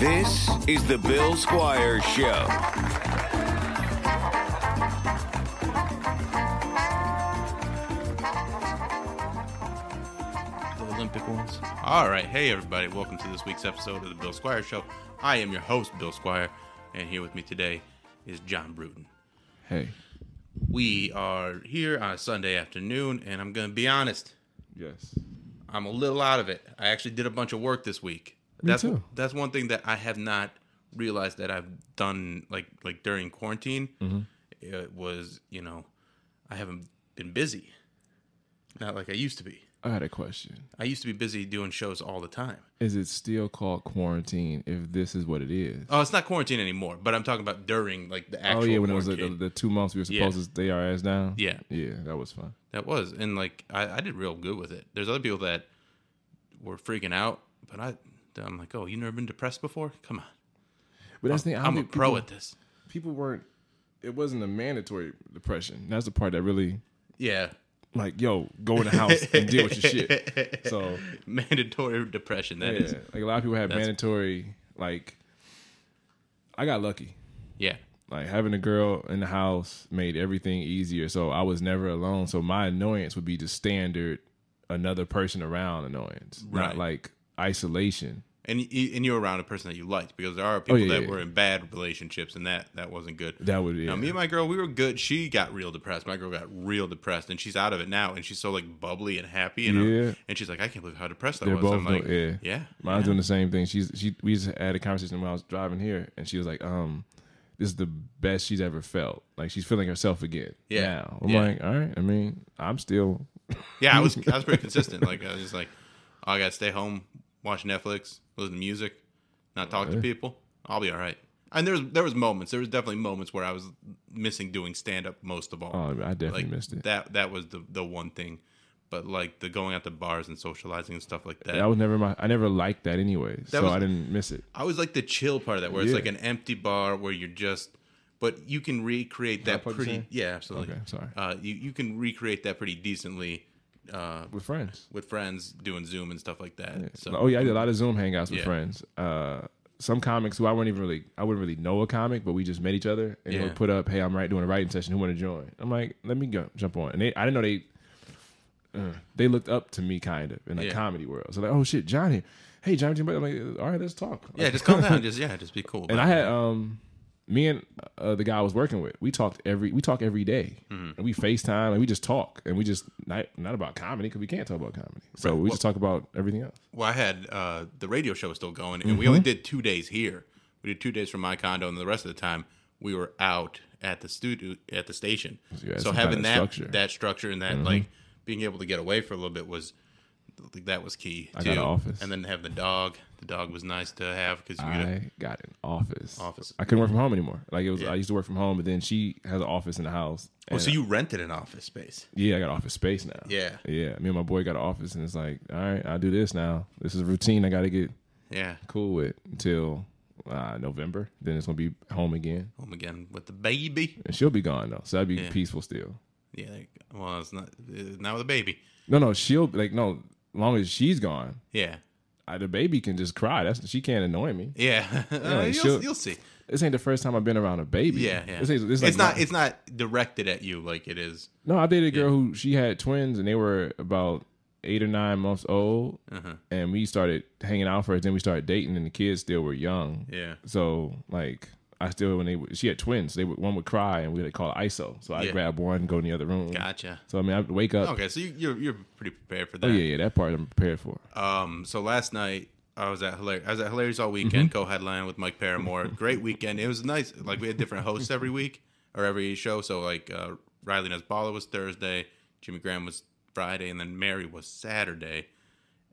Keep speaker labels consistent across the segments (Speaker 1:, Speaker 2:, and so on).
Speaker 1: This is the Bill Squire Show.
Speaker 2: the Olympic ones. All right, hey everybody, welcome to this week's episode of the Bill Squire Show. I am your host, Bill Squire, and here with me today is John Bruton.
Speaker 3: Hey.
Speaker 2: We are here on a Sunday afternoon, and I'm going to be honest,
Speaker 3: Yes.
Speaker 2: I'm a little out of it. I actually did a bunch of work this week. that's
Speaker 3: too.
Speaker 2: that's one thing that I have not realized that I've done like like during quarantine. It was you know I haven't been busy, not like I used to be.
Speaker 3: I had a question.
Speaker 2: I used to be busy doing shows all the time.
Speaker 3: Is it still called quarantine if this is what it is?
Speaker 2: Oh, it's not quarantine anymore, but I'm talking about during like the actual.
Speaker 3: oh yeah, when it was the,
Speaker 2: quarantine.
Speaker 3: the, the two months we were
Speaker 2: Yeah.
Speaker 3: supposed to stay our ass down.
Speaker 2: Yeah.
Speaker 3: Yeah, that was fun.
Speaker 2: that was, and like I, I did real good with it. There's other people that were freaking out, but I, I'm like, oh, you never been depressed before? Come on,
Speaker 3: But that's the thing. I
Speaker 2: I'm a
Speaker 3: think
Speaker 2: pro
Speaker 3: people-
Speaker 2: at this.
Speaker 3: People weren't. It wasn't a mandatory depression. That's the part that really
Speaker 2: Yeah,
Speaker 3: like yo go in the house and deal with your shit. So
Speaker 2: mandatory depression.
Speaker 3: yeah,
Speaker 2: That is. yeah.
Speaker 3: like a lot of people had mandatory like. I got lucky. like having a girl in the house made everything easier so i was never alone so my annoyance would be the standard another person around annoyance
Speaker 2: Right.
Speaker 3: not like isolation
Speaker 2: And y- and you're around a person that you liked because there are people
Speaker 3: Oh, yeah,
Speaker 2: that
Speaker 3: yeah.
Speaker 2: were in bad relationships and that that wasn't good.
Speaker 3: that would be
Speaker 2: Now, me and my girl, we were good. She got real depressed. My girl got real depressed, and she's out of it now. And she's so like bubbly and happy, and
Speaker 3: Yeah.
Speaker 2: and she's like, I can't believe how depressed I
Speaker 3: they're
Speaker 2: was.
Speaker 3: both
Speaker 2: I'm like,
Speaker 3: doing, yeah
Speaker 2: yeah,
Speaker 3: mine's doing the same thing she's she we just had a conversation when i was driving here and she was like um this is the best she's ever felt like she's feeling herself again
Speaker 2: Yeah.
Speaker 3: now i'm
Speaker 2: Yeah.
Speaker 3: like all right i mean i'm still
Speaker 2: yeah. I was I was pretty consistent. Like I was just like, oh, I gotta stay home, watch Netflix, listen to music, not talk to people. I'll be all right. And there was there was moments. There was definitely moments where I was missing doing stand up most of all.
Speaker 3: oh i definitely
Speaker 2: like
Speaker 3: missed it
Speaker 2: that that was the the one thing. But like the going out to bars and socializing and stuff like that.
Speaker 3: that was never my i never liked that anyway so
Speaker 2: was-
Speaker 3: i didn't miss it
Speaker 2: I always like the chill part of that, where it's
Speaker 3: Yeah.
Speaker 2: like an empty bar where you're just, but you can recreate that
Speaker 3: plug this
Speaker 2: pretty.
Speaker 3: in?
Speaker 2: Yeah, absolutely.
Speaker 3: Okay, sorry.
Speaker 2: Uh, you you can recreate that pretty decently uh,
Speaker 3: with friends
Speaker 2: with friends doing Zoom and stuff like that. So
Speaker 3: oh yeah, I did a lot of Zoom hangouts with
Speaker 2: Yeah.
Speaker 3: friends. Uh, some comics who I wouldn't even really, I wouldn't really know a comic, but we just met each other and they
Speaker 2: Yeah.
Speaker 3: would put up, "Hey, I'm right doing a writing session. Who want to join?" I'm like, "Let me go jump on." And they, I didn't know they, uh, they looked up to me kind of in the
Speaker 2: Yeah.
Speaker 3: comedy world. So like, "Oh shit, Johnny, hey Johnny," I'm like, "All right, let's talk."
Speaker 2: yeah, just calm down. Just yeah, just be cool.
Speaker 3: and
Speaker 2: about
Speaker 3: I
Speaker 2: it.
Speaker 3: had um, me and uh, the guy I was working with, we talked every, we talk every day.
Speaker 2: Mm-hmm.
Speaker 3: and we Facetime and we just talk, and we just not not about comedy because we can't talk about comedy. So we just talk about everything else.
Speaker 2: well, I had uh, the radio show was still going, and we only
Speaker 3: Mm-hmm.
Speaker 2: did two days here. We did two days from my condo, and the rest of the time we were out at the studio at the station.
Speaker 3: So you had
Speaker 2: so
Speaker 3: some kind
Speaker 2: having
Speaker 3: of
Speaker 2: that
Speaker 3: structure. Mm-hmm.
Speaker 2: that structure and that like being able to get away for a little bit was like that was key
Speaker 3: I got
Speaker 2: too.
Speaker 3: an office.
Speaker 2: and then have the dog. The dog was nice to have because you could
Speaker 3: I got an office.
Speaker 2: Office.
Speaker 3: I couldn't work from home anymore. Like it was, I used to work from home, but then she has an office in the house.
Speaker 2: oh,
Speaker 3: and-
Speaker 2: so you rented an office space.
Speaker 3: yeah, I got office space now.
Speaker 2: Yeah.
Speaker 3: yeah. Me and my boy got an office, and it's like, all right, I'll do this now. This is a routine I got to get
Speaker 2: Yeah,
Speaker 3: cool with until uh, November. Then it's gonna be home again,
Speaker 2: home again with the baby.
Speaker 3: and she'll be gone though, so that'd be peaceful still.
Speaker 2: Yeah, well, it's not uh, not with a baby.
Speaker 3: No, no, she'll like no. Long as she's gone,
Speaker 2: Yeah,
Speaker 3: I, the baby can just cry. That's she can't annoy me.
Speaker 2: yeah. Uh,
Speaker 3: you
Speaker 2: you'll,
Speaker 3: should-
Speaker 2: you'll see.
Speaker 3: This ain't the first time I've been around a baby.
Speaker 2: Yeah, yeah.
Speaker 3: This ain't- this is
Speaker 2: it's
Speaker 3: like my-
Speaker 2: not. It's not directed at you like it is.
Speaker 3: No, I dated a girl who she had twins and they were about eight or nine months old,
Speaker 2: Uh-huh.
Speaker 3: and we started hanging out first. Then we started dating, and the kids still were young.
Speaker 2: Yeah.
Speaker 3: So like, I still when they were- she had twins, they would, one would cry, and we had to call ISO. So I
Speaker 2: Yeah.
Speaker 3: would grab one, go in the other room.
Speaker 2: Gotcha.
Speaker 3: So I mean, I would wake up.
Speaker 2: Okay, so you, you're you're pretty prepared for that.
Speaker 3: Oh yeah, yeah, that part I'm prepared for.
Speaker 2: Um. So last night I was at hilarious. I was at Mm-hmm. hilarious all weekend. Co-headline with Mike Paramore. Great weekend. It was nice. Like we had different hosts every week. or every show. So like uh, Riley Nasbala was Thursday, Jimmy Graham was Friday, and then Mary was Saturday.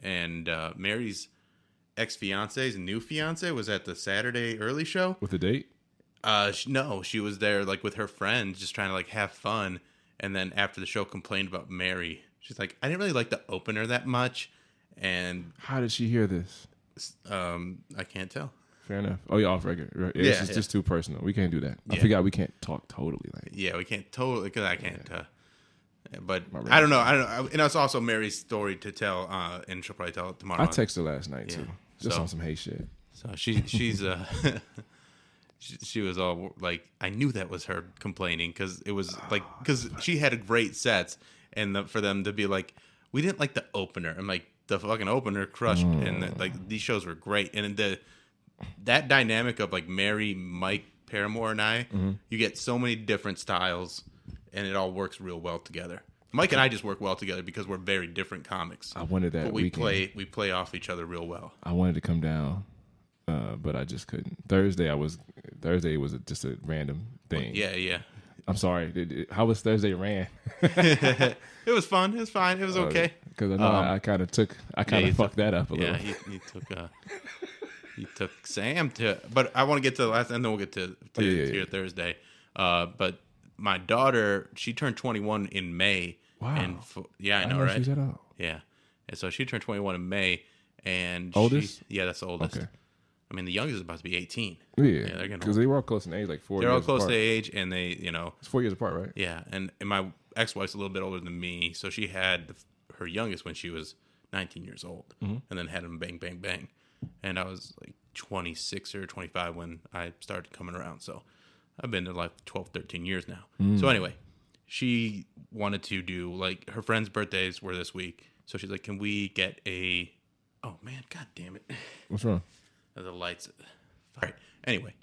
Speaker 2: And uh, Mary's ex fiance's new fiance was at the Saturday early show.
Speaker 3: with the date.
Speaker 2: Uh, sh no, she was there like with her friends, just trying to like have fun. And then after the show, complained about Mary. She's like, I didn't really like the opener that much, and
Speaker 3: How did she hear this?
Speaker 2: um, I can't tell.
Speaker 3: Fair enough. Oh, yeah, off record. Right. Yeah,
Speaker 2: Yeah,
Speaker 3: this is
Speaker 2: yeah.
Speaker 3: just too personal. We can't do that. I
Speaker 2: Yeah.
Speaker 3: forgot we can't talk totally. Like,
Speaker 2: Yeah, we can't totally because I can't. Uh, but I don't know. I don't know. And that's also Mary's story to tell, uh, and she'll probably tell it tomorrow.
Speaker 3: I texted her last night too, just
Speaker 2: So-
Speaker 3: on some hate shit.
Speaker 2: So she she's uh she, she was all like I knew that was her complaining cuz it was like cuz she had great sets and the, for them to be like we didn't like the opener. I'm like the fucking opener crushed and that like these shows were great and the that dynamic of like Mary, Mike, Paramore and I, you get so many different styles and it all works real well together. Mike and I just work well together because we're very different comics.
Speaker 3: I wanted that
Speaker 2: But we
Speaker 3: weekend.
Speaker 2: play we play off each other real well.
Speaker 3: I wanted to come down, uh, but I just couldn't. Thursday, I was Thursday was just a random thing.
Speaker 2: Yeah, yeah.
Speaker 3: I'm sorry. Did- did- How was Thursday ran?
Speaker 2: It was fun. It was fine. It was okay.
Speaker 3: Because I know I, I kind of took, I kind
Speaker 2: you
Speaker 3: of
Speaker 2: took-
Speaker 3: fucked that up Oh, a
Speaker 2: Yeah,
Speaker 3: little.
Speaker 2: he, he took uh, he took Sam to. But I want to get to the last, and then we'll get to to,
Speaker 3: Oh, yeah,
Speaker 2: to
Speaker 3: yeah,
Speaker 2: your
Speaker 3: yeah.
Speaker 2: Thursday. Uh, but my daughter, she turned 21 in May.
Speaker 3: Wow.
Speaker 2: And fo- yeah, I
Speaker 3: I
Speaker 2: know,
Speaker 3: know
Speaker 2: right?
Speaker 3: she's at all.
Speaker 2: Yeah. And so she turned 21 in May, and
Speaker 3: Oldest?
Speaker 2: She, yeah, that's the oldest.
Speaker 3: Okay. Oh,
Speaker 2: I mean, the youngest is about to be 18. Yeah,
Speaker 3: Yeah,
Speaker 2: they're getting
Speaker 3: because
Speaker 2: old.
Speaker 3: they were all close in age, like four.
Speaker 2: They're
Speaker 3: years
Speaker 2: all close
Speaker 3: apart.
Speaker 2: to age, and they, you know,
Speaker 3: It's four years apart, right?
Speaker 2: Yeah, and, and my ex wife's a little bit older than me, so she had the, her youngest when she was 19 years old, and then had him bang, bang, bang, and I was like 26 or 25 when I started coming around. So I've been to like 12, 13 years now. So anyway, she wanted to do like her friend's birthdays were this week, so she's like, "Can we get a?" Oh man, god damn it!
Speaker 3: What's wrong?
Speaker 2: the lights. All right. Anyway,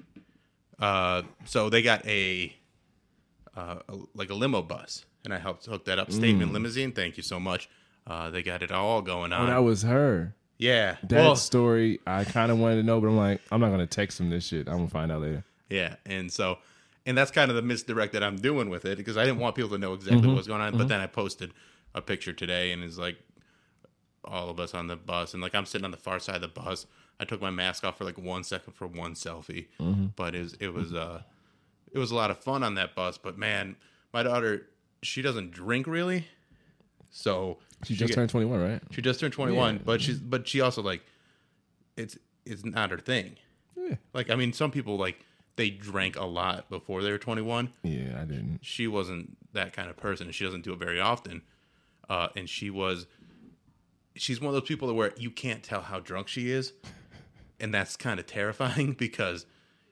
Speaker 2: uh, so they got a, uh, a- like a limo bus, and I helped hook that up. Statement limousine. Thank you so much. Uh, they got it all going
Speaker 3: Mm. Oh,
Speaker 2: on.
Speaker 3: that was her.
Speaker 2: yeah.
Speaker 3: That
Speaker 2: Uh, Well,
Speaker 3: story, I kind of wanted to know, but I'm like, I'm not gonna text him this shit. I'm gonna find out later.
Speaker 2: yeah. And so, and that's kind of the misdirect that I'm doing with it because I didn't want people to know exactly what's going on. But then I posted a picture today, and it's like all of us on the bus, and like I'm sitting on the far side of the bus. I took my mask off for like one second for one selfie, but it was, it was uh it was a lot of fun on that bus. But man, my daughter she doesn't drink really, so
Speaker 3: She just
Speaker 2: get-
Speaker 3: turned 21, right?
Speaker 2: she just turned 21,
Speaker 3: Yeah.
Speaker 2: but she's but she also like it's it's not her thing.
Speaker 3: Yeah.
Speaker 2: Like I mean some people like they drank a lot before they were 21.
Speaker 3: Yeah, I didn't.
Speaker 2: She wasn't that kind of person and she doesn't do it very often. Uh and she was she's one of those people that where you can't tell how drunk she is. And that's kind of terrifying because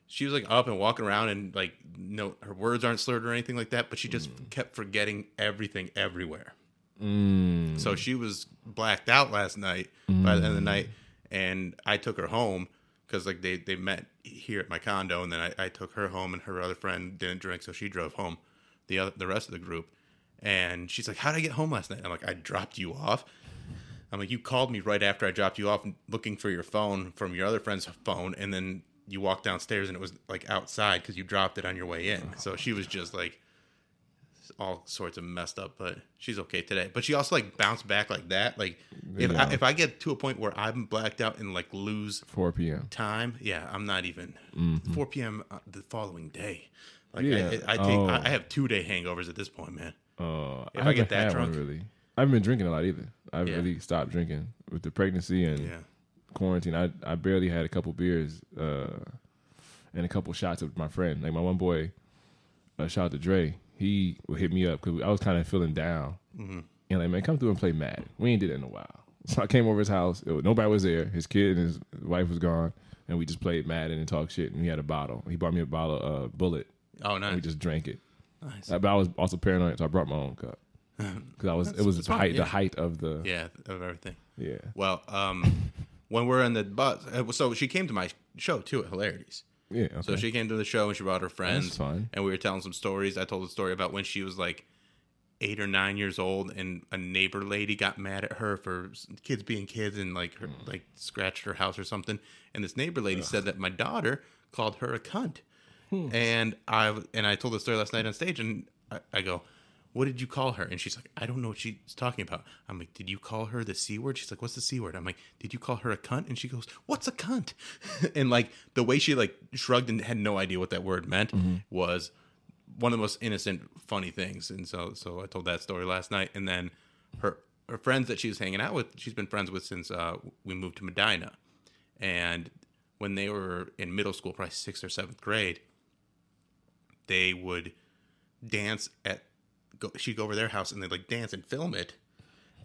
Speaker 2: she was like up and walking around and like no her words aren't slurred or anything like that, but she just
Speaker 3: Mm.
Speaker 2: kept forgetting everything everywhere. So she was blacked out last night by the end of the night, and I took her home because like they they met here at my condo, and then I, I took her home, and her other friend didn't drink, so she drove home. The other the rest of the group, and she's like, "How would I get home last night?" I'm like, "I dropped you off." I'm like, "You called me right after I dropped you off, looking for your phone from your other friend's phone, and then." You walked downstairs and it was like outside because you dropped it on your way in. So she was just like, all sorts of messed up, but she's okay today. But she also like bounced back like that. Like if
Speaker 3: Yeah.
Speaker 2: I, if I get to a point where I'm blacked out and like lose
Speaker 3: 4 p.m.
Speaker 2: time, yeah, I'm not even 4 p.m. uh, the following day. Like
Speaker 3: Mm-hmm. Yeah.
Speaker 2: I, I, I take
Speaker 3: Oh.
Speaker 2: I I have two day hangovers at this point, man.
Speaker 3: Uh,
Speaker 2: If I get that
Speaker 3: haven't had one,
Speaker 2: drunk-
Speaker 3: really, I haven't been drinking a lot either. I've
Speaker 2: Yeah.
Speaker 3: really stopped drinking with the pregnancy and
Speaker 2: Yeah,
Speaker 3: quarantine. I I barely had a couple beers uh, and a couple shots with my friend. Like my one boy, uh, shout out to Dre. He would hit me up because I was kind of feeling down. And like, man, come through and play Madden. We ain't did it in a while. So I came over his house. It was- nobody was there. His kid and his wife was gone. And we just played Madden and talked shit. And he had a bottle. He bought me a bottle of uh, Bullet.
Speaker 2: Oh,
Speaker 3: And we
Speaker 2: nice.
Speaker 3: just drank it.
Speaker 2: Nice. Um,
Speaker 3: Uh, But I was also paranoid, so I brought my own cup. Because I was, it was the height, the height of the, yeah.
Speaker 2: yeah, of everything. Well, um, when we're in the bus, uh, so she came to my show too at Hilarities.
Speaker 3: Yeah. okay.
Speaker 2: So she came to the show and she brought her friends.
Speaker 3: That's fine.
Speaker 2: And we were telling some stories. I told a story about when she was like eight or nine years old, and a neighbor lady got mad at her for s- kids being kids and like her,
Speaker 3: Hmm.
Speaker 2: like scratched her house or something. And this neighbor lady said that my daughter called her a cunt. And I and I told the story last night on stage, and I, I go, "What did you call her?" And she's like, "I don't know what she's talking about." I'm like, "Did you call her the c word?" She's like, "What's the c word?" I'm like, "Did you call her a cunt?" And she goes, "What's a cunt?" and like the way she like shrugged and had no idea what that word meant was one of the most innocent, funny things. And so, so I told that story last night, and then her her friends that she was hanging out with, she's been friends with since uh, we moved to Medina, and when they were in middle school, probably sixth or seventh grade, they would dance at go, she'd go over their house and they'd like dance and film it,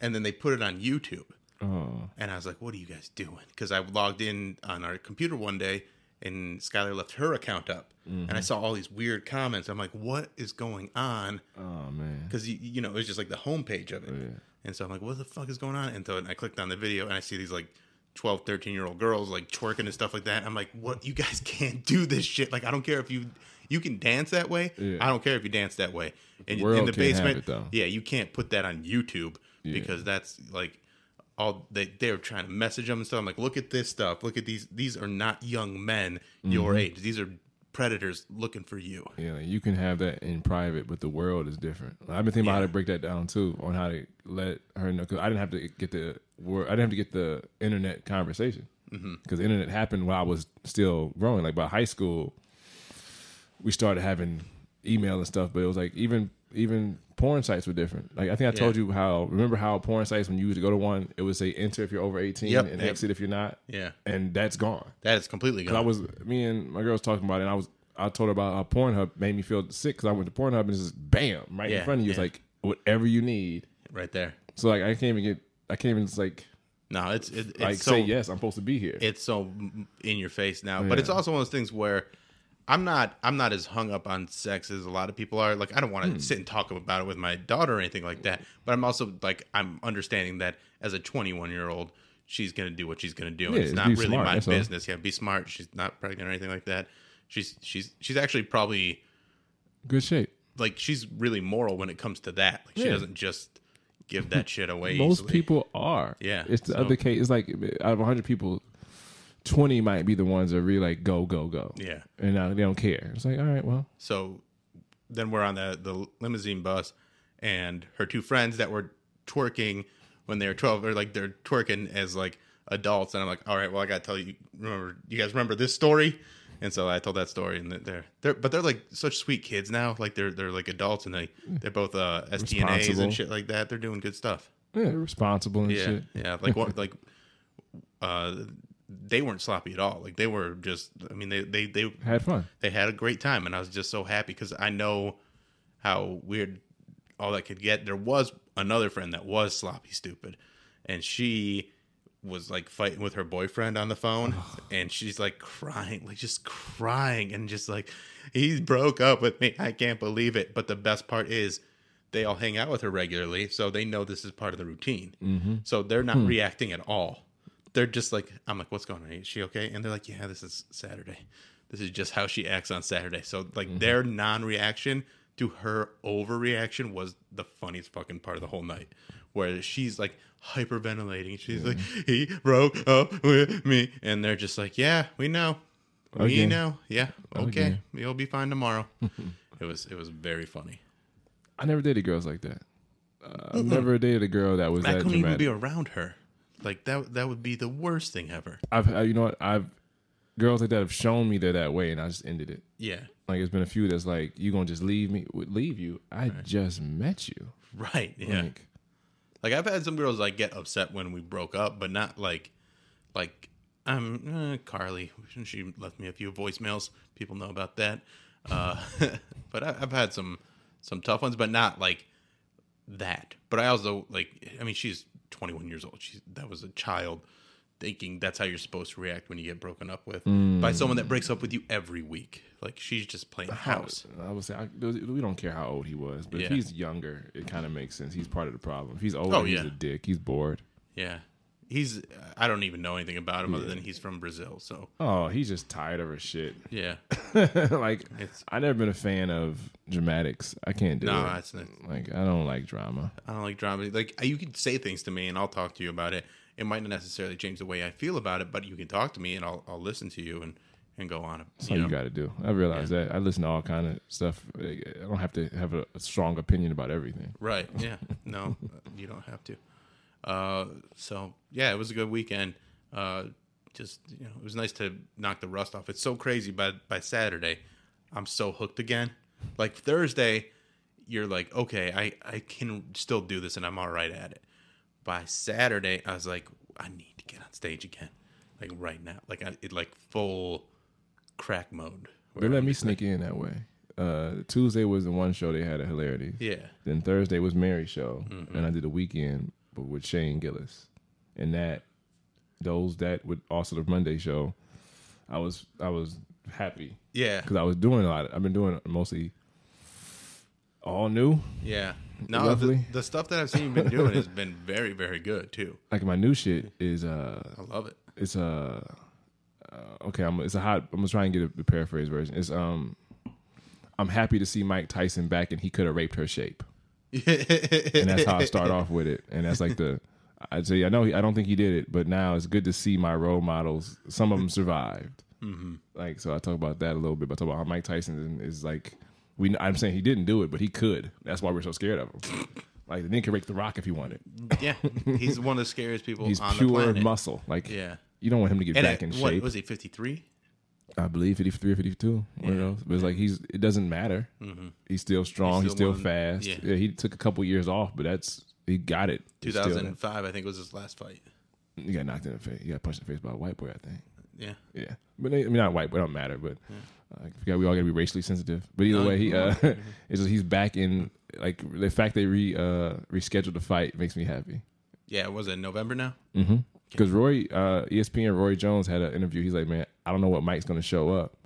Speaker 2: and then they put it on YouTube.
Speaker 3: Oh,
Speaker 2: And I was like, "What are you guys doing?" Because I logged in on our computer one day, and Skylar left her account up, and I saw all these weird comments. I'm like, "What is going on?"
Speaker 3: Oh man.
Speaker 2: because you, you know it was just like the homepage of it and so i'm like what the fuck is going on and so and i clicked on the video and i see these like 12 13 year old girls like twerking and stuff like that i'm like what you guys can't do this shit like i don't care if you you can dance that way
Speaker 3: Yeah.
Speaker 2: i don't care if you dance that way and
Speaker 3: world
Speaker 2: in the
Speaker 3: can't have
Speaker 2: basement
Speaker 3: it, though.
Speaker 2: yeah you can't put that on youtube because that's like all they they're trying to message them and stuff i'm like look at this stuff look at these these are not young men
Speaker 3: Mm-hmm.
Speaker 2: your age these are predators looking for you
Speaker 3: Yeah, like, you can have that in private, but the world is different. Like, I've been thinking about how to break that down too, on how to let her know. Because I didn't have to get the word, I didn't have to get the internet conversation because
Speaker 2: Mm-hmm.
Speaker 3: the internet happened while I was still growing. Like by high school, we started having email and stuff, but it was like even even porn sites were different. Like I think I told you how remember how porn sites when you used to go to one, it would say enter if you're over eighteen
Speaker 2: Yep,
Speaker 3: and
Speaker 2: yep.
Speaker 3: exit if you're not.
Speaker 2: Yeah.
Speaker 3: and that's gone.
Speaker 2: that is completely gone.
Speaker 3: I was me and my girl was talking about it. and I was I told her about how Pornhub made me feel sick because I went to Pornhub and it's just bam right in
Speaker 2: Yeah,
Speaker 3: front of you. It's
Speaker 2: yeah.
Speaker 3: like whatever you need.
Speaker 2: right there
Speaker 3: So like I can't even get I can't even just like
Speaker 2: no it's it, it's
Speaker 3: like
Speaker 2: so
Speaker 3: say yes I'm supposed to be here.
Speaker 2: it's so m- in your face now. But it's also one of those things where I'm not I'm not as hung up on sex as a lot of people are. Like I don't want
Speaker 3: Hmm.
Speaker 2: to sit and talk about it with my daughter or anything like that. But I'm also like I'm understanding that as a 21 year old, she's gonna do what she's gonna do, and
Speaker 3: Yeah,
Speaker 2: it's not
Speaker 3: be
Speaker 2: really
Speaker 3: smart,
Speaker 2: my
Speaker 3: that's all.
Speaker 2: business. Yeah, be smart. She's not pregnant or anything like that. She's she's she's actually probably
Speaker 3: Good shape.
Speaker 2: like she's really moral when it comes to that. Like she
Speaker 3: Yeah.
Speaker 2: doesn't just give that shit away.
Speaker 3: Most
Speaker 2: easily.
Speaker 3: people are.
Speaker 2: Yeah,
Speaker 3: It's the
Speaker 2: so-
Speaker 3: other case. It's like out of 100 people, 20 might be the ones that really like go go go.
Speaker 2: Yeah.
Speaker 3: And uh, they don't care. It's like all right, well
Speaker 2: So then we're on the, the limousine bus, and her two friends that were twerking when they were 12 or like they're twerking as like adults. And I'm like, all right, well, I got to tell you, remember, you guys remember this story? And so I told that story, and they're they're but they're like such sweet kids now. Like they're they're like adults, and they they're both uh, SDNAs
Speaker 3: Responsible.
Speaker 2: and shit like that. They're doing good stuff.
Speaker 3: yeah, responsible and
Speaker 2: Yeah,
Speaker 3: shit.
Speaker 2: yeah. Like what? Like uh, they weren't sloppy at all. Like they were just. I mean, they they they
Speaker 3: Had fun.
Speaker 2: they had a great time and i was just so happy because i know how weird all that could get there was another friend that was sloppy stupid and she was like fighting with her boyfriend on the phone and she's like crying like just crying and just like he broke up with me i can't believe it but the best part is they all hang out with her regularly so they know this is part of the routine so they're not reacting at all they're just like i'm like what's going on is she okay and they're like yeah this is saturday this is just how she acts on saturday so like their non-reaction to her overreaction was the funniest fucking part of the whole night where she's like hyperventilating she's like he broke up with me and they're just like yeah we know we
Speaker 3: Okay.
Speaker 2: know yeah okay
Speaker 3: Okay.
Speaker 2: you'll be fine tomorrow it was it was very funny
Speaker 3: I never dated girls like that. Uh, I've never dated a girl that was
Speaker 2: i
Speaker 3: that
Speaker 2: couldn't
Speaker 3: dramatic.
Speaker 2: even be around her like that that would be the worst thing ever
Speaker 3: I've I- you know what I've girls like that have shown me they're that way, and I just ended it.
Speaker 2: yeah
Speaker 3: Like it's been a few that's like you gonna just leave me, would leave you. I just met you.
Speaker 2: right yeah
Speaker 3: Like,
Speaker 2: Like I've had some girls like get upset when we broke up, but not like like um uh, Carly. She left me a few voicemails. People know about that. Uh, but I, I've had some some tough ones, but not like that. But I also like. I mean, she's 21 years old. She that was a child thinking that's how you're supposed to react when you get broken up with by someone that breaks up with you every week. Like she's just playing house.
Speaker 3: I would say I, we don't care how old he was, but if
Speaker 2: Yeah.
Speaker 3: he's younger, it kind of makes sense. He's part of the problem. If he's older,
Speaker 2: Oh,
Speaker 3: he's
Speaker 2: yeah.
Speaker 3: a dick. He's bored.
Speaker 2: Yeah. He's, I don't even know anything about him other than he's from Brazil. So,
Speaker 3: Oh, he's just tired of her shit.
Speaker 2: yeah.
Speaker 3: like I've never been a fan of dramatics. I can't do
Speaker 2: No,
Speaker 3: it.
Speaker 2: that's not,
Speaker 3: like I don't like drama.
Speaker 2: I don't like drama. Like you can say things to me, and I'll talk to you about it. It might not necessarily change the way I feel about it, but you can talk to me, and I'll I'll listen to you, and and go on.
Speaker 3: That's all you got to do. I realize that. I listen to all kind of stuff. I I don't have to have a, a strong opinion about everything.
Speaker 2: Right. Yeah. No, you don't have to. Uh, so yeah, it was a good weekend. Uh, just you know, it was nice to knock the rust off. It's so crazy. By by Saturday, I'm so hooked again. Like Thursday, you're like, okay, I I can still do this, and I'm all right at it. By Saturday, I was like, I need to get on stage again, like right now, like I, it like full crack mode.
Speaker 3: They let me sneak in that way. Uh, Tuesday was the one show they had a hilarity.
Speaker 2: Yeah.
Speaker 3: Then Thursday was Mary's show, and I did a weekend, but with Shane Gillis, and that those that with also the Monday show, I was I was happy
Speaker 2: Yeah.
Speaker 3: because I was doing a lot. I've been doing mostly all new.
Speaker 2: Yeah. No, the,
Speaker 3: Lovely.
Speaker 2: the stuff that I've seen you've been doing has been very, very good too.
Speaker 3: Like my new shit is uh
Speaker 2: I love it.
Speaker 3: it's a uh, okay. I'm it's a hot. I'm gonna try and get a, the paraphrase version. It's um, I'm happy to see Mike Tyson back, and he could have raped her shape. and that's how I start off with it, and that's like the. I'd say I know he, I don't think he did it, but now it's good to see my role models. Some of them survived.
Speaker 2: Mm-hmm.
Speaker 3: Like so, I talk about that a little bit. But I talk about how Mike Tyson is, is like we. I'm saying he didn't do it, but he could. That's why we're so scared of him. Like the nigga could rape the rock if he wanted.
Speaker 2: Yeah, he's one of the scariest people
Speaker 3: He's
Speaker 2: on the
Speaker 3: pure
Speaker 2: planet.
Speaker 3: muscle. Like
Speaker 2: Yeah.
Speaker 3: you don't want him to get
Speaker 2: And
Speaker 3: back
Speaker 2: I-
Speaker 3: in
Speaker 2: what
Speaker 3: shape.
Speaker 2: was he? Fifty three.
Speaker 3: I believe 53 or 52, one of those. But it's like he's it doesn't matter. He's still strong. He's
Speaker 2: Mm-hmm. still
Speaker 3: still,
Speaker 2: one-
Speaker 3: fast.
Speaker 2: yeah.
Speaker 3: Yeah. he took a couple years off, but that's he got it.
Speaker 2: Two
Speaker 3: He's still-
Speaker 2: thousand and five, I think, was his last fight.
Speaker 3: He got knocked in the face. He got punched in the face by a white boy, I think.
Speaker 2: Yeah.
Speaker 3: Yeah, but they, I mean not white, but it don't matter. But uh, I forgot we all got to be racially sensitive. But either way, he uh, it's just, he's back in. Like the fact they re uh, rescheduled the fight makes me happy.
Speaker 2: Yeah, was it November now?
Speaker 3: Because Roy, uh, ESPN Roy Jones had an interview. He's like, man, I don't know what Mike's going to show up.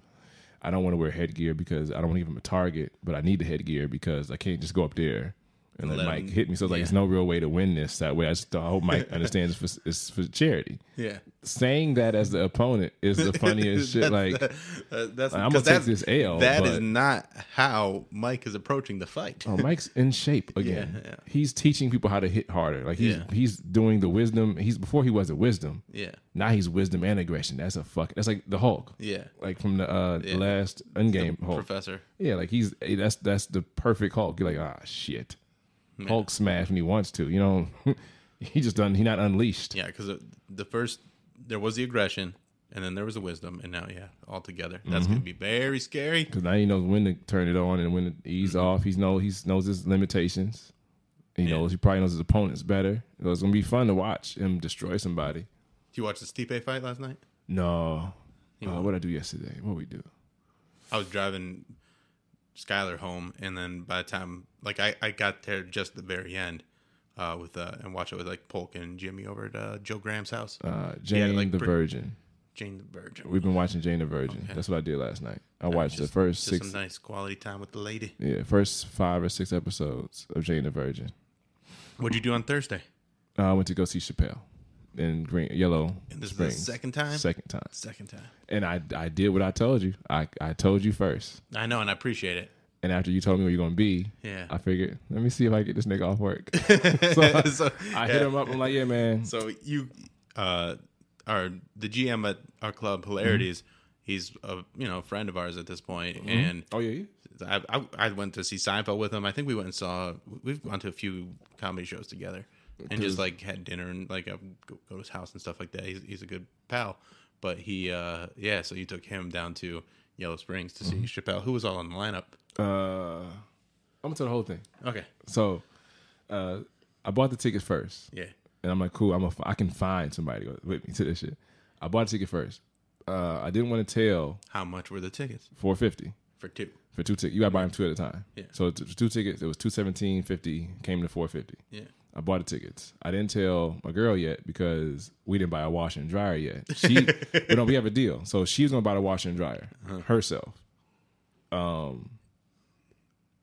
Speaker 3: I don't want to wear headgear because I don't want to give him a target, but I need the headgear because I can't just go up there and let,
Speaker 2: Let
Speaker 3: Mike
Speaker 2: him-
Speaker 3: hit me. So it's like, it's no real way to win this that way. I just I hope Mike understands it's for, it's for charity.
Speaker 2: Yeah.
Speaker 3: Saying that as the opponent is the funniest shit. Like,
Speaker 2: Uh, that's
Speaker 3: I'm gonna
Speaker 2: 'cause
Speaker 3: take
Speaker 2: that's-
Speaker 3: this L,
Speaker 2: That
Speaker 3: but-
Speaker 2: is not how Mike is approaching the fight.
Speaker 3: oh, Mike's in shape again.
Speaker 2: Yeah, yeah.
Speaker 3: He's teaching people how to hit harder. Like he's
Speaker 2: Yeah.
Speaker 3: he's doing the wisdom. He's before he wasn't wisdom.
Speaker 2: Yeah.
Speaker 3: Now he's wisdom and aggression. That's a fuck. That's like the Hulk.
Speaker 2: Yeah.
Speaker 3: Like from the uh, last Endgame Hulk.
Speaker 2: Professor.
Speaker 3: yeah, like he's eh, that's that's the perfect Hulk. You're like ah shit, Hulk smash when he wants to. You know, he just done. He not unleashed.
Speaker 2: Yeah, because the first there was the aggression, and then there was the wisdom, and now yeah, all together. That's
Speaker 3: Mm-hmm.
Speaker 2: gonna be very scary.
Speaker 3: Because now he knows when to turn it on and when to
Speaker 2: Mm-hmm.
Speaker 3: ease off. He's know he knows his limitations. He knows he probably knows his opponents better. So it's gonna be fun to watch him destroy somebody.
Speaker 2: Did you watch the Stipe fight last night?
Speaker 3: No, uh, what I do yesterday? What we do?
Speaker 2: I was driving Skylar home, and then by the time like I, I got there just at the very end uh, with uh, and watched it with like Polk and Jimmy over at uh, Joe Graham's house.
Speaker 3: Uh, Jane
Speaker 2: like,
Speaker 3: the
Speaker 2: pre-
Speaker 3: Virgin.
Speaker 2: Jane the Virgin.
Speaker 3: We've been watching Jane the Virgin. That's what I did last night. I watched the first
Speaker 2: Just
Speaker 3: six,
Speaker 2: some nice quality time with the lady.
Speaker 3: yeah, first five or six episodes of Jane the Virgin.
Speaker 2: What'd you do on Thursday?
Speaker 3: Uh, I went to go see Chappelle in Green Yellow
Speaker 2: And this is the
Speaker 3: Springs.
Speaker 2: second time.
Speaker 3: second time,
Speaker 2: Second time.
Speaker 3: and I I did what I told you. I I told you first,
Speaker 2: I know, and I appreciate it.
Speaker 3: and after you told me where you're gonna be,
Speaker 2: Yeah.
Speaker 3: I figured let me see if I get this nigga off work.
Speaker 2: so
Speaker 3: I hit him up. I'm like, yeah, man.
Speaker 2: So you uh, are the GM at our club, Hilarities. He's a you know friend of ours at this point, and
Speaker 3: oh yeah, yeah.
Speaker 2: I, I I went to see Seinfeld with him. I think we went and saw. We've gone to a few comedy shows together, and just like had dinner and like I would go, go to his house and stuff like that. He's he's a good pal, but he uh yeah. So you took him down to Yellow Springs to see Chappelle, who was all in the lineup.
Speaker 3: Uh, I'm gonna tell the whole thing.
Speaker 2: Okay,
Speaker 3: So, uh, I bought the tickets first.
Speaker 2: yeah,
Speaker 3: and I'm like, cool, I'm a, I can find somebody to go with me to this shit. I bought a ticket first. Uh, I didn't want to tell
Speaker 2: how much were the tickets
Speaker 3: 450
Speaker 2: for two?
Speaker 3: for two tickets. You got to buy them two at a time.
Speaker 2: Yeah.
Speaker 3: So t- two tickets, it was 217.50, came to 450.
Speaker 2: Yeah,
Speaker 3: I bought the tickets. I didn't tell my girl yet because we didn't buy a washer and dryer yet. She, but no, we have a deal. So she was gonna buy the washer and dryer
Speaker 2: Uh-huh.
Speaker 3: herself. Um,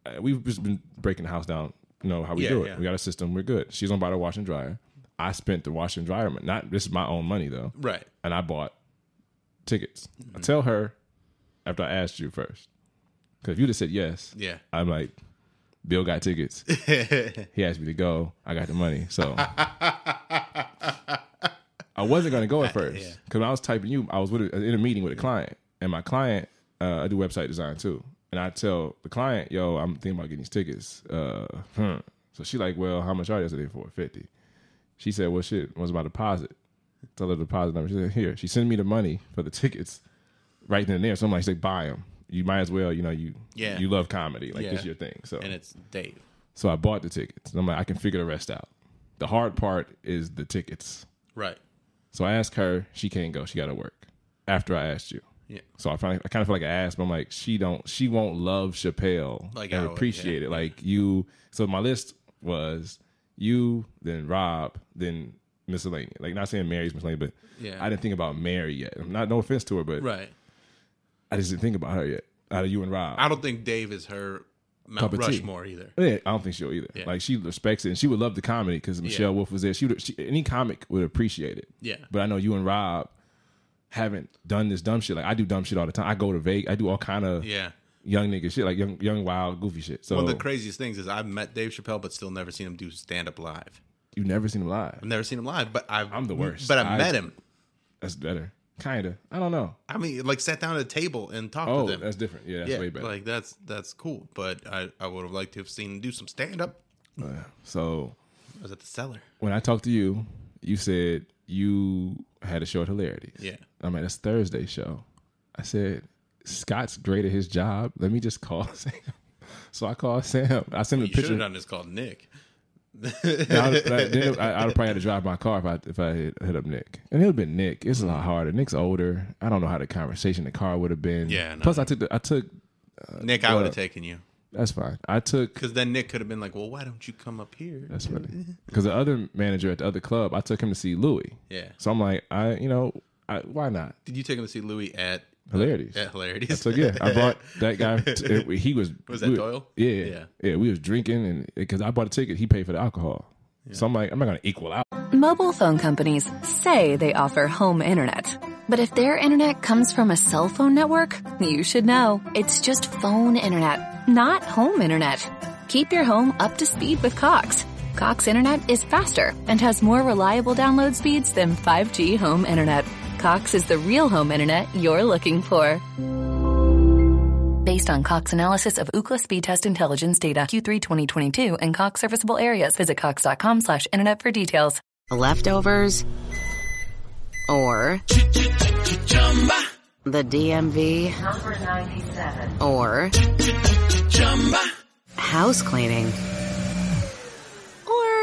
Speaker 3: uh, we've just been breaking the house down. You know how we
Speaker 2: Yeah,
Speaker 3: do it.
Speaker 2: yeah.
Speaker 3: We got a system. We're good. She's gonna buy the washer and dryer. I spent the washer and dryer. mon- Not this is my own money though,
Speaker 2: right.
Speaker 3: and I bought tickets.
Speaker 2: Mm-hmm.
Speaker 3: I tell her after I asked you first because if you just said yes,
Speaker 2: Yeah,
Speaker 3: I'm like, Bill got tickets. he asked me to go. I got the money. So I wasn't going to go at first because when I was typing you, I was with a, in a meeting with a client. and my client, uh, I do website design too, and I tell the client, "Yo, I'm thinking about getting these tickets." Uh, hmm. So she like, "Well, how much are they?" I said, "They for fifty. She said, "Well, shit, what's my deposit?" Tell her the deposit number. She said, "Here." She sent me the money for the tickets right then and there. So I'm like, "Say, buy them. You might as well. You know, you
Speaker 2: Yeah.
Speaker 3: you love comedy. Like
Speaker 2: Yeah.
Speaker 3: this is your thing." So
Speaker 2: and it's Dave.
Speaker 3: so I bought the tickets, and I'm like, I can figure the rest out. The hard part is the tickets.
Speaker 2: Right.
Speaker 3: So I asked her, she can't go. She got to work. After I asked you,
Speaker 2: Yeah.
Speaker 3: so I finally, I kind of feel like I asked, but I'm like, she don't, she won't love Chappelle
Speaker 2: Like I
Speaker 3: and
Speaker 2: would,
Speaker 3: appreciate
Speaker 2: yeah,
Speaker 3: it like you. So my list was you, then Rob, then miscellaneous. Like not saying Mary's miscellaneous, but
Speaker 2: Yeah.
Speaker 3: I didn't think about Mary yet. I'm not no offense to her, but
Speaker 2: Right.
Speaker 3: I just didn't think about her yet. Out of you and Rob,
Speaker 2: I don't think Dave is her Mount
Speaker 3: Cup of tea.
Speaker 2: Rushmore either.
Speaker 3: Yeah, I don't think she'll either. Like she respects it, and she would love the comedy because Michelle Wolf was there. She, would, she any comic would appreciate it.
Speaker 2: Yeah.
Speaker 3: but I know you and Rob haven't done this dumb shit. Like I do dumb shit all the time. I go to Vegas. I do all kind of
Speaker 2: Yeah.
Speaker 3: young nigga shit, like young, young, wild, goofy shit. So
Speaker 2: One of the craziest things is I've met Dave Chappelle, but still never seen him do stand up live.
Speaker 3: you never seen him live.
Speaker 2: I've never seen him live, but I've
Speaker 3: I'm the worst.
Speaker 2: But I've
Speaker 3: I-
Speaker 2: met him.
Speaker 3: That's better, kinda. I don't know.
Speaker 2: I mean, like sat down at a table and talked
Speaker 3: Oh,
Speaker 2: with him.
Speaker 3: that's different. Yeah, that's
Speaker 2: yeah,
Speaker 3: way better.
Speaker 2: like that's that's cool. But I I would have liked to have seen him do some stand up.
Speaker 3: so
Speaker 2: I was at the cellar.
Speaker 3: when I talked to you, you said you had a show at Hilarities.
Speaker 2: Yeah.
Speaker 3: I'm at this Thursday show. I said, Scott's great at his job. Let me just call Sam. So I called Sam. I sent
Speaker 2: You
Speaker 3: him a
Speaker 2: should
Speaker 3: picture.
Speaker 2: have done this called Nick.
Speaker 3: I would have probably had to drive my car if I if I hit, hit up Nick. And it would have been Nick. It's a
Speaker 2: Mm.
Speaker 3: lot harder. Nick's older. I don't know how the conversation in the car would have been.
Speaker 2: Yeah, no.
Speaker 3: Plus, I took the, I took.
Speaker 2: Nick, I would have taken you
Speaker 3: That's fine. I took.
Speaker 2: because then Nick could have been like, "Well, why don't you come up here?"
Speaker 3: That's funny. Because the other manager at the other club, I took him to see Louis.
Speaker 2: Yeah.
Speaker 3: So I'm like, I you know, I, why not?
Speaker 2: Did you take him to see Louis at
Speaker 3: Hilarities.
Speaker 2: at Hilarities?
Speaker 3: So yeah, I bought that guy. t- he was
Speaker 2: Was that
Speaker 3: we-
Speaker 2: Doyle?
Speaker 3: Yeah,
Speaker 2: Yeah.
Speaker 3: yeah, yeah. We was drinking, and because I bought a ticket, he paid for the alcohol. So I'm like, I'm not gonna equal out.
Speaker 4: Mobile phone companies say they offer home internet. But if their internet comes from a cell phone network, you should know. It's just phone internet, not home internet. Keep your home up to speed with Cox. Cox internet is faster and has more reliable download speeds than 5G home internet. Cox is the real home internet you're looking for. Based on Cox analysis of Ookla speed test intelligence data Q3 2022 and Cox serviceable areas, visit cox.com slash internet for details.
Speaker 5: leftovers, or the DMV, or house cleaning, or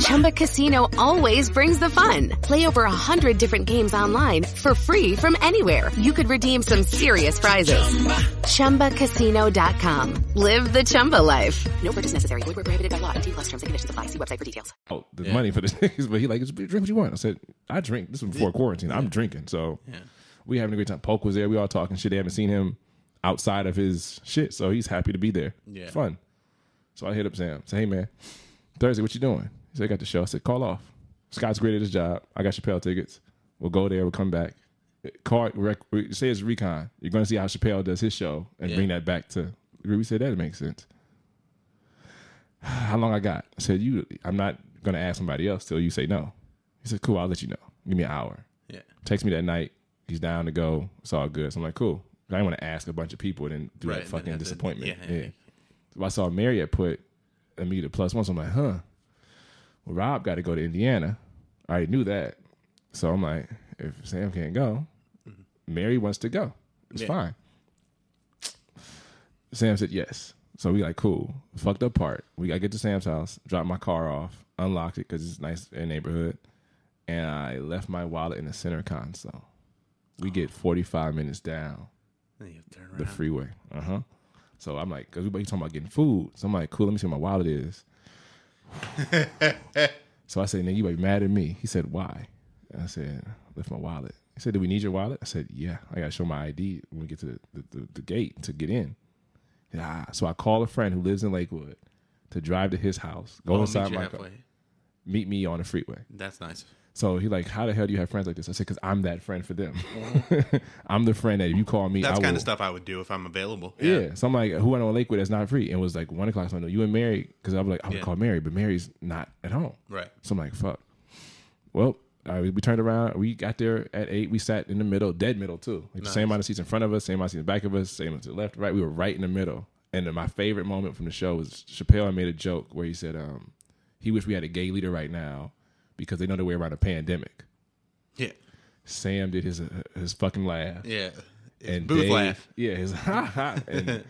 Speaker 5: Chumba Casino always brings the fun. Play over a hundred different games online for free from anywhere. You could redeem some serious prizes. ChumbaCasino.com. Live the Chumba life. No purchase necessary. Void where prohibited by law. T plus terms and conditions apply. See website for details.
Speaker 3: the money for this niggas, but he like, "Just drink what you want. I said, I drink. This was before quarantine. I'm drinking, so we having a great time. Polk was there. We all talking shit. They haven't seen him outside of his shit, so he's happy to be there.
Speaker 2: Yeah.
Speaker 3: fun. So I hit up Sam. Say, hey man, Thursday, what you doing? He said, I got the show. I said, call off. Scott's great at his job. I got Chappelle tickets. We'll go there. We'll come back. Call it, rec- re- say it's recon. You're going to see how Chappelle does his show and bring that back to. We said that it makes sense. How long I got? I said, you. I'm not going to ask somebody else till you say no. He said, cool. I'll let you know. Give me an hour.
Speaker 2: yeah,
Speaker 3: Text me that night. He's down to go. It's all good. So I'm like, cool. I didn't want to ask a bunch of people and then do
Speaker 2: Right,
Speaker 3: that
Speaker 2: and
Speaker 3: fucking
Speaker 2: then have to-
Speaker 3: disappointment.
Speaker 2: yeah, yeah.
Speaker 3: yeah. So I saw Mary had put Anita plus one. So I'm like, huh. Well, Rob got to go to Indiana. I already knew that. So I'm like, if Sam can't go, Mary wants to go. It's
Speaker 2: Yeah.
Speaker 3: fine. Sam said yes. So we like, cool. Fucked up part. We got to get to Sam's house, drop my car off, unlocked it because it's nice in the neighborhood. And I left my wallet in the center console. We get 45 minutes down
Speaker 2: then you turn
Speaker 3: the
Speaker 2: around.
Speaker 3: freeway. Uh
Speaker 2: Uh-huh.
Speaker 3: huh. So I'm like, because everybody's talking about getting food. So I'm like, cool, let me see where my wallet is. so I said, nigga, you might be mad at me. He said, why? I said, left my wallet. He said, do we need your wallet? I said, yeah. I got to show my ID when we get to the, the, the, the gate to get in. He said, ah. So I call a friend who lives in Lakewood to drive to his house, go
Speaker 2: I'll meet
Speaker 3: inside
Speaker 2: you
Speaker 3: my car,
Speaker 2: halfway.
Speaker 3: meet me on the freeway.
Speaker 2: That's nice.
Speaker 3: So he like, how the hell do you have friends like this? I said, because I'm that friend for them. I'm the friend that if you call me,
Speaker 2: Mm-hmm. That's
Speaker 3: I
Speaker 2: kind
Speaker 3: will-
Speaker 2: of stuff I would do if I'm available.
Speaker 3: yeah. So I'm like, who I know in Lakewood that's not free? And it was like one o'clock. So I know you and Mary, because I'm like, I'm
Speaker 2: Yeah.
Speaker 3: gonna call Mary, but Mary's not at home.
Speaker 2: Right.
Speaker 3: So I'm like, fuck. Well, Uh, we, we turned around. We got there at eight. We sat in the middle, dead middle too. Like the same amount of seats in front of us, same amount of seats in back of us, same to the left, right. We were right in the middle. And then my favorite moment from the show was Chappelle made a joke where he said, um, he wished we had a gay leader right now because they know their way around a pandemic.
Speaker 2: Yeah.
Speaker 3: Sam did his uh, his fucking laugh.
Speaker 2: Yeah. It's
Speaker 3: and
Speaker 2: booth
Speaker 3: Dave,
Speaker 2: laugh.
Speaker 3: Yeah, his ha ha. And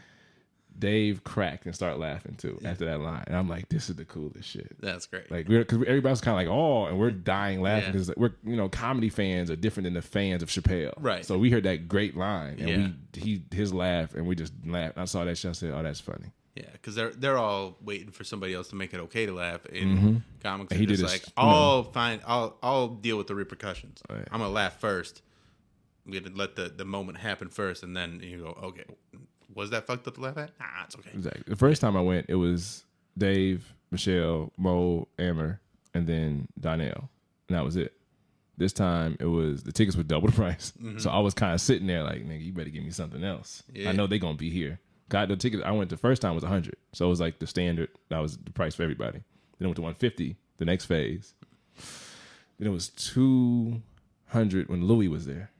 Speaker 3: Dave cracked and started laughing too after that line. And I'm like, this is the coolest shit.
Speaker 2: That's great.
Speaker 3: Like we're because everybody's kind of like oh, and we're dying laughing
Speaker 2: Yeah.
Speaker 3: because we're you know comedy fans are different than the fans of Chappelle,
Speaker 2: Right.
Speaker 3: So we heard that great line and
Speaker 2: Yeah.
Speaker 3: we he his laugh and we just laughed. I saw that shit. I said, oh, that's funny.
Speaker 2: yeah, because they're they're all waiting for somebody else to make it okay to laugh, and comics are
Speaker 3: Mm-hmm. He did
Speaker 2: just
Speaker 3: his-
Speaker 2: like,
Speaker 3: you know.
Speaker 2: "I'll find, I'll, I'll deal with the repercussions. I'm gonna laugh first. I'm gonna let the, the moment happen first, and then you go, okay, was that fucked up to laugh at? Nah, it's okay.
Speaker 3: Exactly. The first time I went, it was Dave, Michelle, Mo, Amber, and then Donnell, and that was it. This time it was the tickets were double the price, so I was kind of sitting there like, nigga, you better give me something else. I know they gonna be here. Got the ticket. I went the first time was hundred, so it was like the standard. That was the price for everybody. Then it went to one fifty. The next phase. Then it was two hundred when Louis was there.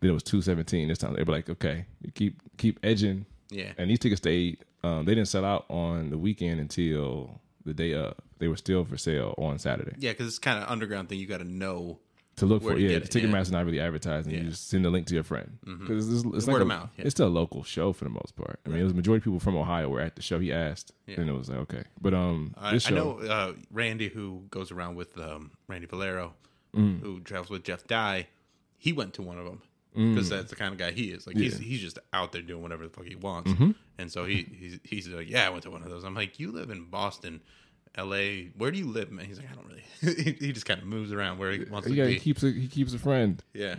Speaker 3: Then it was two seventeen this time. They were like, okay, you keep keep edging.
Speaker 2: Yeah.
Speaker 3: And these tickets stayed. Um, they didn't sell out on the weekend until the day of. They were still for sale on Saturday
Speaker 2: Yeah, because it's kind of underground thing. You got to know.
Speaker 3: to look
Speaker 2: Where
Speaker 3: for.
Speaker 2: to
Speaker 3: Yeah,
Speaker 2: get it,
Speaker 3: Ticketmaster not really advertising. You
Speaker 2: Yeah. Mm-hmm.
Speaker 3: just send the link to your friend because it's, it's like
Speaker 2: Word
Speaker 3: a,
Speaker 2: of mouth, yeah.
Speaker 3: It's still a local show for the most part. I mean, it was majority of people from Ohio were at the show. He asked, and it was like okay, but um,
Speaker 2: I,
Speaker 3: this
Speaker 2: I
Speaker 3: show,
Speaker 2: know uh, Randy, who goes around with um, Randy Valero,
Speaker 3: Mm.
Speaker 2: who travels with Jeff Dye. He went to one of them
Speaker 3: Mm.
Speaker 2: because that's the kind of guy he is. Like he's he's just out there doing whatever the fuck he wants.
Speaker 3: Mm-hmm.
Speaker 2: And so he he's, he's like, yeah, I went to one of those. I'm like, you live in Boston, L.A. Where do you live? man? he's like, I don't really. he, he just kind of moves around where he wants to
Speaker 3: yeah, he
Speaker 2: be.
Speaker 3: keeps a, he keeps a friend.
Speaker 2: Yeah,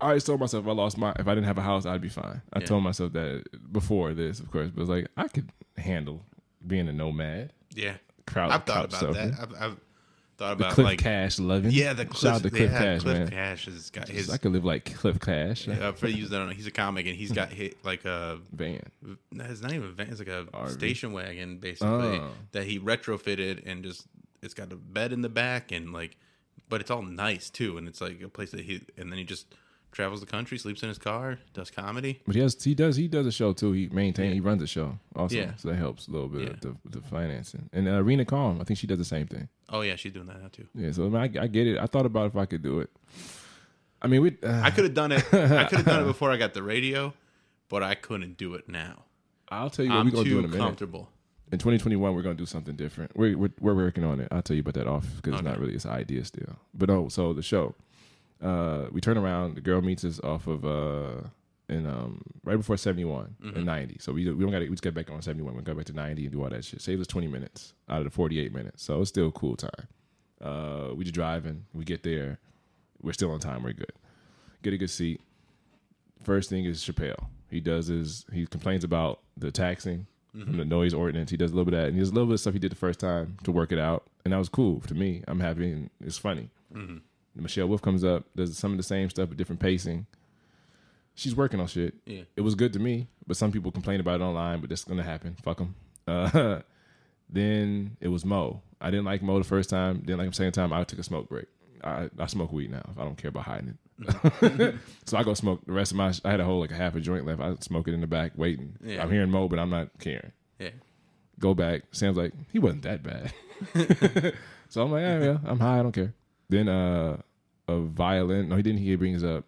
Speaker 3: I always told myself if I lost my if I didn't have a house, I'd be fine. I told myself that before this, of course, but it's like I could handle being a nomad.
Speaker 2: yeah.
Speaker 3: Crowd-
Speaker 2: I've thought
Speaker 3: couch
Speaker 2: about
Speaker 3: surfing.
Speaker 2: that. I've, I've thought about
Speaker 3: Cliff
Speaker 2: like
Speaker 3: Cash loving.
Speaker 2: yeah, the
Speaker 3: shout out
Speaker 2: Cliff,
Speaker 3: to Cliff
Speaker 2: yeah,
Speaker 3: Cash,
Speaker 2: Cliff
Speaker 3: man.
Speaker 2: Cash has got his.
Speaker 3: I could live like Cliff Cash.
Speaker 2: I've heard he used that on. He's a comic, and he's got hit like a
Speaker 3: Van.
Speaker 2: No, it's not even a van. It's like a station wagon, basically,
Speaker 3: Oh.
Speaker 2: that he retrofitted and just it's got a bed in the back and like, but it's all nice too, and it's like a place that he and then he just travels the country, sleeps in his car, does comedy.
Speaker 3: But he has he does he does a show too. He maintains he runs a show also,
Speaker 2: Yeah.
Speaker 3: so that helps a little bit
Speaker 2: Yeah.
Speaker 3: with the, with the financing. And uh, Arena Calm, I think she does the same thing.
Speaker 2: Oh yeah, she's doing that now too.
Speaker 3: Yeah, so I, mean, I, I get it. I thought about if I could do it. I mean, we uh,
Speaker 2: I could have done it. I could have done it before I got the radio, but I couldn't do it now.
Speaker 3: I'll tell you what
Speaker 2: I'm
Speaker 3: we're gonna do in a
Speaker 2: too
Speaker 3: minute.
Speaker 2: comfortable.
Speaker 3: in 2021 we're going to do something different we're, we're, we're working on it i'll tell you about that off because it's not really it's an idea still but oh so the show uh we turn around the girl meets us off of uh in um right before 71 and 90 so we, we don't gotta we just get back on 71 we go back to 90 and do all that shit save us 20 minutes out of the 48 minutes so it's still a cool time uh we just driving we get there we're still on time we're good get a good seat first thing is Chappelle. He does his he complains about the taxing from the noise ordinance. He does a little bit of that, and there's a little bit of stuff he did the first time to work it out, and that was cool to me. I'm happy and it's funny. Michelle Wolf comes up, does some of the same stuff but different pacing. She's working on shit.
Speaker 2: Yeah.
Speaker 3: It was good to me, but some people complain about it online. But that's gonna happen. Fuck them. Uh, then it was Mo. I didn't like Mo the first time. Didn't like him second time. I took a smoke break. I, I smoke weed now. I don't care about hiding it. so I go smoke the rest of my. I had a whole like a half a joint left. I smoke it in the back, waiting.
Speaker 2: Yeah.
Speaker 3: I'm hearing Mo, but I'm not caring.
Speaker 2: Yeah,
Speaker 3: Go back. Sam's like, he wasn't that bad. so I'm like, yeah, yeah, I'm high. I don't care. Then uh, a violin. No, he didn't. He brings up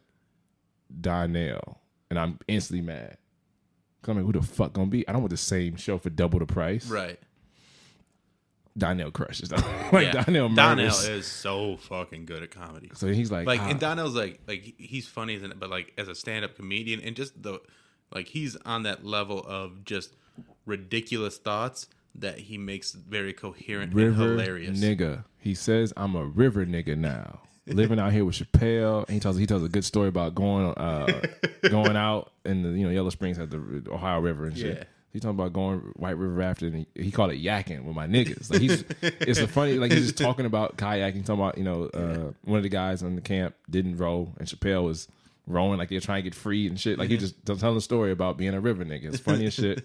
Speaker 3: Donnell, and I'm instantly mad. 'Cause I'm like, who the fuck gonna be? I don't want the same show for double the price.
Speaker 2: right.
Speaker 3: Donnell crushes. like Donnell
Speaker 2: Donnell
Speaker 3: murders.
Speaker 2: is so fucking good at comedy.
Speaker 3: so he's like,
Speaker 2: like
Speaker 3: ah,
Speaker 2: and Donnell's like like he- he's funny as an, but like as a stand up comedian and just the like he's on that level of just ridiculous thoughts that he makes very coherent
Speaker 3: river
Speaker 2: and hilarious.
Speaker 3: nigga. He says I'm a river nigga now. Living out here with Chappelle, and he tells he tells a good story about going uh, going out in the you know Yellow Springs at the Ohio River and shit.
Speaker 2: Yeah.
Speaker 3: He talking about going White River rafting. And he, he called it yakking with my niggas. Like he's it's a funny like he's just talking about kayaking. Talking about you know uh, one of the guys on the camp didn't row, and Chappelle was rowing like they're trying to get free and shit. Like
Speaker 2: Mm-hmm.
Speaker 3: he just telling a story about being a river nigga. It's funny as shit.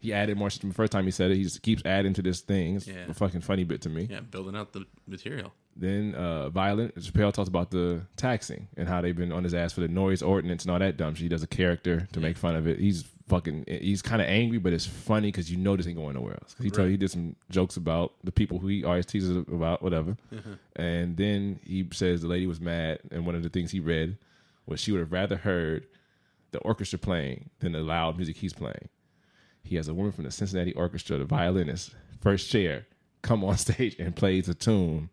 Speaker 3: He added more shit from the first time he said it. He just keeps adding to this thing. It's
Speaker 2: Yeah.
Speaker 3: a fucking funny bit to me.
Speaker 2: Yeah, building out the material.
Speaker 3: Then uh, Violent Chappelle talks about the taxing and how they've been on his ass for the noise ordinance and all that dumb shit. He does a character to make fun of it. He's fucking. He's kind of angry, but it's funny because you know this ain't going nowhere else. 'Cause he told he did some jokes about the people who he always teases about whatever, and then he says the lady was mad, and one of the things he read was she would have rather heard the orchestra playing than the loud music he's playing. He has a woman from the Cincinnati Orchestra, the violinist, first chair, come on stage and plays a tune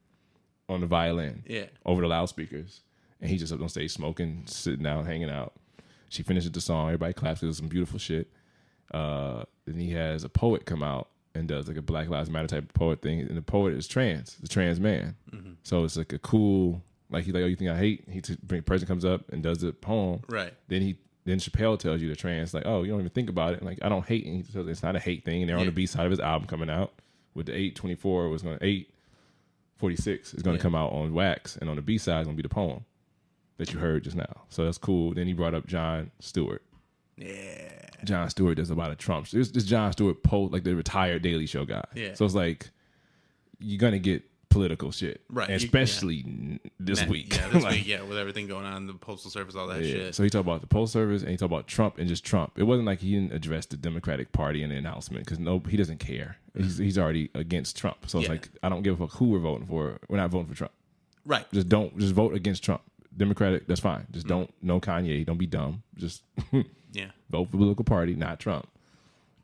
Speaker 3: on the violin
Speaker 2: Yeah.
Speaker 3: over the loudspeakers. And he's just up on stage smoking, sitting down, hanging out. She finishes the song. Everybody claps. It was some beautiful shit. Uh, then he has a poet come out and does like a Black Lives Matter type of poet thing. And the poet is trans, the trans man.
Speaker 2: Mm-hmm.
Speaker 3: So it's like a cool, like he's like, oh, you think I hate? He t- bring- person comes up and does the poem.
Speaker 2: Right.
Speaker 3: Then he then Chappelle tells you the trans like, oh, you don't even think about it. And like I don't hate, and he says it's not a hate thing. And they're on the
Speaker 2: Yeah.
Speaker 3: B side of his album coming out with the eight twenty four was going to eight forty six is going to come out on wax, and on the B side is going to be the poem that you heard just now. So that's cool. Then he brought up John Stewart. Yeah, John Stewart does a lot of Trumps. There's this John Stewart post like the retired Daily Show guy.
Speaker 2: Yeah.
Speaker 3: so it's like you're gonna get political shit,
Speaker 2: Right.
Speaker 3: And
Speaker 2: You-
Speaker 3: Especially n this
Speaker 2: Matt-
Speaker 3: week.
Speaker 2: Yeah, this
Speaker 3: Like,
Speaker 2: week, yeah, with everything going on, the postal service, all that
Speaker 3: yeah.
Speaker 2: shit.
Speaker 3: So he talked about the poll service and he talked about Trump and just Trump. It wasn't like he didn't address the Democratic Party in the announcement because no, he doesn't care. He's, he's already against Trump. So it's
Speaker 2: Mm-hmm. Yeah.
Speaker 3: like I don't give a fuck who we're voting for. We're not voting for Trump.
Speaker 2: right.
Speaker 3: Just don't. Just vote against Trump. Democratic. That's fine. Just
Speaker 2: Mm-hmm.
Speaker 3: don't. No Kanye. Don't be dumb. Just
Speaker 2: yeah.
Speaker 3: vote for political party, not Trump.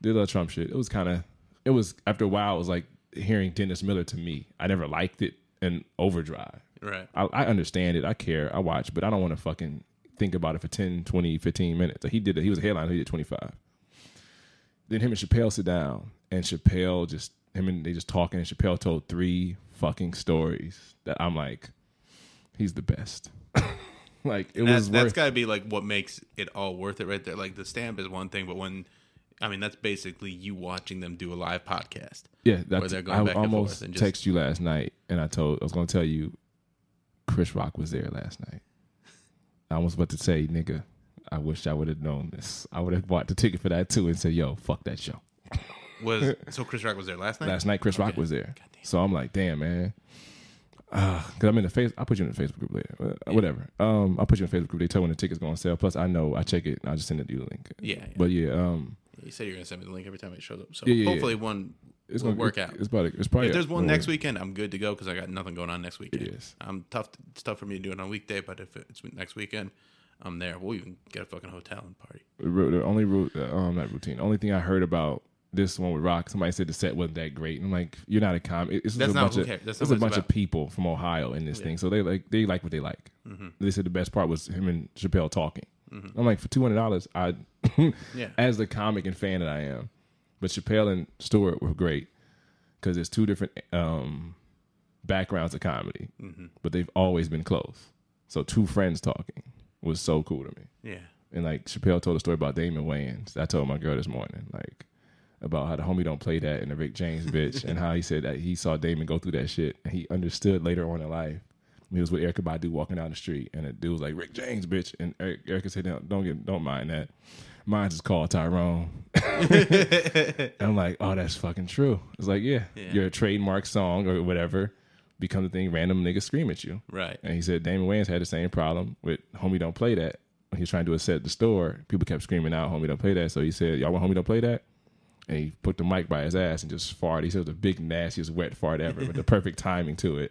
Speaker 3: Did the Trump shit. It was kind of. It was after a while. It was like hearing Dennis Miller to me. I never liked it in Overdrive.
Speaker 2: Right.
Speaker 3: I, I understand it. I care. I watch, but I don't want to fucking think about it for 10, 20, 15 minutes. Like he did it. He was a headliner. He did 25. Then him and Chappelle sit down, and Chappelle just, him and they just talking, and Chappelle told three fucking stories that I'm like, he's the best. like, it
Speaker 2: That,
Speaker 3: was
Speaker 2: that's
Speaker 3: worth
Speaker 2: got to be like what makes it all worth it, right there. Like the stamp is one thing, but when, I mean, that's basically you watching them do a live podcast.
Speaker 3: Yeah, that's,
Speaker 2: they're going
Speaker 3: I
Speaker 2: back and
Speaker 3: almost
Speaker 2: forth and just-
Speaker 3: text you last night, and I told I was going to tell you, Chris Rock was there last night. I was about to say, nigga, I wish I would have known this. I would have bought the ticket for that too, and said, yo, fuck that show.
Speaker 2: Was so Chris Rock was there last night.
Speaker 3: Last night, Chris Rock was there, so I'm like, damn, man. Because I'm in the face. I'll put you in the Facebook group later. Uh, Whatever. Um, I'll put you in the Facebook group. They tell when the ticket's going on sale. Plus, I know I check it. and I just send it to you the link.
Speaker 2: Yeah, yeah.
Speaker 3: But yeah, um,
Speaker 2: You said you're gonna send me the link every time it shows up. So
Speaker 3: Yeah, yeah, yeah.
Speaker 2: hopefully one
Speaker 3: it's
Speaker 2: will
Speaker 3: gonna
Speaker 2: work
Speaker 3: it's-
Speaker 2: out.
Speaker 3: It's probably. It's probably.
Speaker 2: if there's one
Speaker 3: gonna
Speaker 2: next
Speaker 3: work.
Speaker 2: weekend, I'm good to go because I got nothing going on next weekend.
Speaker 3: is.
Speaker 2: I'm tough. It's tough for me to do it on a weekday, but if it's next weekend, I'm there. We'll even get a fucking hotel and party.
Speaker 3: Ru- the only ru- uh, um not routine. Only thing I heard about this one with Rock, somebody said the set wasn't that great, and I'm like, you're not a com. It, it's just
Speaker 2: That's
Speaker 3: a
Speaker 2: not
Speaker 3: bunch
Speaker 2: who
Speaker 3: of
Speaker 2: cares. That's
Speaker 3: it's
Speaker 2: not
Speaker 3: a
Speaker 2: what it's
Speaker 3: bunch of
Speaker 2: about.
Speaker 3: people from Ohio in this thing, so they like they like what they like.
Speaker 2: Mm-hmm.
Speaker 3: They said the best part was him and Chappelle talking. I'm like, for two hundred dollars, I
Speaker 2: Yeah.
Speaker 3: as the comic and fan that I am, but Chappelle and Stewart were great because it's two different um backgrounds of comedy,
Speaker 2: Mm-hmm.
Speaker 3: but they've always been close. So two friends talking was so cool to me
Speaker 2: Yeah.
Speaker 3: and like Chappelle told a story about Damon Wayans. I told my girl this morning, like about how the homie don't play that in the Rick James bitch, and how he said that he saw Damon go through that shit, and he understood later on in life. He was with Erica Badu walking down the street, and a dude was like Rick James bitch, and Eric, Erica said, "No, don't get, don't mind that. Mine just called Tyrone." I'm like, "Oh, that's fucking true." It's like, yeah, your trademark song or whatever becomes a thing. Random niggas scream at you,
Speaker 2: Right.
Speaker 3: and he said Damon Wayans had the same problem with homie don't play that. When he was trying to do a set at the store, people kept screaming out, homie don't play that. So he said, Y'all want homie don't play that? And he put the mic by his ass and just farted. He said it was the big nastiest wet fart ever, but the perfect timing to it.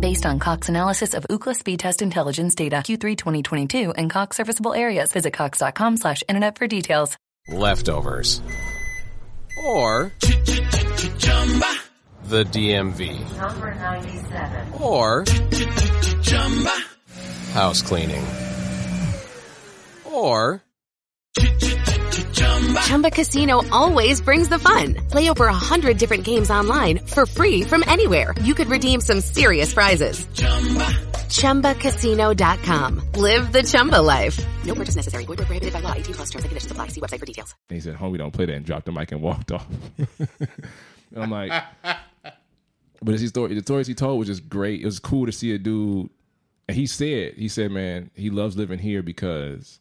Speaker 4: Based on Cox analysis of Ookla speed test intelligence data Q3 2022 and Cox serviceable areas, visit cox.com slash internet for details.
Speaker 6: leftovers, or the DMV,
Speaker 7: Number 97.
Speaker 6: or house cleaning, or
Speaker 5: Chumba Casino always brings the fun. Play over a hundred different games online for free from anywhere. You could redeem some serious prizes. ChumbaCasino.com. Live the Chumba life. No purchase necessary. Void where prohibited by law. 18 plus terms and conditions apply. See website for details.
Speaker 3: And he said, "Homie, don't play that," and dropped the mic and walked off. and I'm like, but it's his story. The stories he told was just great. It was cool to see a dude. And he said, he said, man, he loves living here because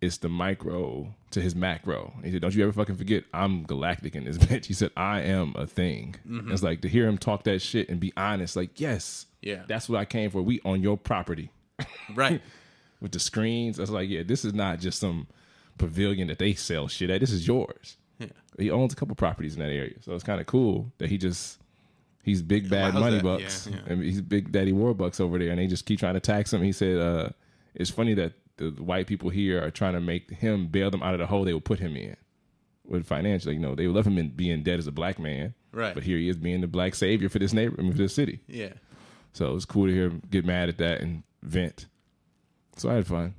Speaker 3: it's the micro to his macro. He said, don't you ever fucking forget, I'm galactic in this bitch. He said, I am a thing. It's like to hear him talk that shit and be honest. Like, yes,
Speaker 2: Yeah.
Speaker 3: that's what I came for. We on your property
Speaker 2: Right.
Speaker 3: with the screens. I was like, yeah, this is not just some pavilion that they sell shit at. This is yours. Yeah. He owns a couple properties in that area, so it's kind of cool that he just he's big bad
Speaker 2: how's
Speaker 3: money
Speaker 2: that?
Speaker 3: bucks.
Speaker 2: Yeah, yeah.
Speaker 3: I mean, he's big daddy warbucks over there, and they just keep trying to tax him. He said, uh, it's funny that the white people here are trying to make him bail them out of the hole they would put him in with financially. You know, they would love him in, being dead as a black man,
Speaker 2: Right.
Speaker 3: But here he is being the black savior for this neighbor, I mean, for this city.
Speaker 2: Yeah.
Speaker 3: So it was cool to hear him get mad at that and vent. So I had fun.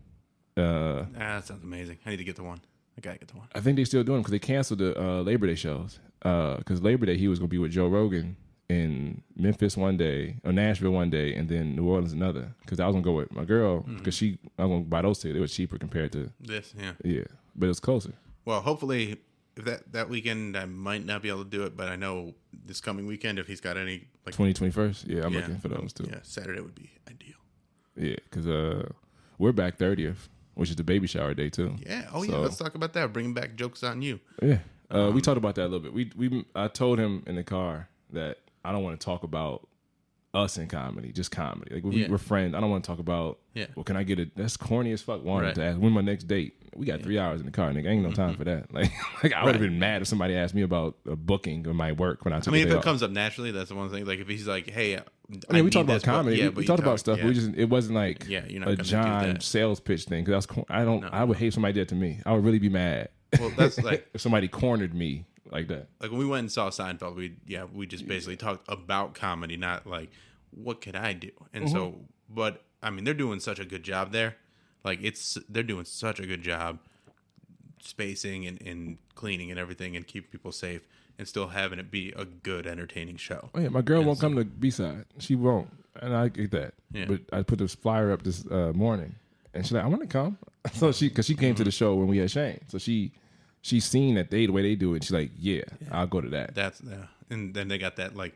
Speaker 2: Ah, that sounds amazing. I need to get the one. I gotta get the one.
Speaker 3: I think they're still doing because they canceled the uh, Labor Day shows. Because Labor Day he was going to be with Joe Rogan in Memphis one day, or Nashville one day, and then New Orleans another. Because I was going to go with my girl
Speaker 2: Mm-hmm.
Speaker 3: because she I'm going to buy those two. They were cheaper compared to
Speaker 2: This, yeah.
Speaker 3: yeah, but it was closer.
Speaker 2: Well, hopefully, if that that weekend I might not be able to do it, but I know this coming weekend if he's got any like
Speaker 3: Twenty twenty first. Yeah, I'm
Speaker 2: yeah,
Speaker 3: looking for those too.
Speaker 2: Yeah, Saturday would be ideal.
Speaker 3: Yeah, because uh, we're back thirtieth, which is the baby shower day too.
Speaker 2: Yeah. Oh yeah.
Speaker 3: So-
Speaker 2: Let's talk about that. Bringing back jokes on you.
Speaker 3: Yeah, uh,
Speaker 2: Um,
Speaker 3: we talked about that a little bit. We we I told him in the car that I don't want to talk about us in comedy, just comedy. Like we,
Speaker 2: Yeah.
Speaker 3: we're friends. I don't want to talk about.
Speaker 2: Yeah.
Speaker 3: Well, can I get a? That's corny as fuck. Wanted
Speaker 2: Right. Mm-hmm.
Speaker 3: to ask when my next date. We got three hours in the car, nigga. Ain't no time for that. Like, like I would have been mad if somebody asked me about a booking or my work when I took.
Speaker 2: I mean,
Speaker 3: the
Speaker 2: if
Speaker 3: day
Speaker 2: it
Speaker 3: off.
Speaker 2: comes up naturally, that's the one thing. Like if he's like, "Hey, I,
Speaker 3: I mean, we
Speaker 2: need
Speaker 3: talked about
Speaker 2: this, but-
Speaker 3: comedy. we
Speaker 2: yeah,
Speaker 3: we
Speaker 2: but you
Speaker 3: talked
Speaker 2: talk-
Speaker 3: about stuff.
Speaker 2: yeah.
Speaker 3: But we just it wasn't like
Speaker 2: Yeah, you're not
Speaker 3: a
Speaker 2: gonna do
Speaker 3: John
Speaker 2: that.
Speaker 3: sales pitch thing because I was cor- I don't I would hate somebody did that to me. I would really be mad
Speaker 2: well, that's like
Speaker 3: if somebody cornered me like that.
Speaker 2: like when we went and saw Seinfeld, we yeah, we just basically talked about comedy, not like what could I do. And
Speaker 3: Mm-hmm.
Speaker 2: so, but I mean, they're doing such a good job there. Like it's they're doing such a good job spacing and, and cleaning and everything and keeping people safe and still having it be a good entertaining show.
Speaker 3: Oh yeah, my girl won't come to B side. She won't, and I get that.
Speaker 2: Yeah.
Speaker 3: But I put this flyer up this uh, morning, and she's like, "I want to come." So she, because she came
Speaker 2: Mm-hmm.
Speaker 3: to the show when we had Shane, so she she's seen that they the way they do it. She's like, "Yeah, I'll go to that."
Speaker 2: That's yeah. And then they got that like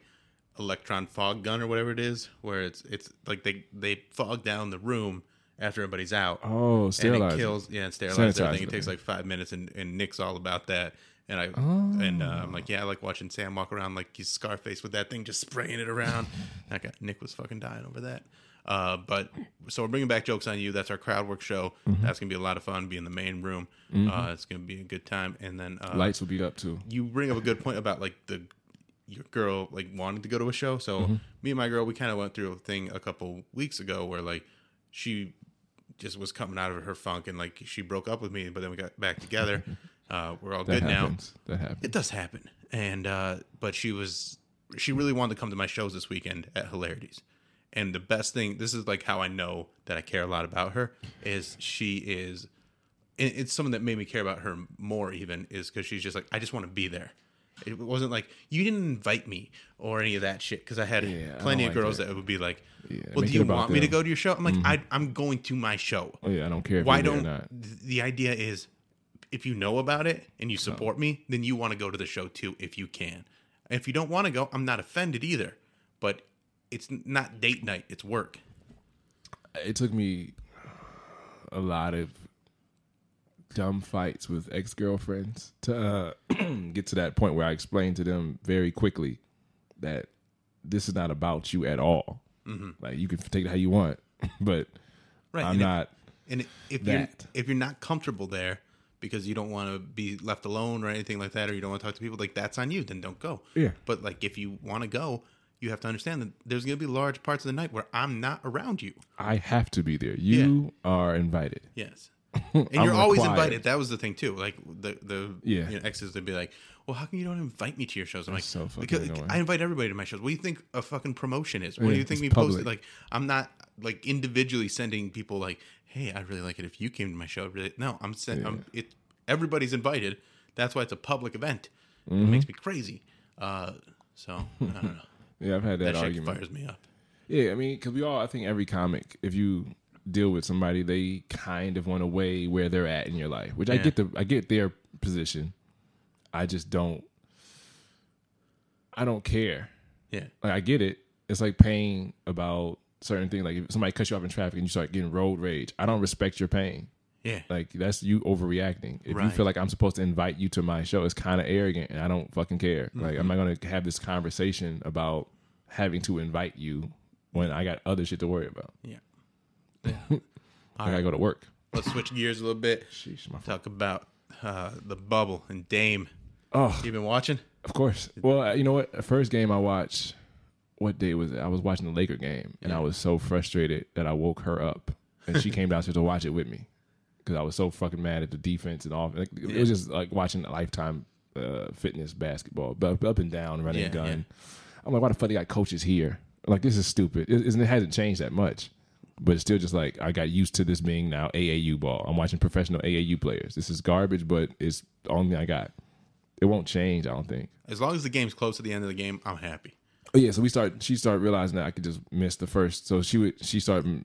Speaker 2: electron fog gun or whatever it is, where it's it's like they they fog down the room after everybody's out.
Speaker 3: Oh,
Speaker 2: And
Speaker 3: sterilize
Speaker 2: it
Speaker 3: it.
Speaker 2: kills yeah, and sterilize
Speaker 3: Sanitize
Speaker 2: everything. It
Speaker 3: it,
Speaker 2: takes
Speaker 3: yeah.
Speaker 2: like five minutes, and, and Nick's all about that. And I
Speaker 3: Oh.
Speaker 2: and uh, I'm like, yeah, I like watching Sam walk around like he's Scarface with that thing just spraying it around. I got Nick was fucking dying over that. Uh, but so we're bringing back jokes on you. That's our crowd work show.
Speaker 3: Mm-hmm.
Speaker 2: That's gonna be a lot of fun. Be in the main room. Uh, it's gonna be a good time. And then uh,
Speaker 3: Lights will be up too.
Speaker 2: you bring up a good point about like the your girl like wanting to go to a show. So
Speaker 3: Mm-hmm.
Speaker 2: me and my girl, we kind of went through a thing a couple weeks ago where like she just was coming out of her funk and like she broke up with me, but then we got back together. uh, we're all
Speaker 3: That
Speaker 2: good now.
Speaker 3: happens. That happens.
Speaker 2: It does happen, and uh, but she was she really wanted to come to my shows this weekend at Hilarities. And the best thing, this is like how I know that I care a lot about her, is she is it, it's something that made me care about her more even is because she's just like i just want to be there it wasn't like you didn't invite me or any of that shit because i had
Speaker 3: Yeah, I
Speaker 2: plenty
Speaker 3: don't
Speaker 2: of
Speaker 3: like
Speaker 2: girls
Speaker 3: that.
Speaker 2: that. would be like well
Speaker 3: make
Speaker 2: do
Speaker 3: it
Speaker 2: you
Speaker 3: about
Speaker 2: want me to
Speaker 3: them. Mm-hmm.
Speaker 2: go to your show i'm like I, i'm going to my show
Speaker 3: Oh yeah, I don't care. If
Speaker 2: why
Speaker 3: you're there
Speaker 2: don't
Speaker 3: Or not.
Speaker 2: th- the idea is if you know about it and you
Speaker 3: Oh.
Speaker 2: support me then you want to go to the show too if you can And if you don't want to go i'm not offended either but it's n- not date night it's work
Speaker 3: it took me a lot of dumb fights with ex girlfriends to uh, get to that point where I explained to them very quickly that this is not about you at all.
Speaker 2: Mm-hmm.
Speaker 3: Like you can take it how you want, but
Speaker 2: right
Speaker 3: I'm
Speaker 2: and if-
Speaker 3: not.
Speaker 2: And i- if you're
Speaker 3: that.
Speaker 2: if you're not comfortable there because you don't want to be left alone or anything like that, or you don't want to talk to people, like that's on you. Then don't go.
Speaker 3: Yeah.
Speaker 2: But like if you want to go, you have to understand that there's going to be large parts of the night where I'm not around you.
Speaker 3: I have to be there. You are invited.
Speaker 2: Yes. And you're always
Speaker 3: required.
Speaker 2: invited. That was the thing too. Like the the
Speaker 3: Yeah.
Speaker 2: you know, exes would be like, "Well, how come you don't invite me to your shows?" I'm
Speaker 3: That's
Speaker 2: like,
Speaker 3: so fucking
Speaker 2: "Because
Speaker 3: annoying.
Speaker 2: I invite everybody to my shows." What do you think a fucking promotion is? What do
Speaker 3: Yeah,
Speaker 2: you think
Speaker 3: it's
Speaker 2: me posting?
Speaker 3: public.
Speaker 2: Like, I'm not like individually sending people like, "Hey, I really like it if you came to my show." I'd Really, no, I'm sending. I'm, it everybody's invited. That's why it's a public event.
Speaker 3: Mm-hmm.
Speaker 2: It makes me crazy. Uh, so I don't know.
Speaker 3: Yeah, I've had that,
Speaker 2: that shit
Speaker 3: argument.
Speaker 2: fires me up.
Speaker 3: Yeah, I mean, because we all, I think every comic, if you deal with somebody, they kind of want to weigh where they're at in your life, which I
Speaker 2: Yeah.
Speaker 3: get the, I get their position. I just don't, I don't care.
Speaker 2: Yeah.
Speaker 3: Like I get it. It's like pain about certain things. Like if somebody cuts you off in traffic and you start getting road rage, I don't respect your pain.
Speaker 2: Yeah.
Speaker 3: Like that's you overreacting. If you
Speaker 2: Right.
Speaker 3: feel like I'm supposed to invite you to my show, it's kind of arrogant, and I don't fucking care. Like I'm not gonna have this conversation about having to invite you when I got other shit to worry about.
Speaker 2: yeah.
Speaker 3: I gotta go to work.
Speaker 2: Let's switch gears a little bit.
Speaker 3: Sheesh, my
Speaker 2: Talk about uh, the bubble and Dame.
Speaker 3: Oh.
Speaker 2: you been watching?
Speaker 3: Of course. Well, uh, you know what? The first game I watched, what day was it? I was watching the Laker game, and I was so frustrated that I woke her up, and she came downstairs to watch it with me because I was so fucking mad at the defense and all. Like, it was just like watching Lifetime uh, Fitness basketball, but up and down, running
Speaker 2: Yeah,
Speaker 3: gun. I'm like, why the fuck they got coaches here? Like, this is stupid. It, it hasn't changed that much. But it's still just like I got used to this being now AAU ball. I'm watching professional AAU players. This is garbage, but it's the only thing I got. It won't change, I don't think.
Speaker 2: As long as the game's close to the end of the game, I'm happy.
Speaker 3: Oh yeah, so we start. She started realizing that I could just miss the first. So she would. She started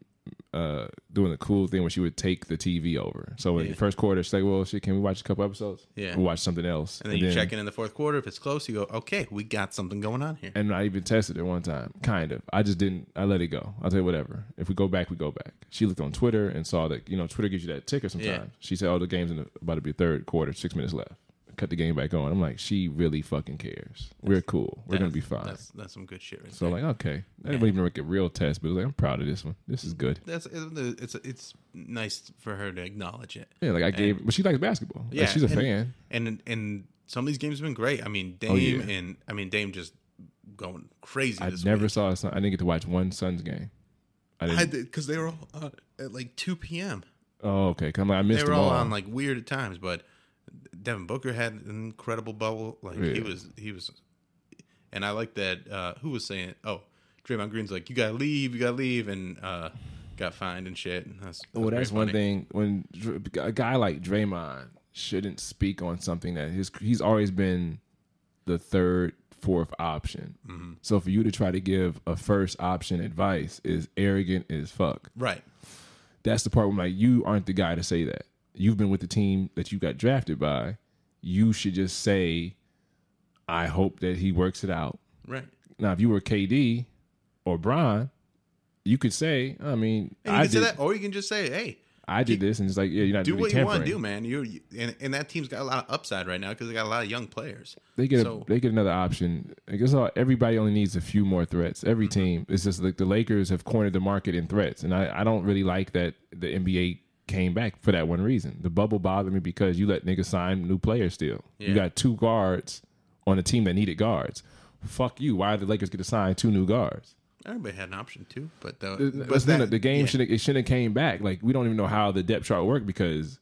Speaker 3: uh, doing the cool thing where she would take the TV over. So in the first quarter, she's like, "Well, shit, can we watch a couple episodes?
Speaker 2: Yeah.
Speaker 3: we watch something else."
Speaker 2: And then you check in in the fourth quarter. If it's close, you go, okay, we got something going on here.
Speaker 3: And I even tested it one time, kind of. I just didn't. I let it go. I'll tell you whatever. If we go back, we go back. She looked on Twitter and saw that you know Twitter gives you that ticker sometimes.
Speaker 2: Yeah.
Speaker 3: She said, "Oh, the game's in the, about to be third quarter, six minutes left." Cut the game back on. I'm like, she really fucking cares. We're cool. We're gonna be fine.
Speaker 2: That's that's some good shit right
Speaker 3: So like, okay, I didn't even make a real test, but it was like, I'm proud of this one. This is good.
Speaker 2: there. That's it's it's nice for her to acknowledge it.
Speaker 3: Yeah, like I gave, but she likes basketball. Yeah, she's a
Speaker 2: and,
Speaker 3: fan.
Speaker 2: And and some of these games have been great. I mean, Dame
Speaker 3: Oh, yeah.
Speaker 2: and I mean Dame just going crazy.
Speaker 3: I
Speaker 2: this
Speaker 3: never
Speaker 2: week.
Speaker 3: saw. A Sun, I didn't get to watch one Suns game. I
Speaker 2: I
Speaker 3: didn't.
Speaker 2: did because they were all uh, at like two p.m.
Speaker 3: oh, okay. 'Cause I'm like, I
Speaker 2: They
Speaker 3: missed
Speaker 2: were
Speaker 3: them
Speaker 2: all
Speaker 3: all.
Speaker 2: on like weird at times, but Devin Booker had an incredible bubble. Like he
Speaker 3: Yeah.
Speaker 2: was he was, and I like that. Uh, who was saying? it? Oh, Draymond Green's like you gotta leave, you gotta leave, and uh, got fined and shit. And that's, that's
Speaker 3: well, that's
Speaker 2: very
Speaker 3: one
Speaker 2: funny.
Speaker 3: thing. When Dr- a guy like Draymond shouldn't speak on something that his he's always been the third, fourth option.
Speaker 2: Mm-hmm.
Speaker 3: So for you to try to give a first option advice is arrogant as fuck.
Speaker 2: Right.
Speaker 3: that's the part where I'm like, you aren't the guy to say that. You've been with the team that you got drafted by. You should just say, I hope that he works it out.
Speaker 2: Right.
Speaker 3: Now, if you were KD or Bron, you could say, I mean,
Speaker 2: And you
Speaker 3: I
Speaker 2: can
Speaker 3: did,
Speaker 2: say that, or you can just say, "Hey,
Speaker 3: I did this, and it's like, yeah, you're not
Speaker 2: do
Speaker 3: really
Speaker 2: what you want to do,
Speaker 3: tampering.
Speaker 2: man." You you- and, and that team's got a lot of upside right now because they got a lot of young players.
Speaker 3: They get
Speaker 2: So-
Speaker 3: a, they get another option. I guess all, everybody only needs a few more threats. Every
Speaker 2: Mm-hmm.
Speaker 3: team. It's just like the Lakers have cornered the market in threats, and I, I don't really like that the NBA came back for that one reason. The bubble bothered me because you let niggas sign new players. Still,
Speaker 2: Yeah.
Speaker 3: you got two guards on a team that needed guards. Fuck you. Why did the Lakers get to sign two new guards?
Speaker 2: Everybody had an option too, but the,
Speaker 3: But
Speaker 2: but,
Speaker 3: then
Speaker 2: that-
Speaker 3: the game
Speaker 2: yeah.
Speaker 3: should it should have came back. Like we don't even know how the depth chart worked because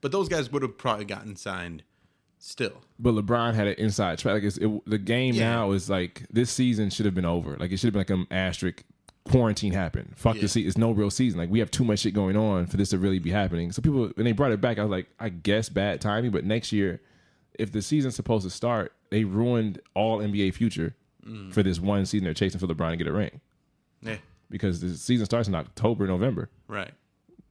Speaker 2: But those guys would have probably gotten signed still.
Speaker 3: But LeBron had an inside track. Like it's, it, the game
Speaker 2: Yeah.
Speaker 3: now is like this season should have been over. Like it should have been like an asterisk. Quarantine happened. Fuck the season. It's no real season. Like we have too much shit going on for this to really be happening. So people when they brought it back, I was like, I guess bad timing. But next year, if the season's supposed to start, they ruined all NBA future
Speaker 2: Mm.
Speaker 3: for this one season they're chasing for LeBron to get a ring
Speaker 2: Yeah.
Speaker 3: because the season starts in October, November.
Speaker 2: Right.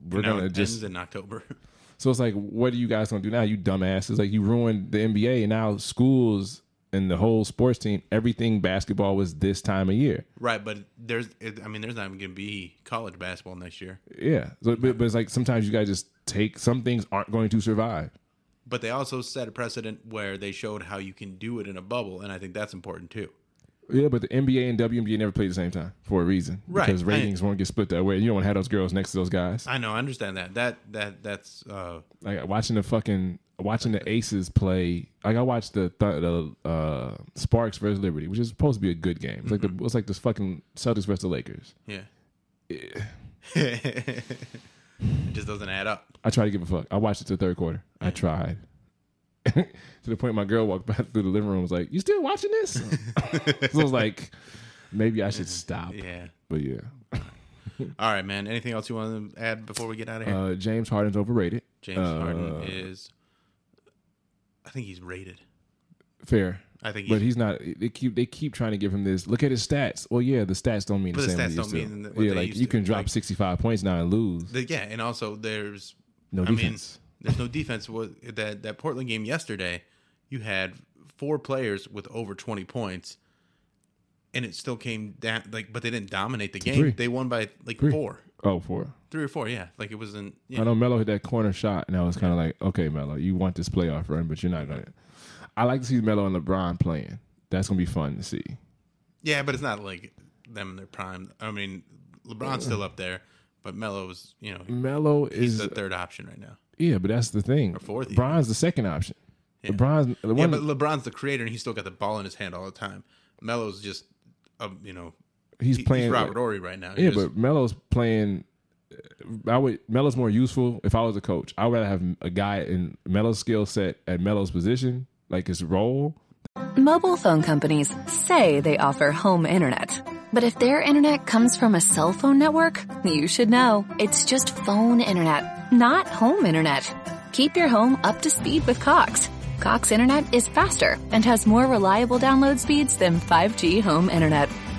Speaker 3: We're
Speaker 2: now
Speaker 3: gonna
Speaker 2: it
Speaker 3: just
Speaker 2: ends in October.
Speaker 3: so it's like, what are you guys gonna do now? You dumbasses! Like you ruined the NBA, and now schools and the whole sports team, everything basketball was this time of year.
Speaker 2: right, but there's it- I mean there's not even going to be college basketball next year.
Speaker 3: Yeah. So, but, but it's like sometimes you guys just take some things aren't going to survive.
Speaker 2: But they also set a precedent where they showed how you can do it in a bubble and I think that's important too.
Speaker 3: Yeah, but the NBA and WNBA never played at the same time for a reason,
Speaker 2: Right.
Speaker 3: Because
Speaker 2: I-
Speaker 3: ratings won't get split that way. You don't want to have those girls next to those guys.
Speaker 2: I know, I understand that. That that that's uh
Speaker 3: like watching the fucking watching the Aces play. Like I watched the th- the uh, Sparks versus Liberty, which is supposed to be a good game. It's like
Speaker 2: Mm-hmm.
Speaker 3: the, it's like this fucking Celtics versus the Lakers.
Speaker 2: yeah. it just doesn't add up.
Speaker 3: I try to give a fuck. I watched it to the third quarter. I tried. to the point my girl walked back through the living room and was like, You still watching this? so I was like, maybe I should stop.
Speaker 2: Yeah.
Speaker 3: But yeah.
Speaker 2: All right, man. Anything else you want to add before we get out of here?
Speaker 3: Uh, James Harden's overrated.
Speaker 2: James Harden is I think he's rated.
Speaker 3: Fair.
Speaker 2: I think.
Speaker 3: But he's not. They keep they keep trying to give him this. Look at his stats. Well, yeah, the stats don't mean
Speaker 2: But
Speaker 3: the
Speaker 2: the
Speaker 3: same.
Speaker 2: stats
Speaker 3: as
Speaker 2: don't mean that what
Speaker 3: yeah,
Speaker 2: they
Speaker 3: like
Speaker 2: used
Speaker 3: you
Speaker 2: to.
Speaker 3: can drop
Speaker 2: Like-
Speaker 3: sixty five points now and lose.
Speaker 2: The- yeah, and also there's
Speaker 3: No
Speaker 2: I
Speaker 3: defense.
Speaker 2: mean, there's no defense. With that that Portland game yesterday, you had four players with over 20 points, and it still came down. Like, but they didn't dominate the game.
Speaker 3: three.
Speaker 2: They won by like
Speaker 3: Three.
Speaker 2: four,
Speaker 3: Oh, four.
Speaker 2: three or four. Yeah, like it wasn't.
Speaker 3: I
Speaker 2: Yeah.
Speaker 3: know Melo hit that corner shot, and I was kind of like, okay, Melo, you want this playoff run, but you're not gonna. I like to see Melo and LeBron playing. That's gonna be fun to see.
Speaker 2: yeah, but it's not like them in their prime. I mean, LeBron's still up there, but Melo's you know
Speaker 3: Melo
Speaker 2: he's
Speaker 3: is
Speaker 2: the third option right now.
Speaker 3: yeah, but that's the thing.
Speaker 2: fourth even.
Speaker 3: LeBron's the second option. LeBron's the
Speaker 2: Yeah,
Speaker 3: one.
Speaker 2: but LeBron's the creator, and he's still got the ball in his hand all the time. Melo's just, uh, you know,
Speaker 3: he's
Speaker 2: he-
Speaker 3: playing.
Speaker 2: he's Robert
Speaker 3: like-
Speaker 2: Ory right now. He
Speaker 3: Yeah,
Speaker 2: just-
Speaker 3: but Melo's playing. I would Melo's more useful if I was a coach. I would rather have a guy in Melo's skill set at Melo's position, like his role.
Speaker 4: Mobile phone companies say they offer home internet. But if their internet comes from a cell phone network, you should know it's just phone internet, not home internet. Keep your home up to speed with Cox. Cox internet is faster and has more reliable download speeds than 5G home internet.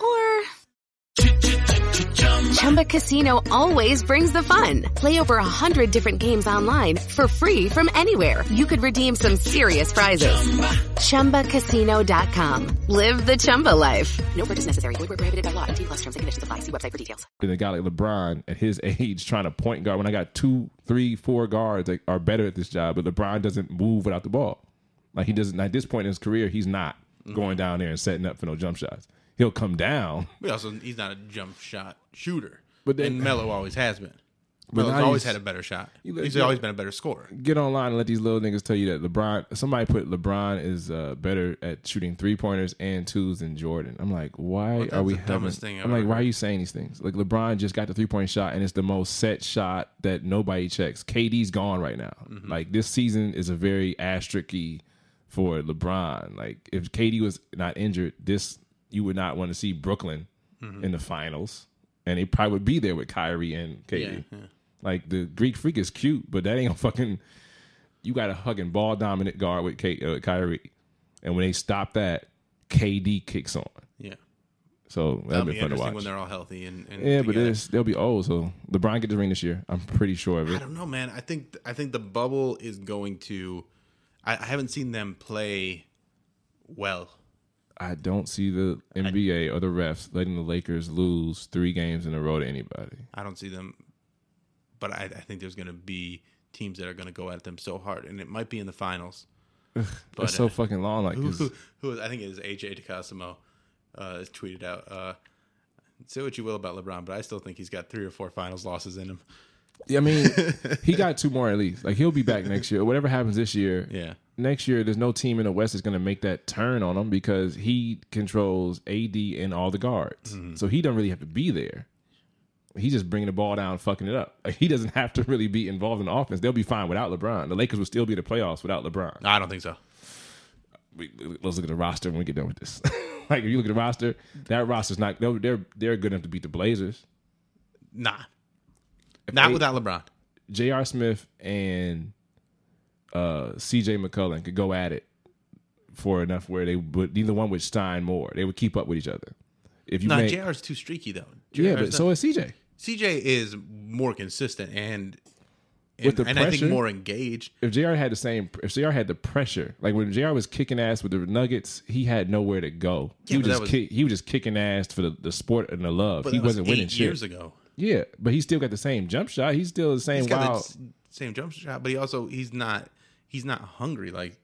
Speaker 5: or Chumba Casino always brings the fun. Play over a hundred different games online for free from anywhere. You could redeem some serious prizes. ChumbaCasino.com. Live the Chumba life. No purchase necessary. Void where prohibited by law. T plus terms and conditions apply. See website for details.
Speaker 3: Than a guy like LeBron at his age trying to point guard when I got two, three, four guards that are better at this job, but LeBron doesn't move without the ball. Like he doesn't at this point in his career, he's not
Speaker 2: Mm-hmm.
Speaker 3: going down there and setting up for no jump shots. He'll come down.
Speaker 2: But also, he's not a jump shot shooter. But
Speaker 3: But then-
Speaker 2: then, and Melo always has been.
Speaker 3: But
Speaker 2: Melo's
Speaker 3: now
Speaker 2: always
Speaker 3: he's-
Speaker 2: had a better shot.
Speaker 3: He let-
Speaker 2: He's
Speaker 3: yeah.
Speaker 2: always been a better scorer.
Speaker 3: Get online and let these little niggas tell you that LeBron. Somebody put LeBron is uh, better at shooting three pointers and twos than Jordan. I'm like, why are
Speaker 2: that's
Speaker 3: we
Speaker 2: the
Speaker 3: having?
Speaker 2: dumbest thing I've
Speaker 3: I'm like,
Speaker 2: ever
Speaker 3: why are
Speaker 2: heard.
Speaker 3: you saying these things? Like LeBron just got the three point shot and it's the most set shot that nobody checks. KD's gone right now.
Speaker 2: Mm-hmm.
Speaker 3: Like this season is a very asterisky for LeBron. Like if KD was not injured, this you would not want to see Brooklyn
Speaker 2: Mm-hmm.
Speaker 3: in the finals, and they probably would be there with Kyrie and KD. Like the Greek Freak is cute, but that ain't a fucking. You got a hugging ball dominant guard with K, uh, Kyrie, and when they stop that, KD kicks on.
Speaker 2: Yeah.
Speaker 3: So that'll
Speaker 2: That'll
Speaker 3: be
Speaker 2: be
Speaker 3: fun to
Speaker 2: interesting
Speaker 3: watch.
Speaker 2: when they're all healthy. And, and
Speaker 3: Yeah, but
Speaker 2: together.
Speaker 3: it's, they'll be old. So LeBron get the ring this year. I'm pretty sure of
Speaker 2: I
Speaker 3: it.
Speaker 2: don't know, man. I think I think the bubble is going to. I, I haven't seen them play well.
Speaker 3: I don't see the NBA or the refs letting the Lakers lose three games in a row to anybody.
Speaker 2: I don't see them, but I, I think there's going to be teams that are going to go at them so hard, and it might be in the finals. But
Speaker 3: it's so
Speaker 2: uh,
Speaker 3: fucking long. Like
Speaker 2: who,
Speaker 3: it's-
Speaker 2: who, who- I think it is AJ DeCosimo uh, has tweeted out. Uh, say what you will about LeBron, but I still think he's got three or four finals losses in him.
Speaker 3: I mean, he got two more at least. Like he'll be back next year. Whatever happens this year,
Speaker 2: Yeah.
Speaker 3: Next year, there's no team in the West that's going to make that turn on him because he controls AD and all the guards. So he doesn't really have to be there. He's just bringing the ball down, fucking it up. Like, he doesn't have to really be involved in the offense. They'll be fine without LeBron. The Lakers will still be in the playoffs without LeBron.
Speaker 2: I don't think so.
Speaker 3: We- we- let's look at the roster when we get done with this. like if you look at the roster, that roster's not. They're they're, they're good enough to beat the Blazers.
Speaker 2: Nah. Not
Speaker 3: they-
Speaker 2: without LeBron.
Speaker 3: J.R. Smith and uh, C.J. McCullough could go at it for enough where they would neither one would Stein more. They would keep up with each other. If you
Speaker 2: No,
Speaker 3: make,
Speaker 2: JR's too streaky, though.
Speaker 3: yeah,
Speaker 2: JR's
Speaker 3: but
Speaker 2: not-
Speaker 3: so is C.J.
Speaker 2: CJ is more consistent and, and,
Speaker 3: With the
Speaker 2: and I think
Speaker 3: pressure-
Speaker 2: more engaged.
Speaker 3: If J.R. had the same, if J.R. had the pressure, like when J.R. was kicking ass with the Nuggets, he had nowhere to go.
Speaker 2: Yeah,
Speaker 3: he was
Speaker 2: but that
Speaker 3: just
Speaker 2: was-
Speaker 3: kick, he was just kicking ass for the, the sport and the love.
Speaker 2: But
Speaker 3: he
Speaker 2: that was
Speaker 3: wasn't winning
Speaker 2: eight years
Speaker 3: shit.
Speaker 2: ago.
Speaker 3: Yeah, but he still got the same jump shot. He's still the same
Speaker 2: He's got the
Speaker 3: wild.
Speaker 2: s- same jump shot, but he also he's not he's not hungry like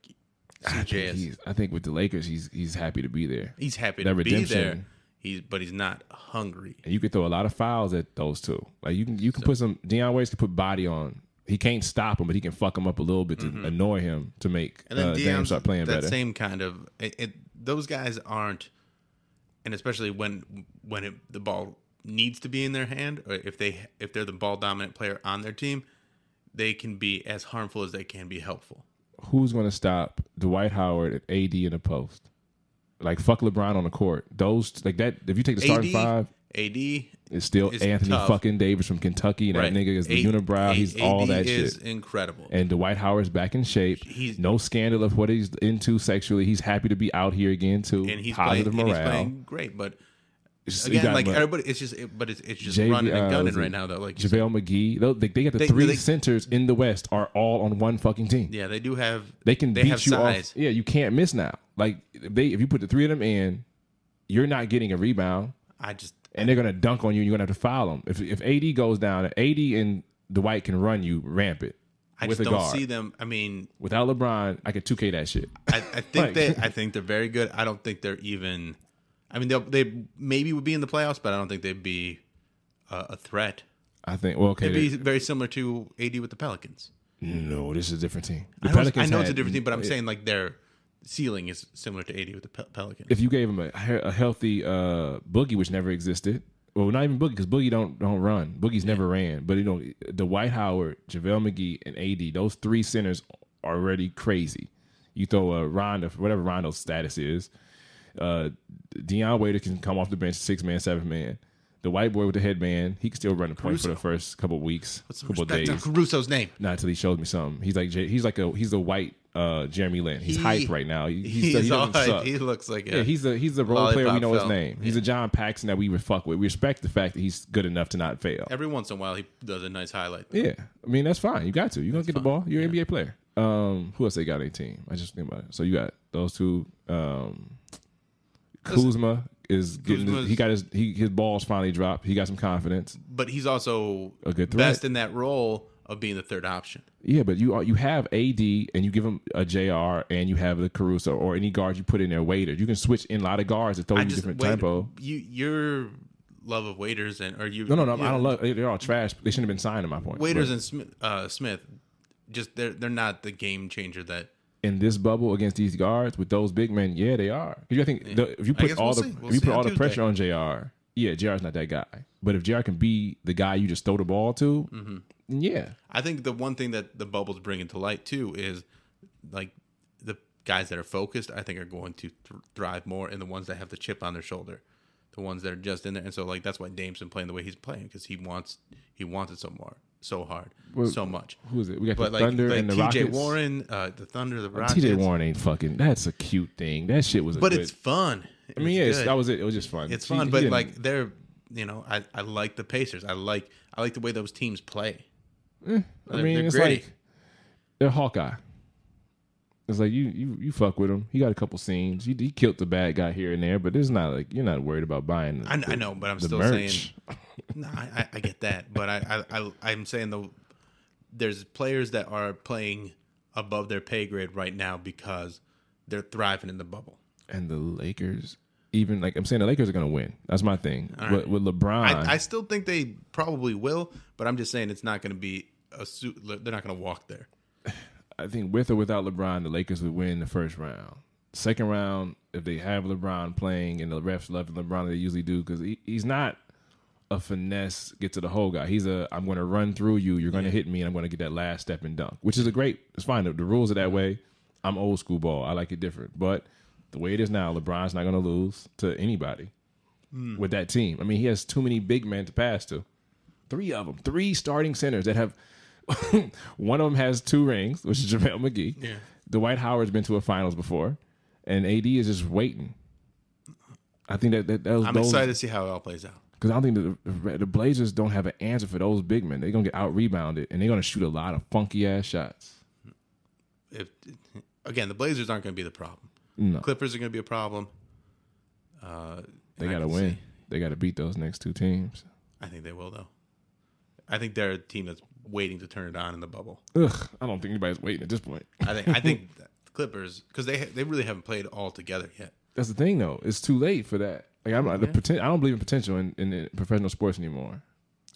Speaker 2: CJ is.
Speaker 3: He's, I think with the Lakers, he's he's happy to be there.
Speaker 2: He's happy
Speaker 3: that
Speaker 2: to be there.
Speaker 3: redemption.
Speaker 2: He's but he's not hungry.
Speaker 3: and you can throw a lot of fouls at those two. Like you can you can put some Deion Waiters can put body on. He can't stop him, but he can fuck him up a little bit to annoy him to make
Speaker 2: Mm-hmm. And then
Speaker 3: uh, Dame
Speaker 2: Deion's
Speaker 3: start playing
Speaker 2: that
Speaker 3: better.
Speaker 2: same kind of it, it, those guys aren't, and especially when when it, the ball needs to be in their hand, or if they if they're the ball dominant player on their team, they can be as harmful as they can be helpful.
Speaker 3: Who's going to stop Dwight Howard at AD in the post? Like fuck LeBron on the court. Those like that. If you take the starting
Speaker 2: AD,
Speaker 3: five,
Speaker 2: AD
Speaker 3: it's still
Speaker 2: is
Speaker 3: Anthony
Speaker 2: tough.
Speaker 3: fucking Davis from Kentucky. That
Speaker 2: right.
Speaker 3: nigga is the
Speaker 2: A-
Speaker 3: unibrow.
Speaker 2: A-
Speaker 3: He's all
Speaker 2: AD
Speaker 3: that
Speaker 2: is
Speaker 3: shit.
Speaker 2: incredible.
Speaker 3: and Dwight Howard's back in shape.
Speaker 2: He's-
Speaker 3: no scandal of what he's into sexually. He's happy to be out here again too.
Speaker 2: and he's playing,
Speaker 3: positive
Speaker 2: and he's
Speaker 3: morale.
Speaker 2: playing great. But
Speaker 3: It's just- you
Speaker 2: again,
Speaker 3: got
Speaker 2: like
Speaker 3: my-
Speaker 2: everybody, it's just it, but it's it's just
Speaker 3: JV,
Speaker 2: running
Speaker 3: uh,
Speaker 2: and gunning
Speaker 3: was it
Speaker 2: right now though. Like you said.
Speaker 3: JaVale McGee. Though They, they got the
Speaker 2: They-
Speaker 3: three
Speaker 2: they-
Speaker 3: centers in the West are all on one fucking team.
Speaker 2: yeah, they do have
Speaker 3: They can
Speaker 2: they
Speaker 3: beat
Speaker 2: have
Speaker 3: you
Speaker 2: size.
Speaker 3: off. Yeah, you can't miss now. Like if they if you put the three of them in, you're not getting a rebound,
Speaker 2: I just
Speaker 3: and they're gonna dunk on you. and You're gonna have to foul them. If if AD goes down, AD and Dwight can run you rampant
Speaker 2: I
Speaker 3: with
Speaker 2: just
Speaker 3: a
Speaker 2: don't
Speaker 3: guard.
Speaker 2: see them. I mean,
Speaker 3: Without LeBron, I could two K that shit.
Speaker 2: I, I think
Speaker 3: Like-
Speaker 2: they I think they're very good. I don't think they're even. I mean, they they maybe would be in the playoffs, but I don't think they'd be uh, a threat.
Speaker 3: I think. Well, okay.
Speaker 2: It'd be very similar to AD with the Pelicans.
Speaker 3: no, this is a different team. The
Speaker 2: I know, it's- I
Speaker 3: Pelicans
Speaker 2: know it's a
Speaker 3: had-
Speaker 2: different team, but I'm saying like their ceiling is similar to AD with the Pel- Pelicans.
Speaker 3: if you gave him a, a healthy uh, boogie, which never existed. Well, not even boogie because boogie don't don't run. Boogie's never ran, but you know the White Howard, Javale McGee, and AD. Those three centers are already crazy. You throw a Rondo, whatever Rondo's status is. Uh, Deion Waiter can come off the bench, six man, seven man. The white boy with the headband, he can still run the point for the first couple weeks,
Speaker 2: Put some
Speaker 3: couple
Speaker 2: respect
Speaker 3: days.
Speaker 2: on Caruso's name.
Speaker 3: Not until he showed me something. He's like J- he's like a he's a white uh, Jeremy Lin. He's
Speaker 2: He-
Speaker 3: hype right now. He, he's,
Speaker 2: He's
Speaker 3: he
Speaker 2: all
Speaker 3: doesn't
Speaker 2: right.
Speaker 3: suck.
Speaker 2: He looks like a,
Speaker 3: Yeah, he's a he's a role player. We
Speaker 2: Lollipop
Speaker 3: know his
Speaker 2: fell.
Speaker 3: name. He's a John Paxson that we would fuck with. We respect the fact that he's good enough to not fail.
Speaker 2: every once in a while he does a nice highlight.
Speaker 3: Yeah, I mean that's fine. You got to. You gonna get the ball. You're an NBA player. Um, who else they got on their team? I just think about it. So you got those two. Um, Kuzma is getting.
Speaker 2: Kuzma's-
Speaker 3: he got his he, his balls finally dropped. He got some confidence.
Speaker 2: But he's also
Speaker 3: A good threat.
Speaker 2: best in that role of being the third option.
Speaker 3: Yeah, but you are, you have AD and you give him a JR and you have the Caruso or any guard you put in there. Waiter, you can switch in a lot of guards to throw
Speaker 2: I
Speaker 3: you
Speaker 2: just
Speaker 3: different
Speaker 2: wait,
Speaker 3: tempo.
Speaker 2: You your love of waiters and or you
Speaker 3: No, no, no. I don't love. They're all trash. They shouldn't have been signed. To my point,
Speaker 2: waiters
Speaker 3: But-
Speaker 2: and Smith, uh, Smith. Just they're they're not the game changer that
Speaker 3: in this bubble against these guards with those big men, yeah, they are. 'Cause You think the, if you
Speaker 2: I
Speaker 3: put
Speaker 2: guess
Speaker 3: all
Speaker 2: we'll
Speaker 3: the
Speaker 2: see. We'll
Speaker 3: if you
Speaker 2: see
Speaker 3: put
Speaker 2: on
Speaker 3: all the
Speaker 2: Tuesday.
Speaker 3: pressure on Jr. Yeah, Jr.'s not that guy. But if Jr. can be the guy you just throw the ball to,
Speaker 2: Mm-hmm.
Speaker 3: then yeah,
Speaker 2: I think the one thing that the bubbles bring into light too is like the guys that are focused. I think are going to th- thrive more, and the ones that have the chip on their shoulder, the ones that are just in there. And so like that's why Dame's been playing the way he's playing because he wants he wants it so more, so hard, so much.
Speaker 3: who is it? We got
Speaker 2: But
Speaker 3: the
Speaker 2: like,
Speaker 3: Thunder
Speaker 2: like
Speaker 3: and the
Speaker 2: TJ
Speaker 3: Rockets.
Speaker 2: Warren, uh, the Thunder, the Rockets.
Speaker 3: T.J. Warren ain't fucking. That's a cute thing. That shit was. A
Speaker 2: but
Speaker 3: good-
Speaker 2: it's fun.
Speaker 3: I mean, yeah, it's-
Speaker 2: good.
Speaker 3: that was it. It was just fun.
Speaker 2: It's
Speaker 3: She-
Speaker 2: fun,
Speaker 3: he
Speaker 2: but
Speaker 3: didn't-
Speaker 2: like they're you know I, I like the Pacers. I like I like the way those teams play.
Speaker 3: Eh, I mean,
Speaker 2: they're
Speaker 3: it's
Speaker 2: gritty.
Speaker 3: like they're Hawkeye. It's like you you you fuck with him. He got a couple scenes. He, he killed the bad guy here and there, but it's not like you're not worried about buying. The,
Speaker 2: I, I know, but I'm still
Speaker 3: merch.
Speaker 2: saying no. I, I, I get that, but I, I I I'm saying the there's players that are playing above their pay grade right now because they're thriving in the bubble.
Speaker 3: and the Lakers, even like I'm saying, the Lakers are gonna win. That's my thing. With, with LeBron,
Speaker 2: I, I still think they probably will, but I'm just saying it's not going to be a suit. They're not going to walk there.
Speaker 3: I think with or without LeBron, the Lakers would win the first round. Second round, if they have LeBron playing and the refs loving LeBron, they usually do because he, he's not a finesse get to the whole guy. He's a I'm going to run through you. You're going to hit me, and I'm going to get that last step and dunk, which is a great. It's fine. The, the rules are that way. I'm old school ball. I like it different, but the way it is now, LeBron's not going to lose to anybody
Speaker 2: Hmm.
Speaker 3: with that team. I mean, he has too many big men to pass to. Three of them, three starting centers that have. one of them has two rings, which is JaVale McGee. Yeah. Dwight Howard's been to a finals before, and AD is just waiting. I think that that, that was
Speaker 2: I'm
Speaker 3: those,
Speaker 2: excited to see how it all plays out.
Speaker 3: because I don't think the, the, the Blazers don't have an answer for those big men. They're gonna get out rebounded and they're gonna shoot a lot of funky ass shots.
Speaker 2: if again the Blazers aren't going to be the problem. No. Clippers are going to be a problem. Uh,
Speaker 3: They
Speaker 2: I
Speaker 3: gotta
Speaker 2: can
Speaker 3: win.
Speaker 2: see.
Speaker 3: They gotta beat those next two teams.
Speaker 2: I think they will though. I think they're a team that's waiting to turn it on in the bubble.
Speaker 3: Ugh, I don't think anybody's waiting at this point.
Speaker 2: I think I think the Clippers because they they really haven't played all together yet.
Speaker 3: That's the thing though. It's too late for that. Like I'm the poten- I don't believe in potential in, in, in professional sports anymore,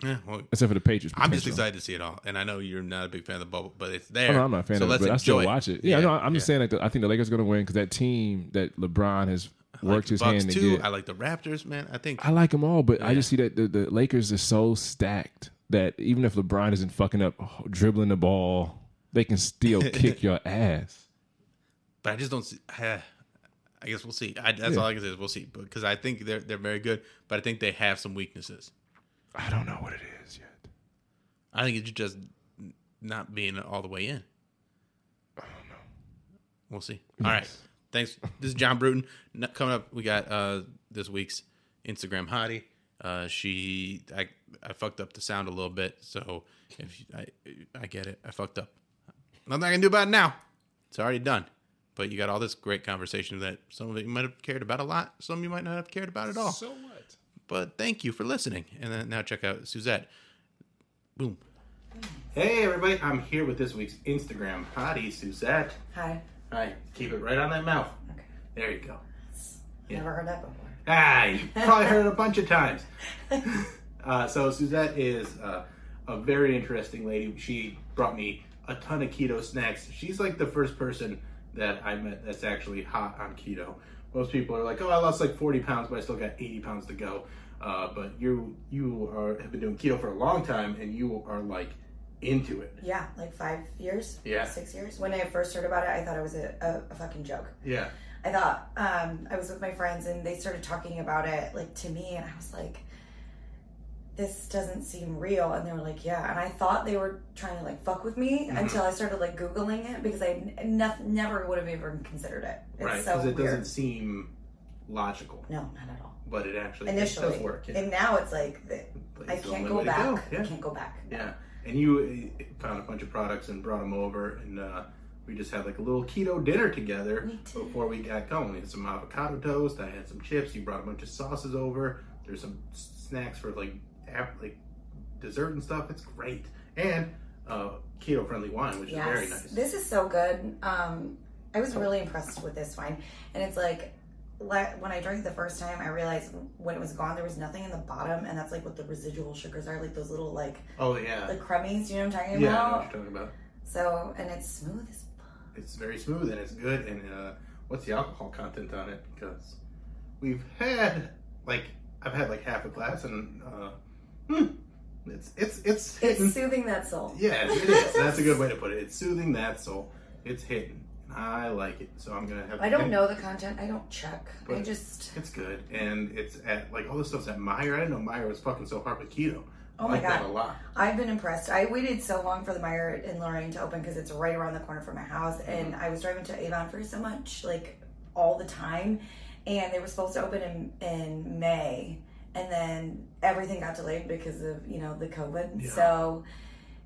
Speaker 2: Yeah, well,
Speaker 3: except for the Patriots.
Speaker 2: I'm just
Speaker 3: potential.
Speaker 2: excited to see it all, and I know you're not a big fan of the bubble, but it's
Speaker 3: Oh,
Speaker 2: there.
Speaker 3: no, I'm not a fan
Speaker 2: so
Speaker 3: of it,
Speaker 2: let's
Speaker 3: but I
Speaker 2: enjoy
Speaker 3: still watch it. Yeah, no, I'm
Speaker 2: yeah.
Speaker 3: just saying like the, I think the Lakers are going to win because that team that LeBron has worked his
Speaker 2: Bucks
Speaker 3: hand to
Speaker 2: too.
Speaker 3: get.
Speaker 2: I like the Raptors, man. I think
Speaker 3: I like them all, but I just see that the, the Lakers are so stacked that even if LeBron isn't fucking up dribbling the ball, they can still kick your ass.
Speaker 2: but I just don't see. I I guess we'll see. I, that's all I can say is we'll see. Because I think they're they're very good, but I think they have some weaknesses.
Speaker 3: I don't know what it is yet.
Speaker 2: I think it's just not being all the way in. We'll see. All right. Thanks. This is John Bruton. N- Coming up, we got uh, this week's Instagram hottie. Uh, she, I, I fucked up the sound a little bit, so if you, I, I get it, I fucked up. Nothing I can do about it now. It's already done. But you got all this great conversation that some of it you might have cared about a lot, some you might not have cared about at all.
Speaker 3: what?
Speaker 2: But thank you for listening. And then now check out Suzette. Boom. Hey everybody, I'm here with this week's Instagram hottie, Suzette.
Speaker 7: Hi.
Speaker 2: Hi. Keep it right on that mouth.
Speaker 7: Okay.
Speaker 2: There you go.
Speaker 7: Never heard that before.
Speaker 2: Ah, you probably heard it a bunch of times. Uh, so Suzette is uh, a very interesting lady. She brought me a ton of keto snacks. She's like the first person that I met that's actually hot on keto. Most people are like, "Oh, I lost like 40 pounds, but I still got 80 pounds to go." Uh, but you you are have been doing keto for a long time, and you are like into it.
Speaker 7: Yeah, like five years.
Speaker 2: Yeah.
Speaker 7: Six years. When I first heard about it, I thought it was a, a, a fucking joke.
Speaker 2: Yeah.
Speaker 7: I thought um, I was with my friends and they started talking about it like to me, and I was like, "This doesn't seem real." And they were like, "Yeah," and I thought they were trying to like fuck with me
Speaker 2: Mm-hmm.
Speaker 7: until I started like googling it because I n- noth- never would have even considered it. It's
Speaker 2: right
Speaker 7: so
Speaker 2: because it
Speaker 7: weird.
Speaker 2: doesn't seem logical
Speaker 7: no, not at all.
Speaker 2: but it actually it
Speaker 7: Initially,
Speaker 2: does work yeah.
Speaker 7: and now it's like the, I
Speaker 2: It's the only
Speaker 7: can't go
Speaker 2: way to
Speaker 7: back.
Speaker 2: go, yeah.
Speaker 7: I can't go back.
Speaker 2: yeah and you uh, found a bunch of products and brought them over and uh, we just had like a little keto dinner together
Speaker 7: We did.
Speaker 2: before we got going we had some avocado toast i had some chips you brought a bunch of sauces over there's some s- snacks for like ap- like dessert and stuff it's great and uh, keto friendly wine which
Speaker 7: Yes.
Speaker 2: is very nice
Speaker 7: This is so good. Um, I was really impressed with this wine. And it's like, le- when I drank it the first time, I realized when it was gone, there was nothing in the bottom. And that's like what the residual sugars are like those little, like,
Speaker 2: oh yeah
Speaker 7: the crummies, you know what I'm talking
Speaker 2: yeah i know what
Speaker 7: about?
Speaker 2: you're talking about
Speaker 7: So, and it's smooth as fuck.
Speaker 2: it's very smooth and it's good. And uh, what's the alcohol content on it? Because we've had like I've had like half a glass, and uh, hmm, it's it's it's hitting.
Speaker 7: It's soothing that soul.
Speaker 2: yeah, it is. That's a good way to put it. It's soothing that soul. It's hitting. I like it, so I'm gonna have.
Speaker 7: I don't know the content. I don't check. I
Speaker 2: But-
Speaker 7: just,
Speaker 2: It's good, and it's at like all this stuff's at Meyer. I didn't know Meyer was fucking so hard with keto.
Speaker 7: Oh
Speaker 2: I
Speaker 7: my
Speaker 2: like that
Speaker 7: God.
Speaker 2: a lot.
Speaker 7: I've been impressed. I waited so long for the Meyer in Lorraine to open because it's right around the corner from my house,
Speaker 2: Mm-hmm.
Speaker 7: and I was driving to Avon for so much, like all the time, and they were supposed to open in, in May, and then everything got delayed because of you know the COVID.
Speaker 2: Yeah.
Speaker 7: So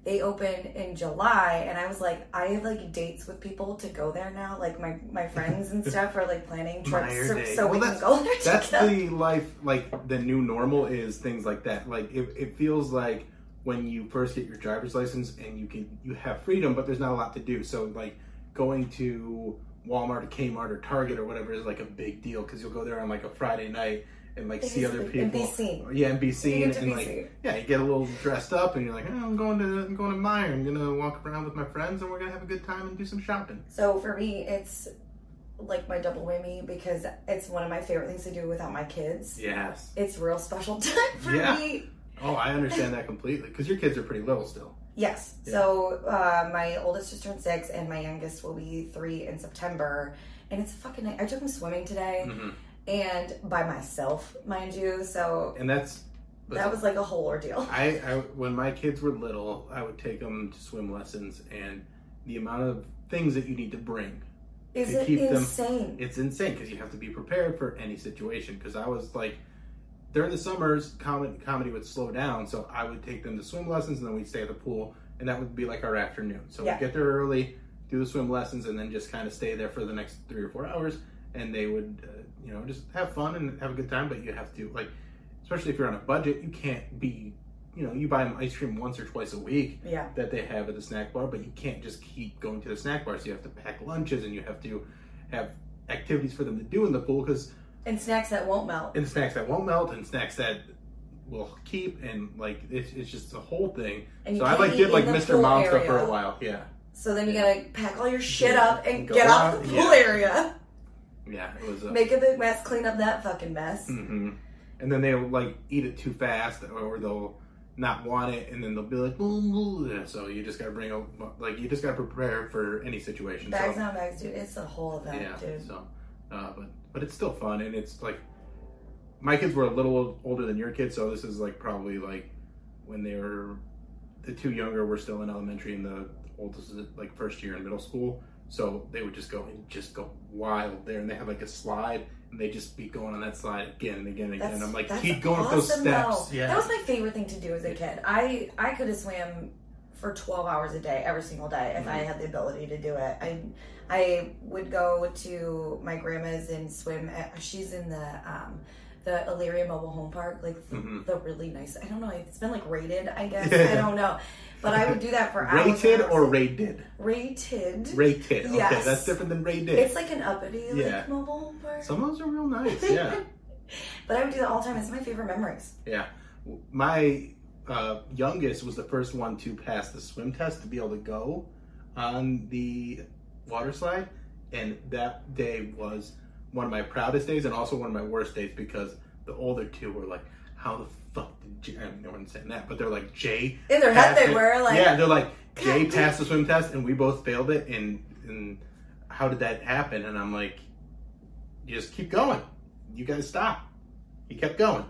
Speaker 7: they opened in July, and I was like, I have like dates with people to go there now. Like my my friends and stuff are like planning trips,
Speaker 2: Meyer
Speaker 7: so,
Speaker 2: Day.
Speaker 7: so we
Speaker 2: Well,
Speaker 7: can go there.
Speaker 2: That's
Speaker 7: together.
Speaker 2: the life, like the new normal is things like that. Like it, it feels like when you first get your driver's license and you can you have freedom, but there's not a lot to do. So like going to Walmart or Kmart or Target or whatever is like a big deal because you'll go there on like a Friday night and like see other
Speaker 7: Basically,
Speaker 2: people.
Speaker 7: and be seen.
Speaker 2: Yeah, and be seen.
Speaker 7: get to
Speaker 2: and
Speaker 7: be
Speaker 2: like
Speaker 7: seen.
Speaker 2: yeah, you get a little dressed up and you're like, "Eh, I'm going to I'm going to Meyer. I'm gonna walk around with my friends and we're gonna have a good time and do some shopping.
Speaker 7: So for me, it's like my double whammy because it's one of my favorite things to do without my kids.
Speaker 2: Yes.
Speaker 7: It's real special time for
Speaker 2: Yeah.
Speaker 7: me.
Speaker 2: Oh, I understand that completely because your kids are pretty little still.
Speaker 7: Yes. So uh, my oldest just turned six, and my youngest will be three in September. And it's fucking. I took him swimming today,
Speaker 2: Mm-hmm.
Speaker 7: and by myself, mind you. So
Speaker 2: and that's
Speaker 7: that was like a whole ordeal.
Speaker 2: I, I when my kids were little i would take them to swim lessons and the amount of things that you need to bring
Speaker 7: Is
Speaker 2: to
Speaker 7: it
Speaker 2: keep them-
Speaker 7: insane?
Speaker 2: it's insane because you have to be prepared for any situation because i was like during the summers comedy, comedy would slow down so i would take them to swim lessons and then we'd stay at the pool and that would be like our afternoon so
Speaker 7: Yeah.
Speaker 2: we'd get there early do the swim lessons and then just kind of stay there for the next three or four hours and they would uh, you know just have fun and have a good time but you have to like especially if you're on a budget you can't be you know you buy them ice cream once or twice a week
Speaker 7: Yeah.
Speaker 2: that they have at the snack bar but you can't just keep going to the snack bar so you have to pack lunches and you have to have activities for them to do in the pool because
Speaker 7: and snacks that won't melt.
Speaker 2: and snacks that won't melt and snacks that will keep and like it's, it's just the whole thing
Speaker 7: And you
Speaker 2: so i
Speaker 7: can't
Speaker 2: like
Speaker 7: eat
Speaker 2: did
Speaker 7: in
Speaker 2: like
Speaker 7: the
Speaker 2: mr
Speaker 7: pool
Speaker 2: mom stuff for a
Speaker 7: area.
Speaker 2: while yeah
Speaker 7: So then you gotta pack all your shit up and
Speaker 2: Go
Speaker 7: get
Speaker 2: out,
Speaker 7: off the pool
Speaker 2: yeah.
Speaker 7: area.
Speaker 2: Yeah, it was. Uh,
Speaker 7: Make a big mess, clean up that fucking mess.
Speaker 2: Mm. and then they'll like eat it too fast, or they'll not want it, and then they'll be like, boom, boom. So you just gotta bring a like you just gotta prepare for any situation. So-
Speaker 7: Bags on bags, dude. It's the whole event,
Speaker 2: yeah,
Speaker 7: dude.
Speaker 2: So, uh, but but it's still fun, and it's like my kids were a little older than your kids, so this is like probably like when they were the two younger were still in elementary, and the oldest is like first year in middle school. So they would just go and just go wild there, and they have like a slide, and they just be going on that slide again and again and again.
Speaker 7: That's-
Speaker 2: And I'm like,
Speaker 7: that's
Speaker 2: keep going up those
Speaker 7: awesome,
Speaker 2: steps.
Speaker 7: though. That was my favorite thing to do as a kid. I I could have swam for 12 hours a day every single day if
Speaker 2: Mm-hmm.
Speaker 7: I had the ability to do it. I I would go to my grandma's and swim at, she's in the um the Illyria Mobile Home Park, like the,
Speaker 2: Mm-hmm.
Speaker 7: the really nice. I don't know. It's been like rated, I guess. I don't know, but I would do that for hours. and
Speaker 2: Rated
Speaker 7: hours.
Speaker 2: or rated?
Speaker 7: rated?
Speaker 2: Rated. Okay,
Speaker 7: Yes.
Speaker 2: that's different than rated.
Speaker 7: It's like an uppity like
Speaker 2: Yeah.
Speaker 7: mobile home park.
Speaker 2: Some of those are real nice. Yeah.
Speaker 7: but I would do that all the time. It's my favorite memories.
Speaker 2: Yeah. My uh, youngest was the first one to pass the swim test to be able to go on the water slide. And that day was one of my proudest days and also one of my worst days because the older two were like, how the fuck did Jay, I mean, no one's saying that, but they're like, Jay.
Speaker 7: In their head
Speaker 2: passed
Speaker 7: they
Speaker 2: it."
Speaker 7: were, like,
Speaker 2: yeah, they're like, Jay
Speaker 7: God damn.
Speaker 2: passed the swim test and we both failed it. And, and how did that happen? And I'm like, you just keep going. You guys stop. He kept going.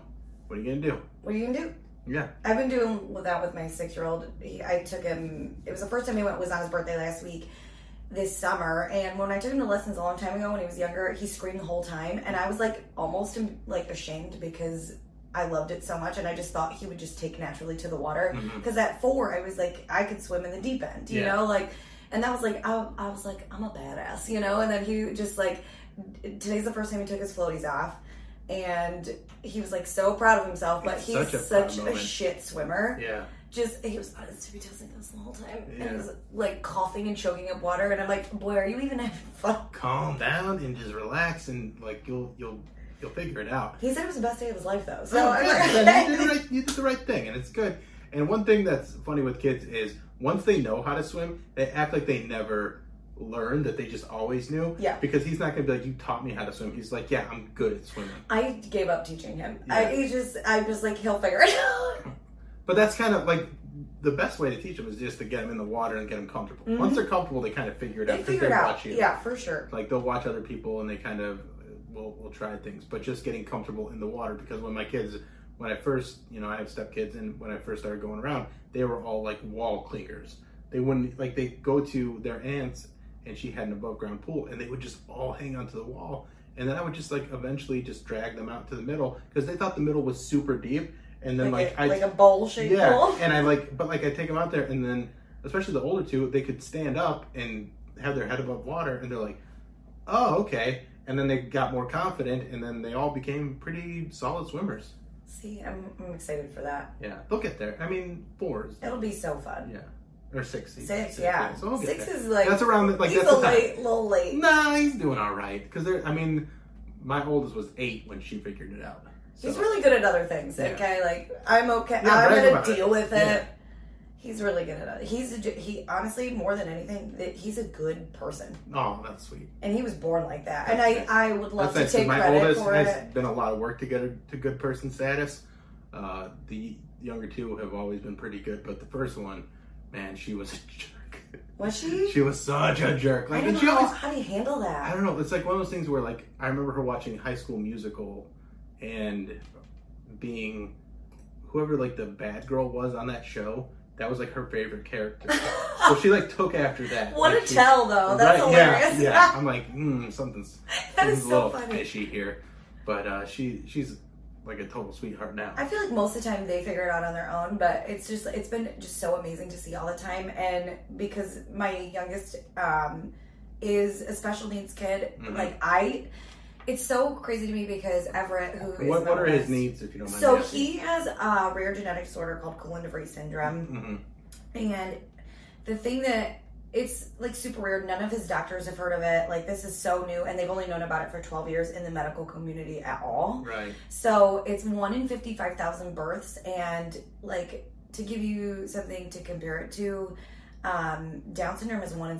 Speaker 2: What are you going to do?
Speaker 7: What are you gonna do?
Speaker 2: Yeah.
Speaker 7: I've been doing with that with my six year old. I took him. It was the first time he went was on his birthday last week, this summer. And when I took him to lessons a long time ago when he was younger, he screamed the whole time, and I was like almost like ashamed because I loved it so much, and I just thought he would just take naturally to the water. Because at four, I was like I could swim in the deep end, you
Speaker 2: Mm-hmm. Yeah.
Speaker 7: know, like. And that was like I, I was like I'm a badass, you know. And then he just like today's the first time he took his floaties off, and he was like so proud of himself. But
Speaker 2: It's
Speaker 7: he's
Speaker 2: such a proud
Speaker 7: such a
Speaker 2: moment.
Speaker 7: shit swimmer.
Speaker 2: Yeah.
Speaker 7: Just he was on his tippy toes like this the whole time, and he
Speaker 2: Yeah.
Speaker 7: was like coughing and choking up water. And I'm like, boy, are you even having fun?
Speaker 2: Calm down and just relax and like you'll you'll you'll figure it out.
Speaker 7: He said it was the best day of his life though. So
Speaker 2: Oh,
Speaker 7: I'm
Speaker 2: good.
Speaker 7: like,
Speaker 2: Then you, did the right, you did the right thing, and it's good. And one thing that's funny with kids is once they know how to swim, they act like they never learned that they just always knew.
Speaker 7: Yeah.
Speaker 2: Because he's not gonna be like, "You taught me how to swim." He's like, "Yeah, I'm good at swimming."
Speaker 7: I gave up teaching him. I he just I was like, he'll figure it out.
Speaker 2: But that's kind of like the best way to teach them is just to get them in the water and get them comfortable. Once they're comfortable, they kind of figure it out
Speaker 7: Mm-hmm. They
Speaker 2: because
Speaker 7: figure it out.
Speaker 2: watch you.
Speaker 7: Yeah, for sure.
Speaker 2: like they'll watch other people and they kind of uh, will will try things but just getting comfortable in the water because when my kids when i first you know i have stepkids and when i first started going around they were all like wall clingers they wouldn't like they go to their aunts and she had an above ground pool and they would just all hang onto the wall and then i would just like eventually just drag them out to the middle because they thought the middle was super deep and then like,
Speaker 7: Like,
Speaker 2: I
Speaker 7: a, like a bowl shaped
Speaker 2: yeah,
Speaker 7: bowl.
Speaker 2: and I like, but like I take them out there, and then especially the older two, they could stand up and have their head above water, and they're like, "Oh, okay." And then they got more confident, and then they all became pretty solid swimmers.
Speaker 7: See, I'm, I'm excited for that.
Speaker 2: Yeah, they'll get there. I mean, fours.
Speaker 7: It'll be so fun.
Speaker 2: Yeah, or six. Six,
Speaker 7: yeah.
Speaker 2: So we'll get
Speaker 7: Six
Speaker 2: there.
Speaker 7: is like-
Speaker 2: that's around the, like
Speaker 7: He's
Speaker 2: that's
Speaker 7: a
Speaker 2: the time.
Speaker 7: late, little late.
Speaker 2: Nah, he's doing all right because they're. I mean, my oldest was eight when she figured it out. So.
Speaker 7: He's really good at other things.
Speaker 2: Yeah.
Speaker 7: Okay, like I'm okay.
Speaker 2: Yeah, brag
Speaker 7: I'm
Speaker 2: about
Speaker 7: gonna
Speaker 2: it.
Speaker 7: deal with it.
Speaker 2: Yeah.
Speaker 7: He's really good at it. He's a, ge- he honestly more than anything that he's a good person,
Speaker 2: Oh, that's sweet.
Speaker 7: and he was born like that. And I I would love
Speaker 2: That's nice. 'cause
Speaker 7: to take
Speaker 2: my
Speaker 7: credit
Speaker 2: oldest
Speaker 7: for
Speaker 2: has
Speaker 7: it.
Speaker 2: been a lot of work to get her to good person status. Uh, the younger two have always been pretty good, but the first one, man, she was a jerk.
Speaker 7: Was she?
Speaker 2: she was such a jerk.
Speaker 7: I
Speaker 2: Like,
Speaker 7: don't
Speaker 2: and
Speaker 7: know
Speaker 2: she
Speaker 7: how,
Speaker 2: always,
Speaker 7: how do you handle
Speaker 2: I
Speaker 7: that?
Speaker 2: don't know. It's like one of those things where, like, I remember her watching High School Musical, and being whoever like the bad girl was on that show. That was like her favorite character. so she like took after that.
Speaker 7: What
Speaker 2: Like,
Speaker 7: a
Speaker 2: she-
Speaker 7: tell, though. That's
Speaker 2: Right,
Speaker 7: hilarious.
Speaker 2: Yeah, yeah. I'm like, mm, something's,
Speaker 7: That
Speaker 2: something's
Speaker 7: is
Speaker 2: a
Speaker 7: so
Speaker 2: little
Speaker 7: funny.
Speaker 2: fishy here. But uh, she she's like a total sweetheart now.
Speaker 7: I feel like most of the time they figure it out on their own, but it's just it's been just so amazing to see all the time. And because my youngest um, is a special needs kid,
Speaker 2: Mm-hmm.
Speaker 7: like I, it's so crazy to me because Everett, who is
Speaker 2: what
Speaker 7: my
Speaker 2: what are his
Speaker 7: oldest-
Speaker 2: needs, if you don't mind?
Speaker 7: so
Speaker 2: me asking?
Speaker 7: he has a rare genetic disorder called Coulon de Vries syndrome.
Speaker 2: Mm-hmm.
Speaker 7: And the thing that it's like super rare, none of his doctors have heard of it. Like, this is so new, and they've only known about it for 12 years in the medical community at all.
Speaker 2: right.
Speaker 7: So it's one in 55,000 births. And like, to give you something to compare it to, um, Down syndrome is one in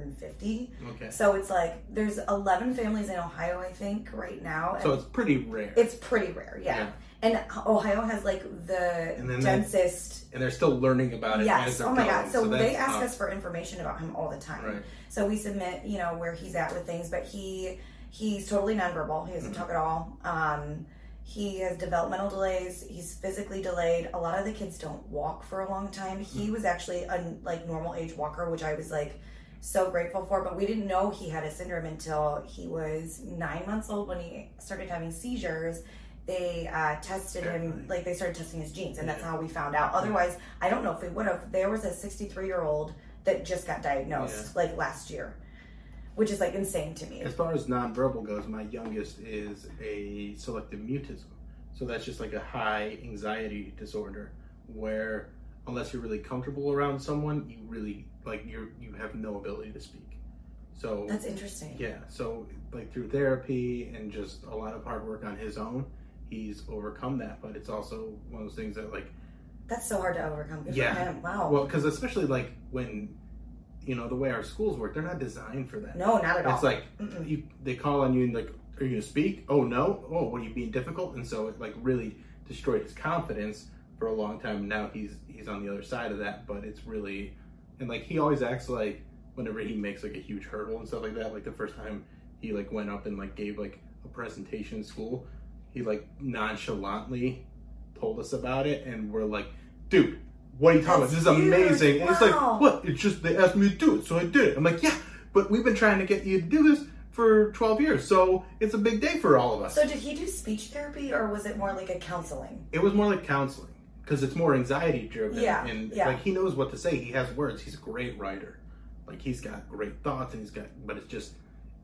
Speaker 7: 750.
Speaker 2: Okay.
Speaker 7: So it's like there's 11 families in Ohio, I think, right now.
Speaker 2: So
Speaker 7: and
Speaker 2: it's pretty rare.
Speaker 7: it's pretty rare, yeah.
Speaker 2: Yeah.
Speaker 7: And Ohio has like the
Speaker 2: And then they-
Speaker 7: densest.
Speaker 2: and they're still learning about it.
Speaker 7: Yes.
Speaker 2: as they're
Speaker 7: Oh my
Speaker 2: going,
Speaker 7: God. So, they
Speaker 2: that's uh,
Speaker 7: ask
Speaker 2: up.
Speaker 7: us for information about him all the time.
Speaker 2: Right.
Speaker 7: So we submit, you know, where he's at with things, but he he's totally nonverbal. He
Speaker 2: Mm-hmm.
Speaker 7: doesn't talk at all. Um, he has developmental delays. He's physically delayed. A lot of the kids don't walk for a long time. He
Speaker 2: Mm-hmm.
Speaker 7: was actually a like normal age walker, which I was like so grateful for. But we didn't know he had a syndrome until he was nine months old when he started having seizures. They uh, tested him, like they started testing his genes, and that's how we found out. Otherwise, I don't know if we would have. There was a 63 year old that just got diagnosed like last year, which is like insane to me.
Speaker 2: As far as nonverbal goes, my youngest is a selective mutism. So that's just like a high anxiety disorder where unless you're really comfortable around someone, you really like you are you have no ability to speak. So
Speaker 7: That's interesting.
Speaker 2: yeah, so like through therapy and just a lot of hard work on his own, he's overcome that, but it's also one of those things that like
Speaker 7: That's so hard to overcome. Good for
Speaker 2: Yeah.
Speaker 7: him. Wow.
Speaker 2: Well, because especially like when, you know, the way our schools work, they're not designed for that.
Speaker 7: no, not at all.
Speaker 2: It's like you, they call on you and like, are you gonna speak? Oh no! Oh, what are you being difficult? And so it like really destroyed his confidence for a long time. Now he's he's on the other side of that, but it's really and like he always acts like whenever he makes like a huge hurdle and stuff like that. Like the first time he like went up and like gave like a presentation in school, he like nonchalantly told us about it, and we're like, dude. What are you talking about? This is
Speaker 7: That's huge.
Speaker 2: amazing. And it's
Speaker 7: Wow.
Speaker 2: like, what? It's just they asked me to do it, so I did it. I'm like, yeah, but we've been trying to get you to do this for 12 years, so it's a big day for all of us.
Speaker 7: so, did he do speech therapy or was it more like a counseling?
Speaker 2: it was more like counseling because it's more anxiety driven.
Speaker 7: Yeah,
Speaker 2: and
Speaker 7: yeah.
Speaker 2: like he knows what to say. He has words. He's a great writer. Like he's got great thoughts, and he's got, but it's just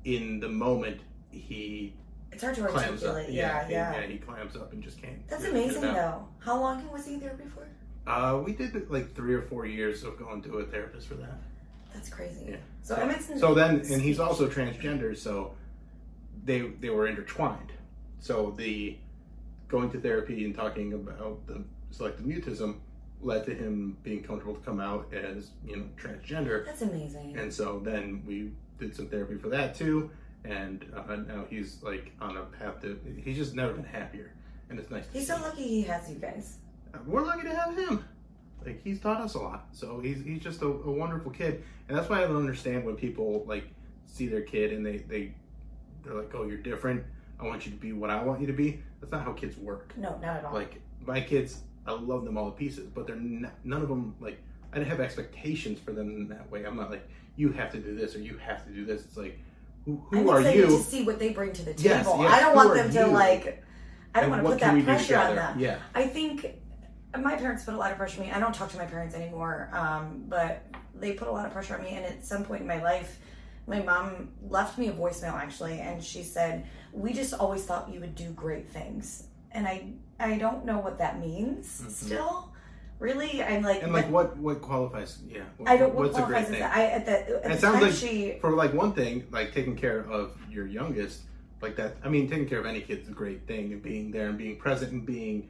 Speaker 2: in the moment he
Speaker 7: It's hard to
Speaker 2: clams up.
Speaker 7: articulate. Yeah,
Speaker 2: he,
Speaker 7: yeah.
Speaker 2: He clams up and just can't.
Speaker 7: That's
Speaker 2: really get it
Speaker 7: amazing,
Speaker 2: out.
Speaker 7: though. How long was he in therapy for?
Speaker 2: Uh, we did like three or four years of going to a therapist for that.
Speaker 7: That's crazy.
Speaker 2: Yeah.
Speaker 7: So, Emmett's in-
Speaker 2: So then, and he's also transgender, so they they were intertwined. So the going to therapy and talking about the selective mutism led to him being comfortable to come out as you know transgender,
Speaker 7: That's amazing.
Speaker 2: and so then we did some therapy for that too. And uh, now he's like on a path to. He's just never been happier, and it's nice. To
Speaker 7: He's
Speaker 2: see.
Speaker 7: so lucky he has you guys.
Speaker 2: We're lucky to have him. Like he's taught us a lot, so he's he's just a, a wonderful kid, and that's why I don't understand when people like see their kid and they they they're like, oh, you're different. I want you to be what I want you to be. That's not how kids work.
Speaker 7: No, not at all.
Speaker 2: Like my kids, I love them all to pieces, but they're not, none of them like I didn't have expectations for them in that way. I'm not like you have to do this or you have to do this. It's like who,
Speaker 7: I'm
Speaker 2: who are
Speaker 7: excited
Speaker 2: you?
Speaker 7: to see what they bring to the table.
Speaker 2: Yes, yes,
Speaker 7: I don't
Speaker 2: who
Speaker 7: want
Speaker 2: are
Speaker 7: them to
Speaker 2: you?
Speaker 7: like. I don't
Speaker 2: And
Speaker 7: want to
Speaker 2: what
Speaker 7: put
Speaker 2: can we
Speaker 7: that
Speaker 2: do
Speaker 7: pressure on
Speaker 2: together?
Speaker 7: them.
Speaker 2: Yeah.
Speaker 7: I think my parents put a lot of pressure on me. I don't talk to my parents anymore, um, but they put a lot of pressure on me. And at some point in my life, my mom left me a voicemail actually, and she said, "We just always thought you would do great things," and I I don't know what that means still. Really, I'm like,
Speaker 2: Mm-hmm. and like what what qualifies? Yeah, what,
Speaker 7: I don't. What
Speaker 2: what's a great
Speaker 7: qualifies
Speaker 2: thing?
Speaker 7: as I at the at
Speaker 2: And
Speaker 7: the
Speaker 2: it sounds
Speaker 7: time
Speaker 2: like
Speaker 7: she
Speaker 2: for like one thing, like taking care of your youngest, like that. I mean, taking care of any kid's a great thing, and being there and being present and being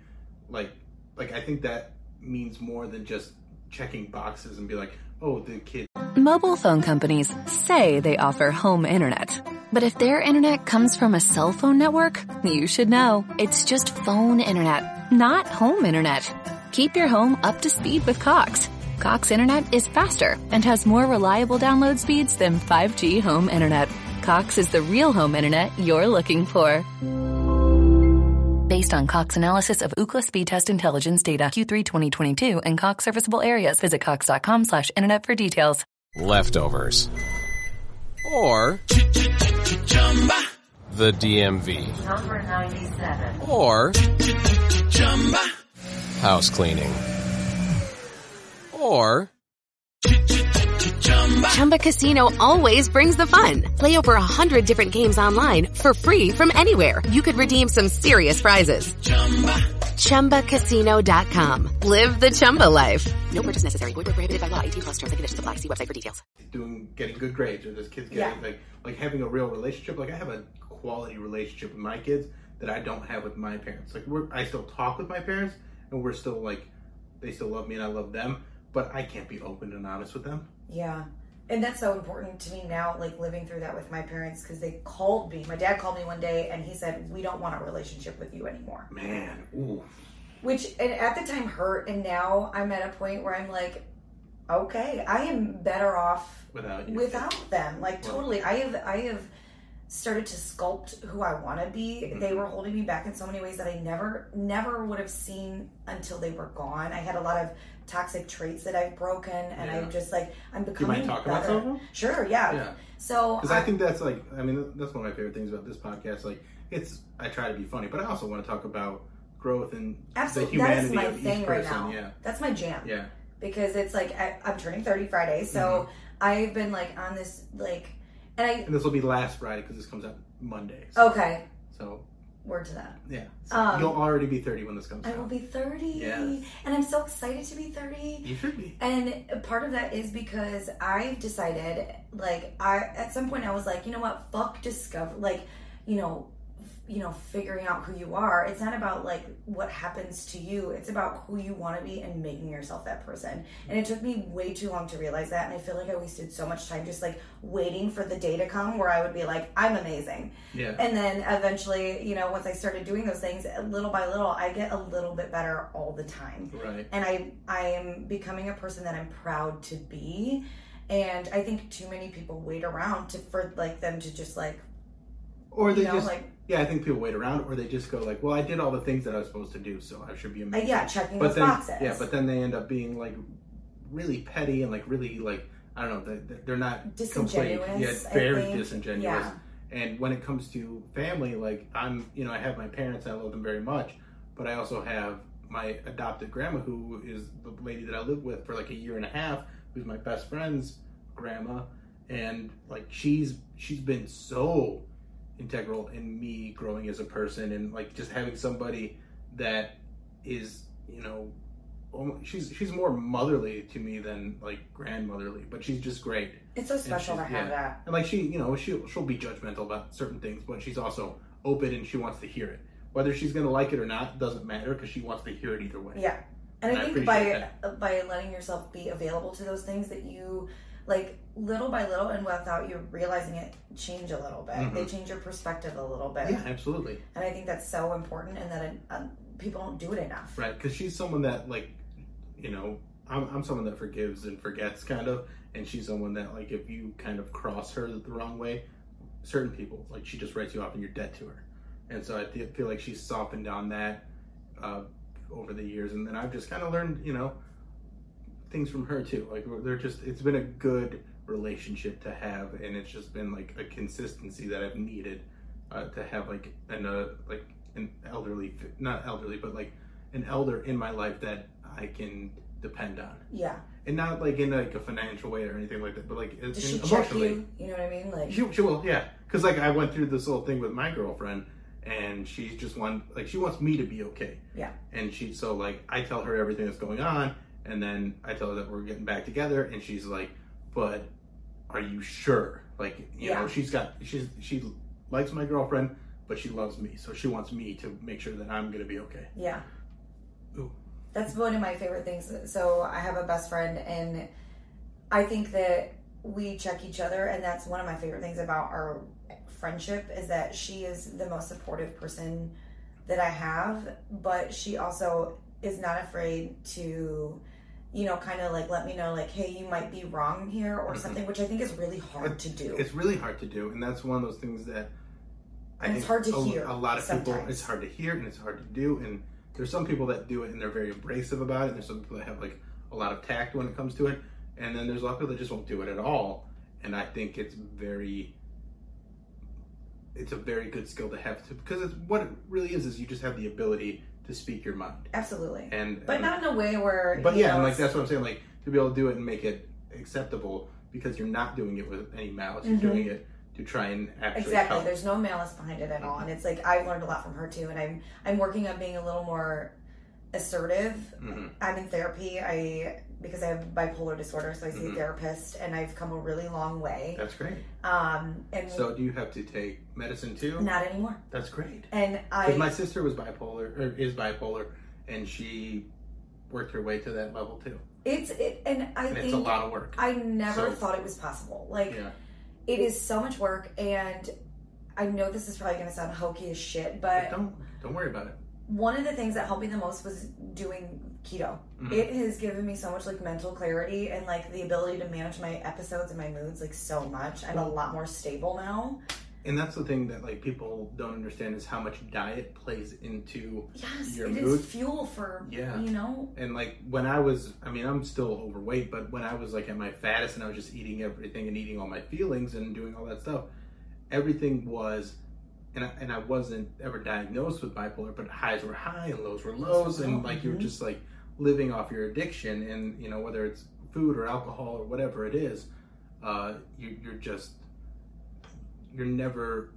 Speaker 2: like, like I think that means more than just checking boxes and be like, oh, the kid
Speaker 4: Mobile phone companies say they offer home internet. But if their internet comes from a cell phone network, you should know. It's just phone internet, not home internet. Keep your home up to speed with Cox. Cox internet is faster and has more reliable download speeds than 5G home internet. Cox is the real home internet you're looking for. Based on Cox analysis of Ookla speed test intelligence data Q3 2022 and Cox serviceable areas, visit cox.com slash internet for details.
Speaker 6: leftovers, or the DMV,
Speaker 8: Number 97.
Speaker 6: or house cleaning, or
Speaker 5: Chumba Casino always brings the fun. Play over a hundred different games online for free from anywhere. You could redeem some serious prizes. ChumbaCasino.com. Live the Chumba life. No purchase necessary. Void where prohibited by law. 18 plus terms and conditions apply. See website for details.
Speaker 2: doing getting good grades or this kid's getting
Speaker 7: Yeah.
Speaker 2: like like having a real relationship. Like I have a quality relationship with my kids that I don't have with my parents. Like we're I still talk with my parents and we're still like they still love me and I love them, but I can't be open and honest with them.
Speaker 7: Yeah. And that's so important to me now, like living through that with my parents, because they called me. My dad called me one day and he said, We don't want a relationship with you anymore.
Speaker 2: Man, ooh,
Speaker 7: Which and at the time hurt. And now I'm at a point where I'm like, Okay, I am better off
Speaker 2: without you.
Speaker 7: without them. Like
Speaker 2: Well-
Speaker 7: totally. I have I have started to sculpt who I want to be.
Speaker 2: Mm-hmm.
Speaker 7: They were holding me back in so many ways that I never never would have seen until they were gone. I had a lot of toxic traits that I've broken and
Speaker 2: Yeah.
Speaker 7: I'm just like I'm
Speaker 2: you
Speaker 7: becoming
Speaker 2: mind talking about
Speaker 7: better.
Speaker 2: some of them?
Speaker 7: Sure, yeah.
Speaker 2: Yeah.
Speaker 7: So
Speaker 2: Because
Speaker 7: I,
Speaker 2: I think that's like, I mean, that- that's one of my favorite things about this podcast. Like, it's I try to be funny, but I also want to talk about growth and the
Speaker 7: absolutely that
Speaker 2: humanity
Speaker 7: is my
Speaker 2: of each
Speaker 7: thing right
Speaker 2: person.
Speaker 7: now.
Speaker 2: Yeah,
Speaker 7: That's my jam.
Speaker 2: yeah.
Speaker 7: Because it's like I, I'm turning 30 Friday, so I've been like on this like and I
Speaker 2: Mm-hmm. And this will be last Friday because this comes out Monday. So,
Speaker 7: okay,
Speaker 2: so,
Speaker 7: word to that.
Speaker 2: yeah, So
Speaker 7: Oh. Um,
Speaker 2: you'll already be thirty when this comes
Speaker 7: I
Speaker 2: out.
Speaker 7: will be 30
Speaker 2: Yes.
Speaker 7: and I'm so excited to be 30.
Speaker 2: you should be.
Speaker 7: And part of that is because I've decided, like, I at some point I was like, you know what, fuck discover, like, you know, f- you know, figuring out who you are. It's not about like what happens to you. It's about who you want to be and making yourself that person. And it took me way too long to realize that. And I feel like I wasted so much time just like waiting for the day to come where I would be like, I'm amazing.
Speaker 2: Yeah.
Speaker 7: And then eventually, you know, once I started doing those things, little by little, I get a little bit better all the time
Speaker 2: Right.
Speaker 7: and I I am becoming a person that I'm proud to be. And I think too many people wait around to for like them to just like
Speaker 2: Or they
Speaker 7: you know,
Speaker 2: just
Speaker 7: like-
Speaker 2: yeah, I think people wait around, or they just go like, well, I did all the things that I was supposed to do, so I should be
Speaker 7: uh,
Speaker 2: amazing.
Speaker 7: yeah checking
Speaker 2: but
Speaker 7: those
Speaker 2: then
Speaker 7: boxes
Speaker 2: yeah, but then they end up being like really petty and like really like I don't know, they, they're not complete.
Speaker 7: Disingenuous,
Speaker 2: Yeah,
Speaker 7: I
Speaker 2: very
Speaker 7: think.
Speaker 2: disingenuous.
Speaker 7: Yeah.
Speaker 2: And when it comes to family, like I'm, you know, I have my parents, I love them very much, but I also have my adopted grandma, who is the lady that I lived with for like a year and a half, who's my best friend's grandma, and like she's she's been so integral in me growing as a person and like just having somebody that is you know almo- she's she's more motherly to me than like grandmotherly but she's just great
Speaker 7: it's so
Speaker 2: And
Speaker 7: special to
Speaker 2: she's-
Speaker 7: have
Speaker 2: yeah.
Speaker 7: that
Speaker 2: and like she you know she she'll be judgmental about certain things but she's also open and she wants to hear it whether she's going to like it or not doesn't matter because she wants to hear it either way
Speaker 7: yeah. And
Speaker 2: And
Speaker 7: I
Speaker 2: I
Speaker 7: think by uh,
Speaker 2: appreciate
Speaker 7: by letting yourself be available to those things that you like little by little and without you realizing it change a little bit. They change your perspective a little bit,
Speaker 2: Mm-hmm. yeah absolutely
Speaker 7: and I think that's so important. And that um, people don't do it enough.
Speaker 2: Right, because she's someone that like, you know, I'm I'm someone that forgives and forgets kind of, and she's someone that like if you kind of cross her the wrong way, certain people like she just writes you off and you're dead to her, and so I fe- feel like she's softened on that uh, over the years, and then I've just kind of learned you know things from her too. Like we're- they're just it's been a good relationship to have, and it's just been like a consistency that I've needed uh, to have like an uh, like an elderly fi- not elderly but like an elder in my life that I can depend on,
Speaker 7: Yeah.
Speaker 2: and not like in like a financial way or anything like that, but like
Speaker 7: Does
Speaker 2: in-
Speaker 7: she check
Speaker 2: emotionally.
Speaker 7: you? You know what I mean? Like
Speaker 2: She, she will, yeah. Because like I went through this little thing with my girlfriend, and she just want like she wants me to be okay.
Speaker 7: Yeah.
Speaker 2: And she so like I tell her everything that's going on, and then I tell her that we're getting back together, and she's like, "But are you sure?" Like you
Speaker 7: Yeah.
Speaker 2: know, she's got she's she likes my girlfriend, but she loves me, so she wants me to make sure that I'm gonna be okay.
Speaker 7: Yeah.
Speaker 2: Ooh.
Speaker 7: That's one of my favorite things. So I have a best friend, and I think that we check each other, and that's one of my favorite things about our friendship is that she is the most supportive person that I have, but she also is not afraid to, you know, kind of like let me know, like, hey, you might be wrong here or something, which I think is really hard to do.
Speaker 2: Mm-hmm. It's really hard to do, and that's one of those things that I
Speaker 7: And
Speaker 2: think
Speaker 7: it's hard to
Speaker 2: a,
Speaker 7: hear
Speaker 2: A lot of people,
Speaker 7: sometimes.
Speaker 2: it's hard to hear and it's hard to do. And there's some people that do it and they're very abrasive about it. And there's some people that have like a lot of tact when it comes to it. And then there's a lot of people that just won't do it at all. And I think it's very, it's a very good skill to have to because it's what it really is is you just have the ability to speak your mind.
Speaker 7: Absolutely.
Speaker 2: And um,
Speaker 7: but
Speaker 2: and-
Speaker 7: not in a way where.
Speaker 2: but
Speaker 7: you
Speaker 2: yeah,
Speaker 7: know,
Speaker 2: and like
Speaker 7: it's-
Speaker 2: that's what I'm saying. Like to be able to do it and make it acceptable because you're not doing it with any malice. You're doing it to try and actually
Speaker 7: Mm-hmm. Exactly.
Speaker 2: help.
Speaker 7: There's no malice behind it at all, and it's like I've learned a lot from her too, and I'm I'm working on being a little more assertive.
Speaker 2: Mm-hmm.
Speaker 7: I'm in therapy. I because I have bipolar disorder, so I
Speaker 2: Mm-hmm.
Speaker 7: see a therapist, and I've come a really long way.
Speaker 2: That's great.
Speaker 7: Um, and
Speaker 2: So do you have to take medicine too?
Speaker 7: not anymore.
Speaker 2: That's great.
Speaker 7: And I
Speaker 2: Because my er, sister was bipolar or is bipolar, and she worked her way to that level too.
Speaker 7: It's it, and I
Speaker 2: and
Speaker 7: think
Speaker 2: it's a lot of work.
Speaker 7: I never
Speaker 2: So-
Speaker 7: thought it was possible. Like
Speaker 2: yeah,
Speaker 7: it is so much work, and I know this is probably gonna sound hokey as shit, but
Speaker 2: but don't don't worry about it.
Speaker 7: one of the things that helped me the most was doing keto.
Speaker 2: Mm-hmm.
Speaker 7: It has given me so much like mental clarity and like the ability to manage my episodes and my moods like so much. I'm a lot more stable now.
Speaker 2: And that's the thing that like people don't understand is how much diet plays into
Speaker 7: Yes,
Speaker 2: your
Speaker 7: it is
Speaker 2: mood.
Speaker 7: fuel for
Speaker 2: Yeah.
Speaker 7: you know.
Speaker 2: and like when I was, I mean, I'm still overweight, but when I was like at my fattest and I was just eating everything and eating all my feelings and doing all that stuff, everything was, and I, and I wasn't ever diagnosed with bipolar, but highs were high and lows were lows, and like you're just like living off your addiction, and you know whether it's food or alcohol or whatever it is, uh, you, you're just you're never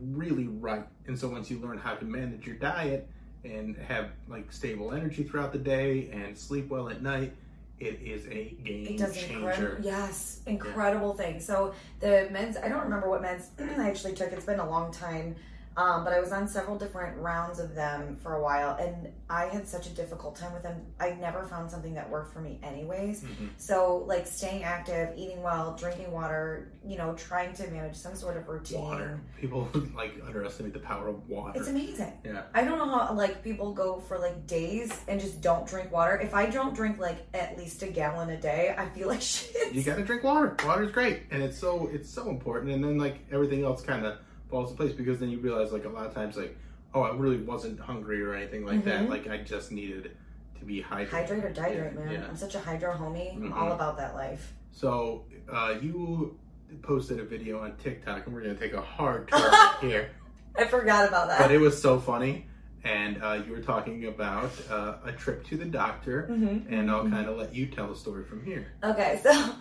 Speaker 2: really right. And so once you learn how to manage your diet and have like stable energy throughout the day and sleep well at night, it is a game
Speaker 7: It does
Speaker 2: changer.
Speaker 7: incredible, yes, incredible thing. So the men's, I don't remember what men's I actually took. It's been a long time, um, but I was on several different rounds of them for a while, and I had such a difficult time with them. I never found something that worked for me, anyways.
Speaker 2: Mm-hmm.
Speaker 7: So like staying active, eating well, drinking water, you know, trying to manage some sort of routine.
Speaker 2: Water. People like underestimate the power of water.
Speaker 7: It's amazing.
Speaker 2: Yeah.
Speaker 7: I don't know how like people go for like days and just don't drink water. If I don't drink like at least a gallon a day, I feel like shit.
Speaker 2: you gotta drink water. Water's great, and it's so it's so important. And then like everything else kind of falls in place because then you realize like a lot of times like oh I really wasn't hungry or anything like that. Like I just needed to be hydrated.
Speaker 7: Mm-hmm. Hydrate or
Speaker 2: Yeah,
Speaker 7: diet, man.
Speaker 2: yeah. Mm-hmm.
Speaker 7: I'm such a hydro homie. I'm all about that life.
Speaker 2: So uh, you posted a video on TikTok, and we're gonna take a hard turn here,
Speaker 7: I forgot about that.
Speaker 2: but it was so funny. And uh, you were talking about uh, a trip to the doctor,
Speaker 7: Mm-hmm.
Speaker 2: and I'll kind of let you tell the story from here.
Speaker 7: okay, so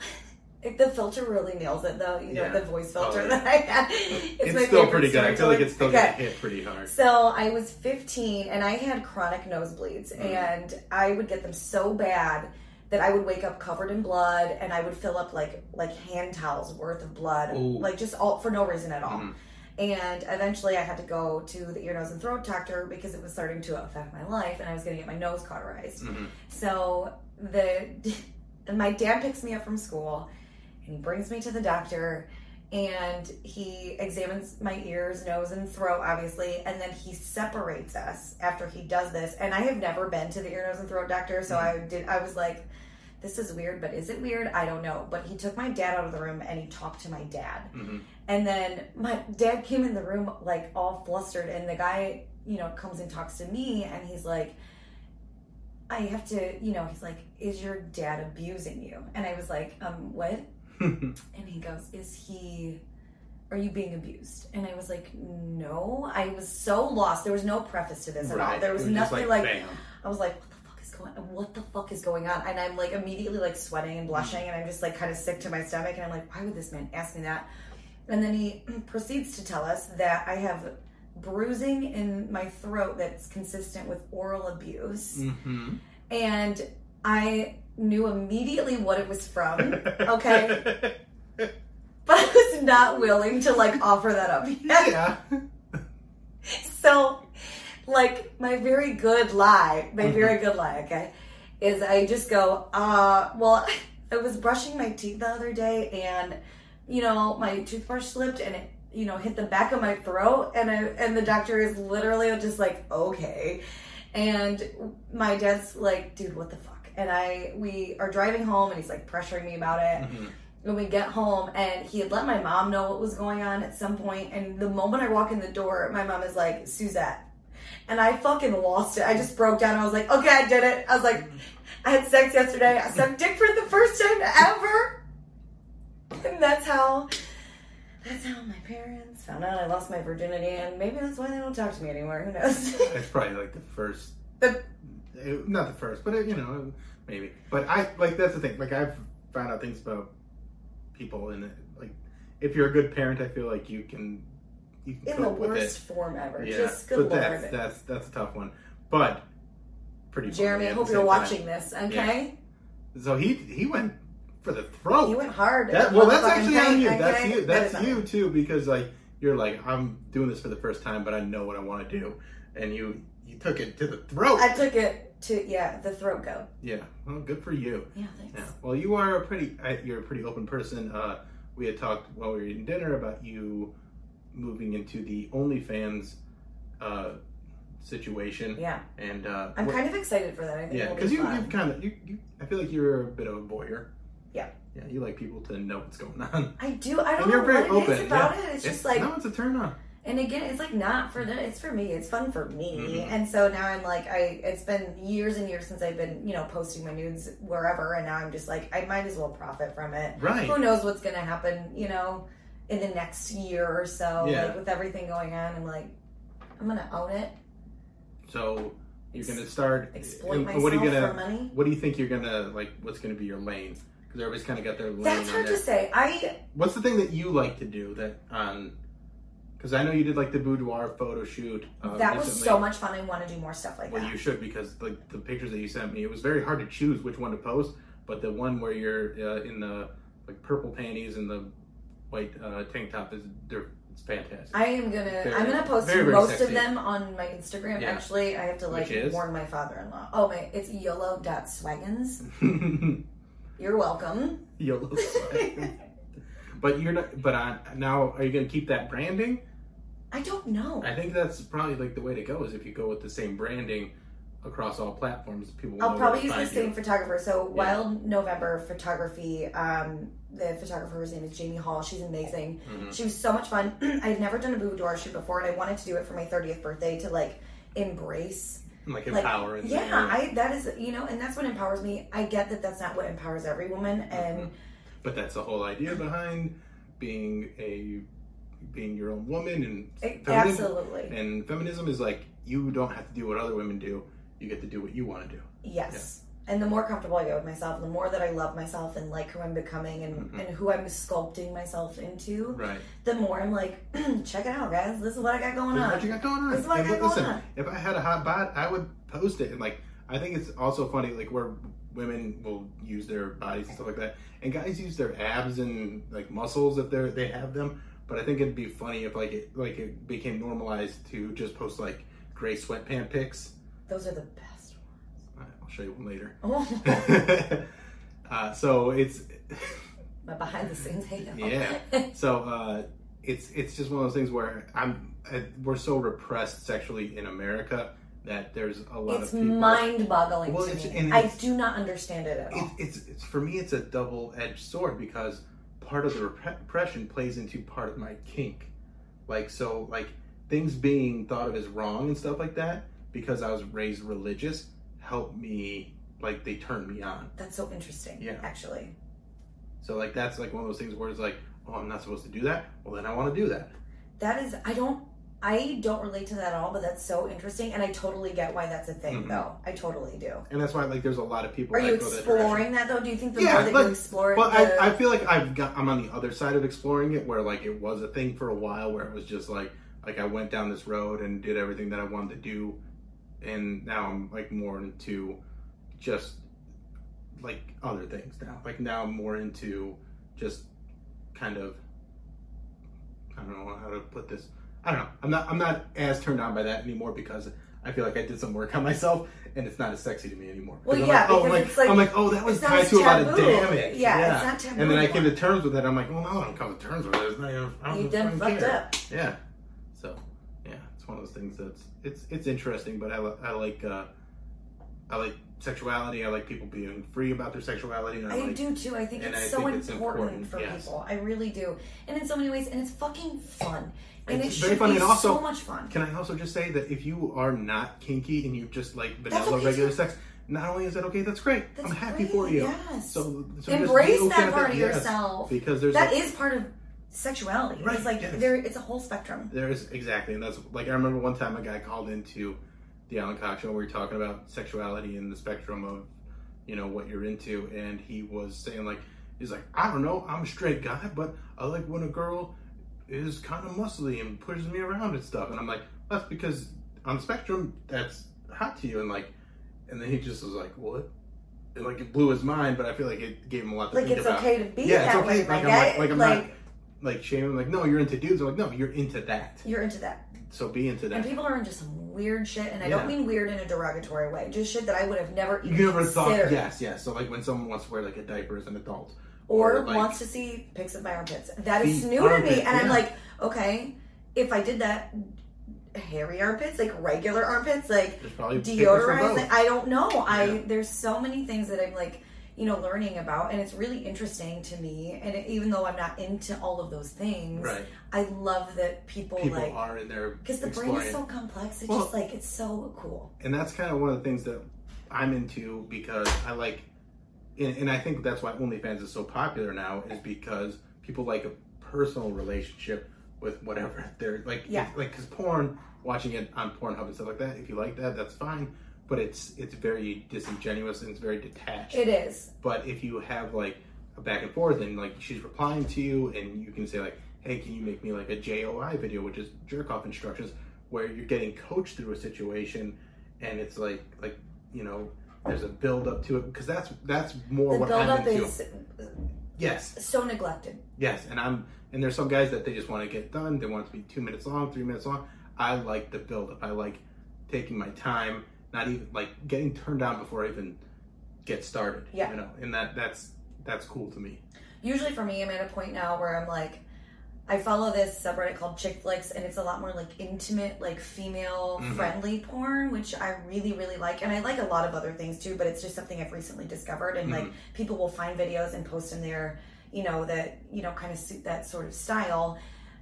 Speaker 7: if the filter really nails it, though. You know,
Speaker 2: Yeah.
Speaker 7: the voice filter
Speaker 2: Oh, yeah.
Speaker 7: that I had. It's,
Speaker 2: It's,
Speaker 7: my
Speaker 2: still
Speaker 7: favorite
Speaker 2: pretty good. I feel like
Speaker 7: storytelling.
Speaker 2: it's still
Speaker 7: okay.
Speaker 2: gonna hit pretty hard.
Speaker 7: So I was 15 and I had chronic nosebleeds, and I would get them so bad that I would wake up covered in blood, and I would fill up like like hand towels worth of blood,
Speaker 2: Ooh.
Speaker 7: like just all for no reason at all. And eventually, I had to go to the ear, nose, and throat doctor because it was starting to affect my life, and I was going to get my nose cauterized. So the and my dad picks me up from school, and he brings me to the doctor and he examines my ears, nose, and throat, obviously, and then he separates us after he does this. And I have never been to the ear, nose, and throat doctor, so I did. I was like, "This is weird, but is it weird? I don't know." But he took my dad out of the room and he talked to my dad,
Speaker 2: Mm. Mm-hmm.
Speaker 7: and then my dad came in the room like all flustered, and the guy, you know, comes and talks to me, and he's like. I have to, you know, he's like, is your dad abusing you? And I was like, um, what? and he goes, Is he, are you being abused? And I was like, No. I was so lost. There was no preface to this at all.
Speaker 2: Right.
Speaker 7: There was,
Speaker 2: It was just
Speaker 7: nothing
Speaker 2: like,
Speaker 7: like,
Speaker 2: bam.
Speaker 7: I was like, What the fuck is going What the fuck is going on? And I'm like immediately like sweating and blushing and I'm just like kind of sick to my stomach. And I'm like, Why would this man ask me that? And then he proceeds to tell us that I have bruising in my throat that's consistent with oral abuse
Speaker 2: Mm-hmm.
Speaker 7: and I knew immediately what it was from. Okay. but I was not willing to like offer that up yet.
Speaker 2: Yeah.
Speaker 7: So, like, my very good lie, my very good lie, okay, is I just go, uh, well, I was brushing my teeth the other day and, you know, my toothbrush slipped and it, you know, hit the back of my throat. And I, and the doctor is literally just like, okay. And my dad's like, dude, what the fuck? And I, we are driving home and he's like pressuring me about it when we get home and he had let my mom know what was going on at some point and the moment i walk in the door my mom is like suzette and i fucking lost it i just broke down i was like okay i did it i was like i had sex yesterday i sucked dick for the first time ever and that's how that's how my parents found out i lost my virginity and maybe that's why they don't talk to me anymore who knows
Speaker 2: That's probably like the first
Speaker 7: but
Speaker 2: it, not the first, but it, you know, maybe. But I like that's the thing. Like I've found out things about people, and like if you're a good parent, I feel like you can you can
Speaker 7: in the
Speaker 2: cope with
Speaker 7: worst
Speaker 2: it.
Speaker 7: form ever
Speaker 2: Yeah,
Speaker 7: just good
Speaker 2: but
Speaker 7: lord
Speaker 2: that's that's that's a tough one. But pretty. funny
Speaker 7: jeremy i
Speaker 2: at
Speaker 7: hope
Speaker 2: the
Speaker 7: you're
Speaker 2: same time.
Speaker 7: watching this okay
Speaker 2: So he he went for the throat.
Speaker 7: You Oh, went hard.
Speaker 2: That, well, that's
Speaker 7: Motherfucking
Speaker 2: actually
Speaker 7: thing,
Speaker 2: on you.
Speaker 7: okay?
Speaker 2: That's you.
Speaker 7: That is
Speaker 2: That's
Speaker 7: not-
Speaker 2: you too, because like you're like I'm doing this for the first time, but I know what I want to do, and you you took it to the throat.
Speaker 7: I took it to yeah, the throat goat.
Speaker 2: Yeah. Well, good for you.
Speaker 7: Yeah, thanks.
Speaker 2: Yeah. Well, you are a pretty I- you're a pretty open person. Uh, we had talked while we were eating dinner about you moving into the OnlyFans uh, situation.
Speaker 7: Yeah.
Speaker 2: And uh,
Speaker 7: I'm
Speaker 2: what-
Speaker 7: kind of excited for that. I think
Speaker 2: yeah,
Speaker 7: it'll be
Speaker 2: because you
Speaker 7: fun.
Speaker 2: you've kind of you, you I feel like you're a bit of a voyeur.
Speaker 7: Yeah.
Speaker 2: Yeah, you like people to know what's going on.
Speaker 7: I do. I don't
Speaker 2: And
Speaker 7: know
Speaker 2: you're
Speaker 7: what it
Speaker 2: very
Speaker 7: is
Speaker 2: open.
Speaker 7: about
Speaker 2: yeah.
Speaker 7: it. It's, just like,
Speaker 2: no, it's a turn on.
Speaker 7: and again, it's like not for the. It's for me. It's fun for me.
Speaker 2: Mm-hmm.
Speaker 7: And so now I'm like, I. It's been years and years since I've been, you know, posting my nudes wherever, and now I'm just like, I might as well profit from it.
Speaker 2: Right.
Speaker 7: Who knows what's gonna happen? You know, in the next year or so,
Speaker 2: Yeah.
Speaker 7: like with everything going on, I'm like, I'm gonna own it.
Speaker 2: So you're gonna start.
Speaker 7: exploit
Speaker 2: and what are you
Speaker 7: myself
Speaker 2: gonna?
Speaker 7: for money?
Speaker 2: What do you think you're gonna like? What's gonna be your lane? Because everybody's kind of got their lane.
Speaker 7: That's
Speaker 2: on
Speaker 7: hard
Speaker 2: their-
Speaker 7: to say. I
Speaker 2: What's the thing that you like to do that on? Because I know you did like the boudoir photo shoot. Uh,
Speaker 7: that was
Speaker 2: recently.
Speaker 7: so much fun. I want to do more stuff like
Speaker 2: Well,
Speaker 7: that.
Speaker 2: you should because like the pictures that you sent me, it was very hard to choose which one to post. But the one where you're uh, in the like purple panties and the white uh, tank top is they're, it's fantastic.
Speaker 7: I am gonna. I'm
Speaker 2: Very-
Speaker 7: gonna post
Speaker 2: very, very
Speaker 7: most
Speaker 2: sexy.
Speaker 7: of them on my Instagram.
Speaker 2: Yeah.
Speaker 7: Actually, I have to like
Speaker 2: Which is?
Speaker 7: warn my father-in-law. Oh my, it's yolo.swaggins. You're welcome.
Speaker 2: Yellow sweat. but you're not. But on, now, are you going to keep that branding?
Speaker 7: I don't know.
Speaker 2: I think that's probably like the way to go. Is if you go with the same branding across all platforms, people. Will
Speaker 7: I'll
Speaker 2: know
Speaker 7: probably
Speaker 2: where to
Speaker 7: use the
Speaker 2: find you.
Speaker 7: same photographer. So Wild November Photography. Um, the photographer's name is Jamie Hall. She's amazing.
Speaker 2: Mm-hmm.
Speaker 7: She was so much fun. I've never done a boudoir shoot before, and I wanted to do it for my 30th birthday to like embrace
Speaker 2: like
Speaker 7: like
Speaker 2: empower. and-
Speaker 7: yeah i that is you know and that's what empowers me i get that that's not what empowers every woman
Speaker 2: Mm-hmm.
Speaker 7: and
Speaker 2: But that's the whole idea behind being a being your own woman and
Speaker 7: A-
Speaker 2: feminism-
Speaker 7: Eh, absolutely.
Speaker 2: And feminism is like you don't have to do what other women do. You get to do what you want to do.
Speaker 7: Yes. And the more comfortable I get with myself, the more that I love myself and like who I'm becoming and, and who I'm sculpting myself into,
Speaker 2: Mm-hmm. Right.
Speaker 7: the more I'm like, check it out, guys. This is what I got going
Speaker 2: This is
Speaker 7: on.
Speaker 2: what you got going on.
Speaker 7: This is what I
Speaker 2: And
Speaker 7: got
Speaker 2: li- listen,
Speaker 7: going on.
Speaker 2: if I had a hot bod, I would post it. And like, I think it's also funny, like where women will use their bodies and stuff like that, and guys use their abs and like muscles if they are they have them. But I think it'd be funny if like it like it became normalized to just post like gray sweatpant pics.
Speaker 7: Those are the best ones.
Speaker 2: All right, I'll show you one later.
Speaker 7: Oh,
Speaker 2: uh, so it's
Speaker 7: my behind the scenes hate.
Speaker 2: yeah. So uh, it's it's just one of those things where I'm I, we're so repressed sexually in America that there's a lot
Speaker 7: It's
Speaker 2: of people.
Speaker 7: mind boggling
Speaker 2: Well,
Speaker 7: to
Speaker 2: it's-
Speaker 7: me.
Speaker 2: and
Speaker 7: I
Speaker 2: it's-
Speaker 7: do not understand it at all.
Speaker 2: It, it's it's for me it's a double edged sword because part of the repre- repression plays into part of my kink, like so like things being thought of as wrong and stuff like that because I was raised religious helped me like they turned me on.
Speaker 7: That's so interesting,
Speaker 2: Yeah.
Speaker 7: actually.
Speaker 2: So like that's like one of those things where it's like oh I'm not supposed to do that well then I want to do that.
Speaker 7: That is, I don't, I don't relate to that at all, but that's so interesting. And I totally get why that's a thing, though. I totally do.
Speaker 2: And that's why, like, there's a lot of Mm-hmm. people.
Speaker 7: Are
Speaker 2: that
Speaker 7: you
Speaker 2: go that
Speaker 7: exploring that, though? Do you think the
Speaker 2: direction.
Speaker 7: more that
Speaker 2: like-
Speaker 7: you explore
Speaker 2: Well,
Speaker 7: the...
Speaker 2: I, I feel like I've got I'm on the other side of exploring it, where like it was a thing for a while, where it was just like like I went down this road and did everything that I wanted to do, and now I'm like more into just like other things now. Like now I'm more into just kind of I don't know how to put this. I don't know. I'm not I'm not as turned on by that anymore because I feel like I did some work on myself and it's not as sexy to me anymore.
Speaker 7: Well,
Speaker 2: Because
Speaker 7: yeah,
Speaker 2: I'm like, oh, I'm
Speaker 7: because
Speaker 2: like,
Speaker 7: it's like-
Speaker 2: I'm like, oh, that was
Speaker 7: it's not
Speaker 2: tied
Speaker 7: as
Speaker 2: to a lot of
Speaker 7: taboo.
Speaker 2: damage.
Speaker 7: Yeah, it's not taboo
Speaker 2: And then I came
Speaker 7: anymore.
Speaker 2: to terms with that. I'm like, well, no, I don't come to terms with it. It's not, even- I don't
Speaker 7: You
Speaker 2: fucking
Speaker 7: done fucked
Speaker 2: care.
Speaker 7: up.
Speaker 2: Yeah. So, yeah, it's one of those things that's it's it's interesting, but I li- I like uh, I like sexuality. I like people being free about their sexuality. And I,
Speaker 7: I
Speaker 2: like,
Speaker 7: do too. I think
Speaker 2: and
Speaker 7: it's
Speaker 2: I
Speaker 7: so
Speaker 2: think it's
Speaker 7: important,
Speaker 2: important,
Speaker 7: for
Speaker 2: yes.
Speaker 7: people. I really do, and in so many ways, and it's fucking fun, and
Speaker 2: It's
Speaker 7: it
Speaker 2: very
Speaker 7: should
Speaker 2: funny,
Speaker 7: be
Speaker 2: and also-
Speaker 7: so much fun.
Speaker 2: Can I also just say that if you are not kinky and you just like
Speaker 7: That's
Speaker 2: vanilla
Speaker 7: okay,
Speaker 2: regular
Speaker 7: too.
Speaker 2: sex, not only is that okay, that's great.
Speaker 7: That's
Speaker 2: I'm happy
Speaker 7: great,
Speaker 2: for you.
Speaker 7: yes.
Speaker 2: So, so just be
Speaker 7: Embrace
Speaker 2: okay
Speaker 7: that
Speaker 2: with
Speaker 7: part of
Speaker 2: yes,
Speaker 7: yourself
Speaker 2: because there's
Speaker 7: That
Speaker 2: a-
Speaker 7: is part of sexuality.
Speaker 2: Right,
Speaker 7: It's like
Speaker 2: yes.
Speaker 7: there, it's a whole spectrum.
Speaker 2: There is exactly, and that's like I remember one time a guy called into the Alan Cox show. We were talking about sexuality and the spectrum of you know what you're into, and he was saying like he's like I don't know, I'm a straight guy, but I like when a girl is kind of muscly and pushes me around and stuff, and I'm like that's because on the spectrum that's hot to you, and like and then he just was like what. And like it blew his mind, but I feel like it gave him a lot to
Speaker 7: Like
Speaker 2: think
Speaker 7: it's
Speaker 2: about.
Speaker 7: okay to be
Speaker 2: yeah,
Speaker 7: that
Speaker 2: it's okay.
Speaker 7: way, my
Speaker 2: like, I'm like,
Speaker 7: guy.
Speaker 2: like I'm
Speaker 7: Like-
Speaker 2: not like shame. I'm like, no, you're into dudes. I'm like, no, you're into that.
Speaker 7: You're into that.
Speaker 2: So be into
Speaker 7: And
Speaker 2: that.
Speaker 7: people are into some weird shit, and I
Speaker 2: Yeah.
Speaker 7: don't mean weird in a derogatory way. Just shit that I would have never even
Speaker 2: You never thought,
Speaker 7: considered.
Speaker 2: yes, yes. So like when someone wants to wear like a diaper as an adult,
Speaker 7: Or
Speaker 2: like,
Speaker 7: wants to see pics of my armpits. That is
Speaker 2: Feet,
Speaker 7: new to
Speaker 2: armpits,
Speaker 7: me, and I'm
Speaker 2: yeah.
Speaker 7: like, okay, if I did that, hairy armpits, like regular armpits, like
Speaker 2: There's probably pictures from
Speaker 7: deodorized.
Speaker 2: both.
Speaker 7: like, I don't know.
Speaker 2: Yeah.
Speaker 7: I there's so many things that I'm like, you know, learning about, and it's really interesting to me. And it- even though I'm not into all of those things,
Speaker 2: Right.
Speaker 7: I love that people,
Speaker 2: people
Speaker 7: like
Speaker 2: are in there
Speaker 7: Because the
Speaker 2: exploring.
Speaker 7: brain is so complex, it's
Speaker 2: Well-
Speaker 7: just like it's so cool.
Speaker 2: and that's kind of one of the things that I'm into because I like, and, and I think that's why OnlyFans is so popular now is because people like a personal relationship with whatever they're like.
Speaker 7: Yeah.
Speaker 2: it's- Like because porn, watching it on Pornhub and stuff like that. If you like that, that's fine. But it's it's very disingenuous and it's very detached.
Speaker 7: It is.
Speaker 2: But if you have like a back and forth and like she's replying to you and you can say like, hey, can you make me like a JOI video, which is jerk off instructions, where you're getting coached through a situation and it's like like you know there's a build up to it because that's that's more
Speaker 7: The
Speaker 2: what
Speaker 7: build
Speaker 2: I'm
Speaker 7: up
Speaker 2: into.
Speaker 7: is
Speaker 2: Yes,
Speaker 7: so neglected.
Speaker 2: yes, and I'm and there's some guys that they just want to get done. They want it to be two minutes long, three minutes long. I like the build up. I like taking my time, not even like getting turned down before I even get started.
Speaker 7: Yeah.
Speaker 2: you know, and that that's that's cool to me.
Speaker 7: Usually for me, I'm at a point now where I'm like, I follow this subreddit called Chick Flicks, and it's a lot more like intimate, like female
Speaker 2: Mm-hmm.
Speaker 7: friendly porn, which I really, really like. And I like a lot of other things too, but it's just something I've recently discovered. And like
Speaker 2: Mm-hmm.
Speaker 7: people will find videos and post them there, you know, that, you know, kind of suit that sort of style.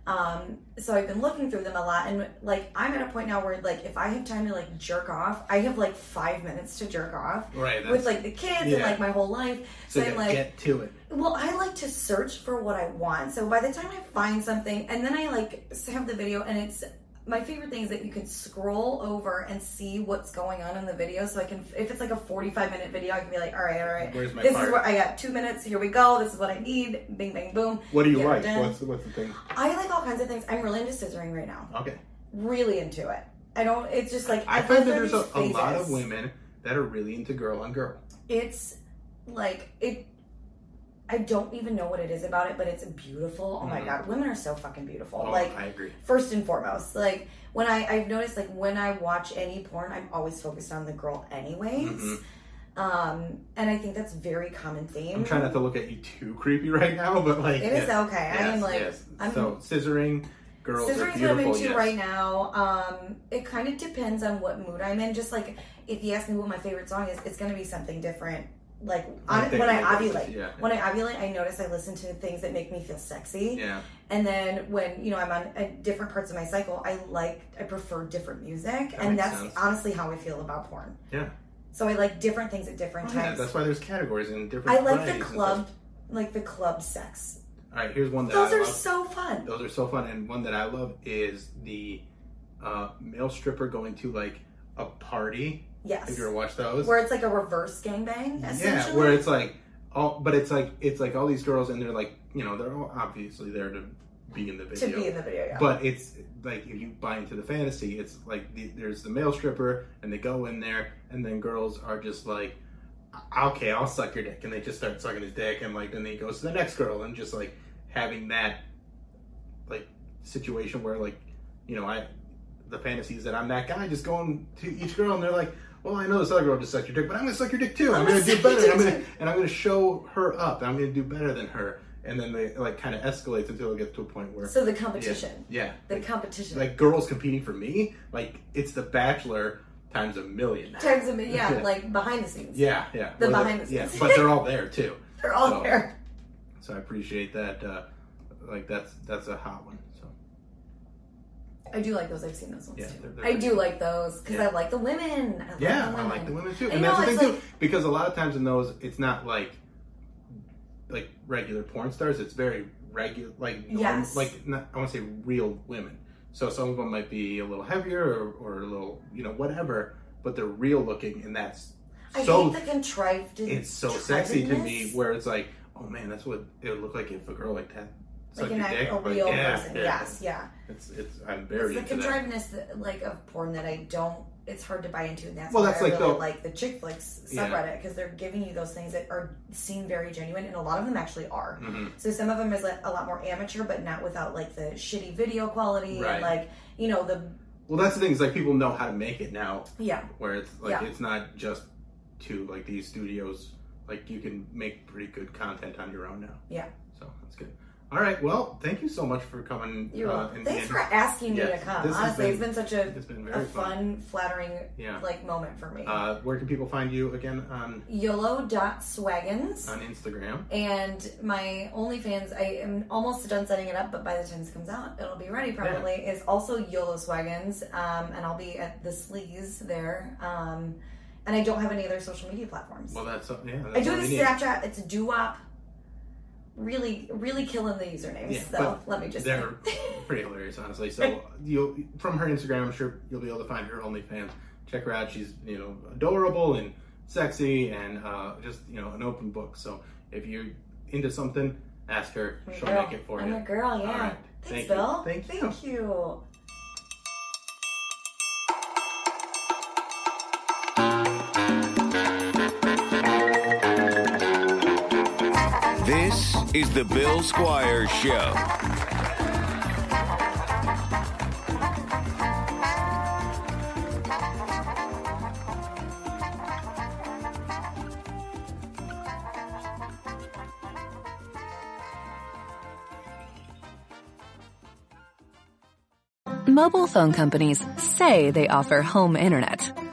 Speaker 7: Um, so I've been looking through them a lot, and like I'm at a point now where like if I have time to like jerk off, I have like five minutes to jerk off
Speaker 2: Right,
Speaker 7: with
Speaker 2: that's-
Speaker 7: like the kids and
Speaker 2: yeah.
Speaker 7: like my whole life.
Speaker 2: So,
Speaker 7: So,
Speaker 2: yeah,
Speaker 7: I'm like,
Speaker 2: get to it.
Speaker 7: well, I like to search for what I want. So by the time I find something, and then I like have the video, and it's my favorite thing is that you can scroll over and see what's going on in the video. So I can, if it's like a 45 minute video, I can be like, all right, all right,
Speaker 2: Where's my
Speaker 7: this
Speaker 2: part?
Speaker 7: is what I got two minutes. Here we go. This is what I need. Bing, bang, boom.
Speaker 2: What do you
Speaker 7: Get it
Speaker 2: like?
Speaker 7: done.
Speaker 2: What's the, what's the thing?
Speaker 7: I like all kinds of things. I'm really into scissoring right now.
Speaker 2: Okay,
Speaker 7: Really into it. I don't. It's just like
Speaker 2: I,
Speaker 7: go
Speaker 2: find that
Speaker 7: through
Speaker 2: there's a,
Speaker 7: these
Speaker 2: a lot
Speaker 7: phases.
Speaker 2: of women that are really into girl on girl.
Speaker 7: it's like it i don't even know what it is about it but it's beautiful oh my god women are so fucking beautiful
Speaker 2: Mm-hmm. Oh,
Speaker 7: like
Speaker 2: I agree.
Speaker 7: first and foremost like when i i've noticed like when i watch any porn i'm always focused on the girl anyways
Speaker 2: Mm-hmm.
Speaker 7: um and i think that's a very common theme
Speaker 2: I'm trying not to look at you too creepy right now, but like
Speaker 7: It is okay. I am, like, I'm-
Speaker 2: so scissoring girls are
Speaker 7: Scissoring's what I'm
Speaker 2: beautiful.
Speaker 7: into
Speaker 2: yes.
Speaker 7: right now. Um, it kind of depends on what mood I'm in. Just like if you ask me what my favorite song is, it's gonna be something different. Like
Speaker 2: I
Speaker 7: on,
Speaker 2: think
Speaker 7: when I
Speaker 2: I noticed,
Speaker 7: ovulate,
Speaker 2: yeah.
Speaker 7: when I ovulate, I notice I listen to things that make me feel sexy.
Speaker 2: Yeah.
Speaker 7: And then when you know I'm on uh, different parts of my cycle, I like I prefer different music, and
Speaker 2: makes
Speaker 7: that's
Speaker 2: sense.
Speaker 7: honestly how I feel about porn.
Speaker 2: Yeah.
Speaker 7: So I like different things at different
Speaker 2: Oh, yeah,
Speaker 7: times.
Speaker 2: that's why there's categories and different.
Speaker 7: I like
Speaker 2: varieties
Speaker 7: the
Speaker 2: and
Speaker 7: club,
Speaker 2: stuff.
Speaker 7: like the club sex.
Speaker 2: All right, here's one that
Speaker 7: Those
Speaker 2: I
Speaker 7: are
Speaker 2: love.
Speaker 7: so fun.
Speaker 2: Those are so fun, and one that I love is the uh, male stripper going to like a party.
Speaker 7: Yes.
Speaker 2: Have you ever watched those?
Speaker 7: Where it's like a reverse gangbang,
Speaker 2: Yeah,
Speaker 7: essentially.
Speaker 2: where it's like all, but it's like it's like all these girls, and they're like, you know, they're all obviously there to be in the
Speaker 7: to
Speaker 2: video.
Speaker 7: be in the video. Yeah.
Speaker 2: But it's like if you buy into the fantasy, it's like the, there's the male stripper, and they go in there, and then girls are just like, okay, I'll suck your dick, and they just start sucking his dick, and like then he goes to the next girl, and just like having that like situation where like you know I the fantasy is that I'm that guy just going to each girl, and they're like. Well, I know this other girl just sucked your dick, but I'm gonna suck your dick too. I'm,
Speaker 7: I'm
Speaker 2: gonna
Speaker 7: gonna
Speaker 2: do
Speaker 7: suck your
Speaker 2: better. I'm
Speaker 7: dick
Speaker 2: gonna
Speaker 7: too."
Speaker 2: and I'm gonna show her up. and I'm gonna do better than her. And then they like kind of escalates until it gets to a point where
Speaker 7: so the
Speaker 2: Yeah.
Speaker 7: competition.
Speaker 2: yeah,
Speaker 7: The
Speaker 2: Like-
Speaker 7: competition.
Speaker 2: like girls competing for me. Like it's The Bachelor times a million.
Speaker 7: Times of yeah, like behind the scenes.
Speaker 2: Yeah, yeah.
Speaker 7: The
Speaker 2: Well,
Speaker 7: behind the
Speaker 2: Yeah,
Speaker 7: scenes.
Speaker 2: but they're all there too.
Speaker 7: They're all
Speaker 2: So-
Speaker 7: there.
Speaker 2: So I appreciate that. Uh, like that's that's a hot one. So
Speaker 7: I do like those. I've seen those ones
Speaker 2: Yeah,
Speaker 7: too.
Speaker 2: they're- they're
Speaker 7: I
Speaker 2: pretty
Speaker 7: do like those because I like the women. I love
Speaker 2: yeah,
Speaker 7: the
Speaker 2: I like the women too,
Speaker 7: I
Speaker 2: and
Speaker 7: know,
Speaker 2: that's the
Speaker 7: it's
Speaker 2: thing
Speaker 7: like-
Speaker 2: too, because a lot of times in those, it's not like like regular porn stars. It's very regular, like norm,
Speaker 7: Yes.
Speaker 2: like not, I want to say real women. So some of them might be a little heavier or, or a little, you know, whatever, but they're real looking, and that's
Speaker 7: I
Speaker 2: so
Speaker 7: hate the contrived.
Speaker 2: it's so sexy to me where it's like oh man that's what it would look like if a girl like that
Speaker 7: like
Speaker 2: sucked
Speaker 7: an
Speaker 2: your
Speaker 7: act,
Speaker 2: dick
Speaker 7: a
Speaker 2: Like,
Speaker 7: real
Speaker 2: yeah,
Speaker 7: person.
Speaker 2: yeah.
Speaker 7: Yes, yeah.
Speaker 2: it's it's i'm
Speaker 7: It's
Speaker 2: buried
Speaker 7: the
Speaker 2: into that
Speaker 7: contrivedness that, like of porn that I don't. it's hard to buy into, and that's
Speaker 2: Well,
Speaker 7: why
Speaker 2: that's
Speaker 7: I
Speaker 2: like
Speaker 7: really
Speaker 2: the-
Speaker 7: like the chick flicks
Speaker 2: Yeah.
Speaker 7: subreddit because they're giving you those things that are seem very genuine, and a lot of them actually are.
Speaker 2: Mm. Mm-hmm.
Speaker 7: So some of them is like, a lot more amateur, but not without like the shitty video quality
Speaker 2: Right.
Speaker 7: and like you know the
Speaker 2: Well, that's the thing is like people know how to make it now,
Speaker 7: yeah
Speaker 2: where it's like
Speaker 7: Yeah.
Speaker 2: it's not just to like these studios. Like you can make pretty good content on your own now.
Speaker 7: yeah.
Speaker 2: So that's good. All right. Well, thank you so much for coming.
Speaker 7: You're
Speaker 2: uh,
Speaker 7: welcome.
Speaker 2: and-
Speaker 7: Thanks
Speaker 2: and-
Speaker 7: for asking me
Speaker 2: Yes,
Speaker 7: to come.
Speaker 2: this has
Speaker 7: Honestly, it's
Speaker 2: been-
Speaker 7: been such a,
Speaker 2: it's been
Speaker 7: a
Speaker 2: very
Speaker 7: fun,
Speaker 2: fun.
Speaker 7: flattering
Speaker 2: Yeah.
Speaker 7: like moment for me.
Speaker 2: Uh, where can people find you again on
Speaker 7: YOLO.swaggins.
Speaker 2: on Instagram?
Speaker 7: and my OnlyFans, I am almost done setting it up, but by the time this comes out, it'll be ready probably. Is also YOLO Swaggins, um, and I'll be at the sleaze there. Um, and I don't have any other social media platforms.
Speaker 2: Well, that's something. Yeah, that's
Speaker 7: I do
Speaker 2: what
Speaker 7: have a
Speaker 2: we need.
Speaker 7: Snapchat. It's duop. Really, really killing the usernames.
Speaker 2: Yeah,
Speaker 7: so
Speaker 2: but
Speaker 7: let me just.
Speaker 2: They're pretty hilarious, honestly. So you'll from her Instagram, I'm sure you'll be able to find her OnlyFans. Check her out. She's you know adorable and sexy and uh, just you know an open book. So if you're into something, ask her. She'll
Speaker 7: girl.
Speaker 2: make it for
Speaker 7: I'm
Speaker 2: you.
Speaker 7: a girl. Yeah.
Speaker 2: All right.
Speaker 7: Thanks,
Speaker 2: Thank you.
Speaker 7: Bill.
Speaker 2: Thank you.
Speaker 7: Thank you.
Speaker 1: This is the Bill Squire Show.
Speaker 4: Mobile phone companies say they offer home internet.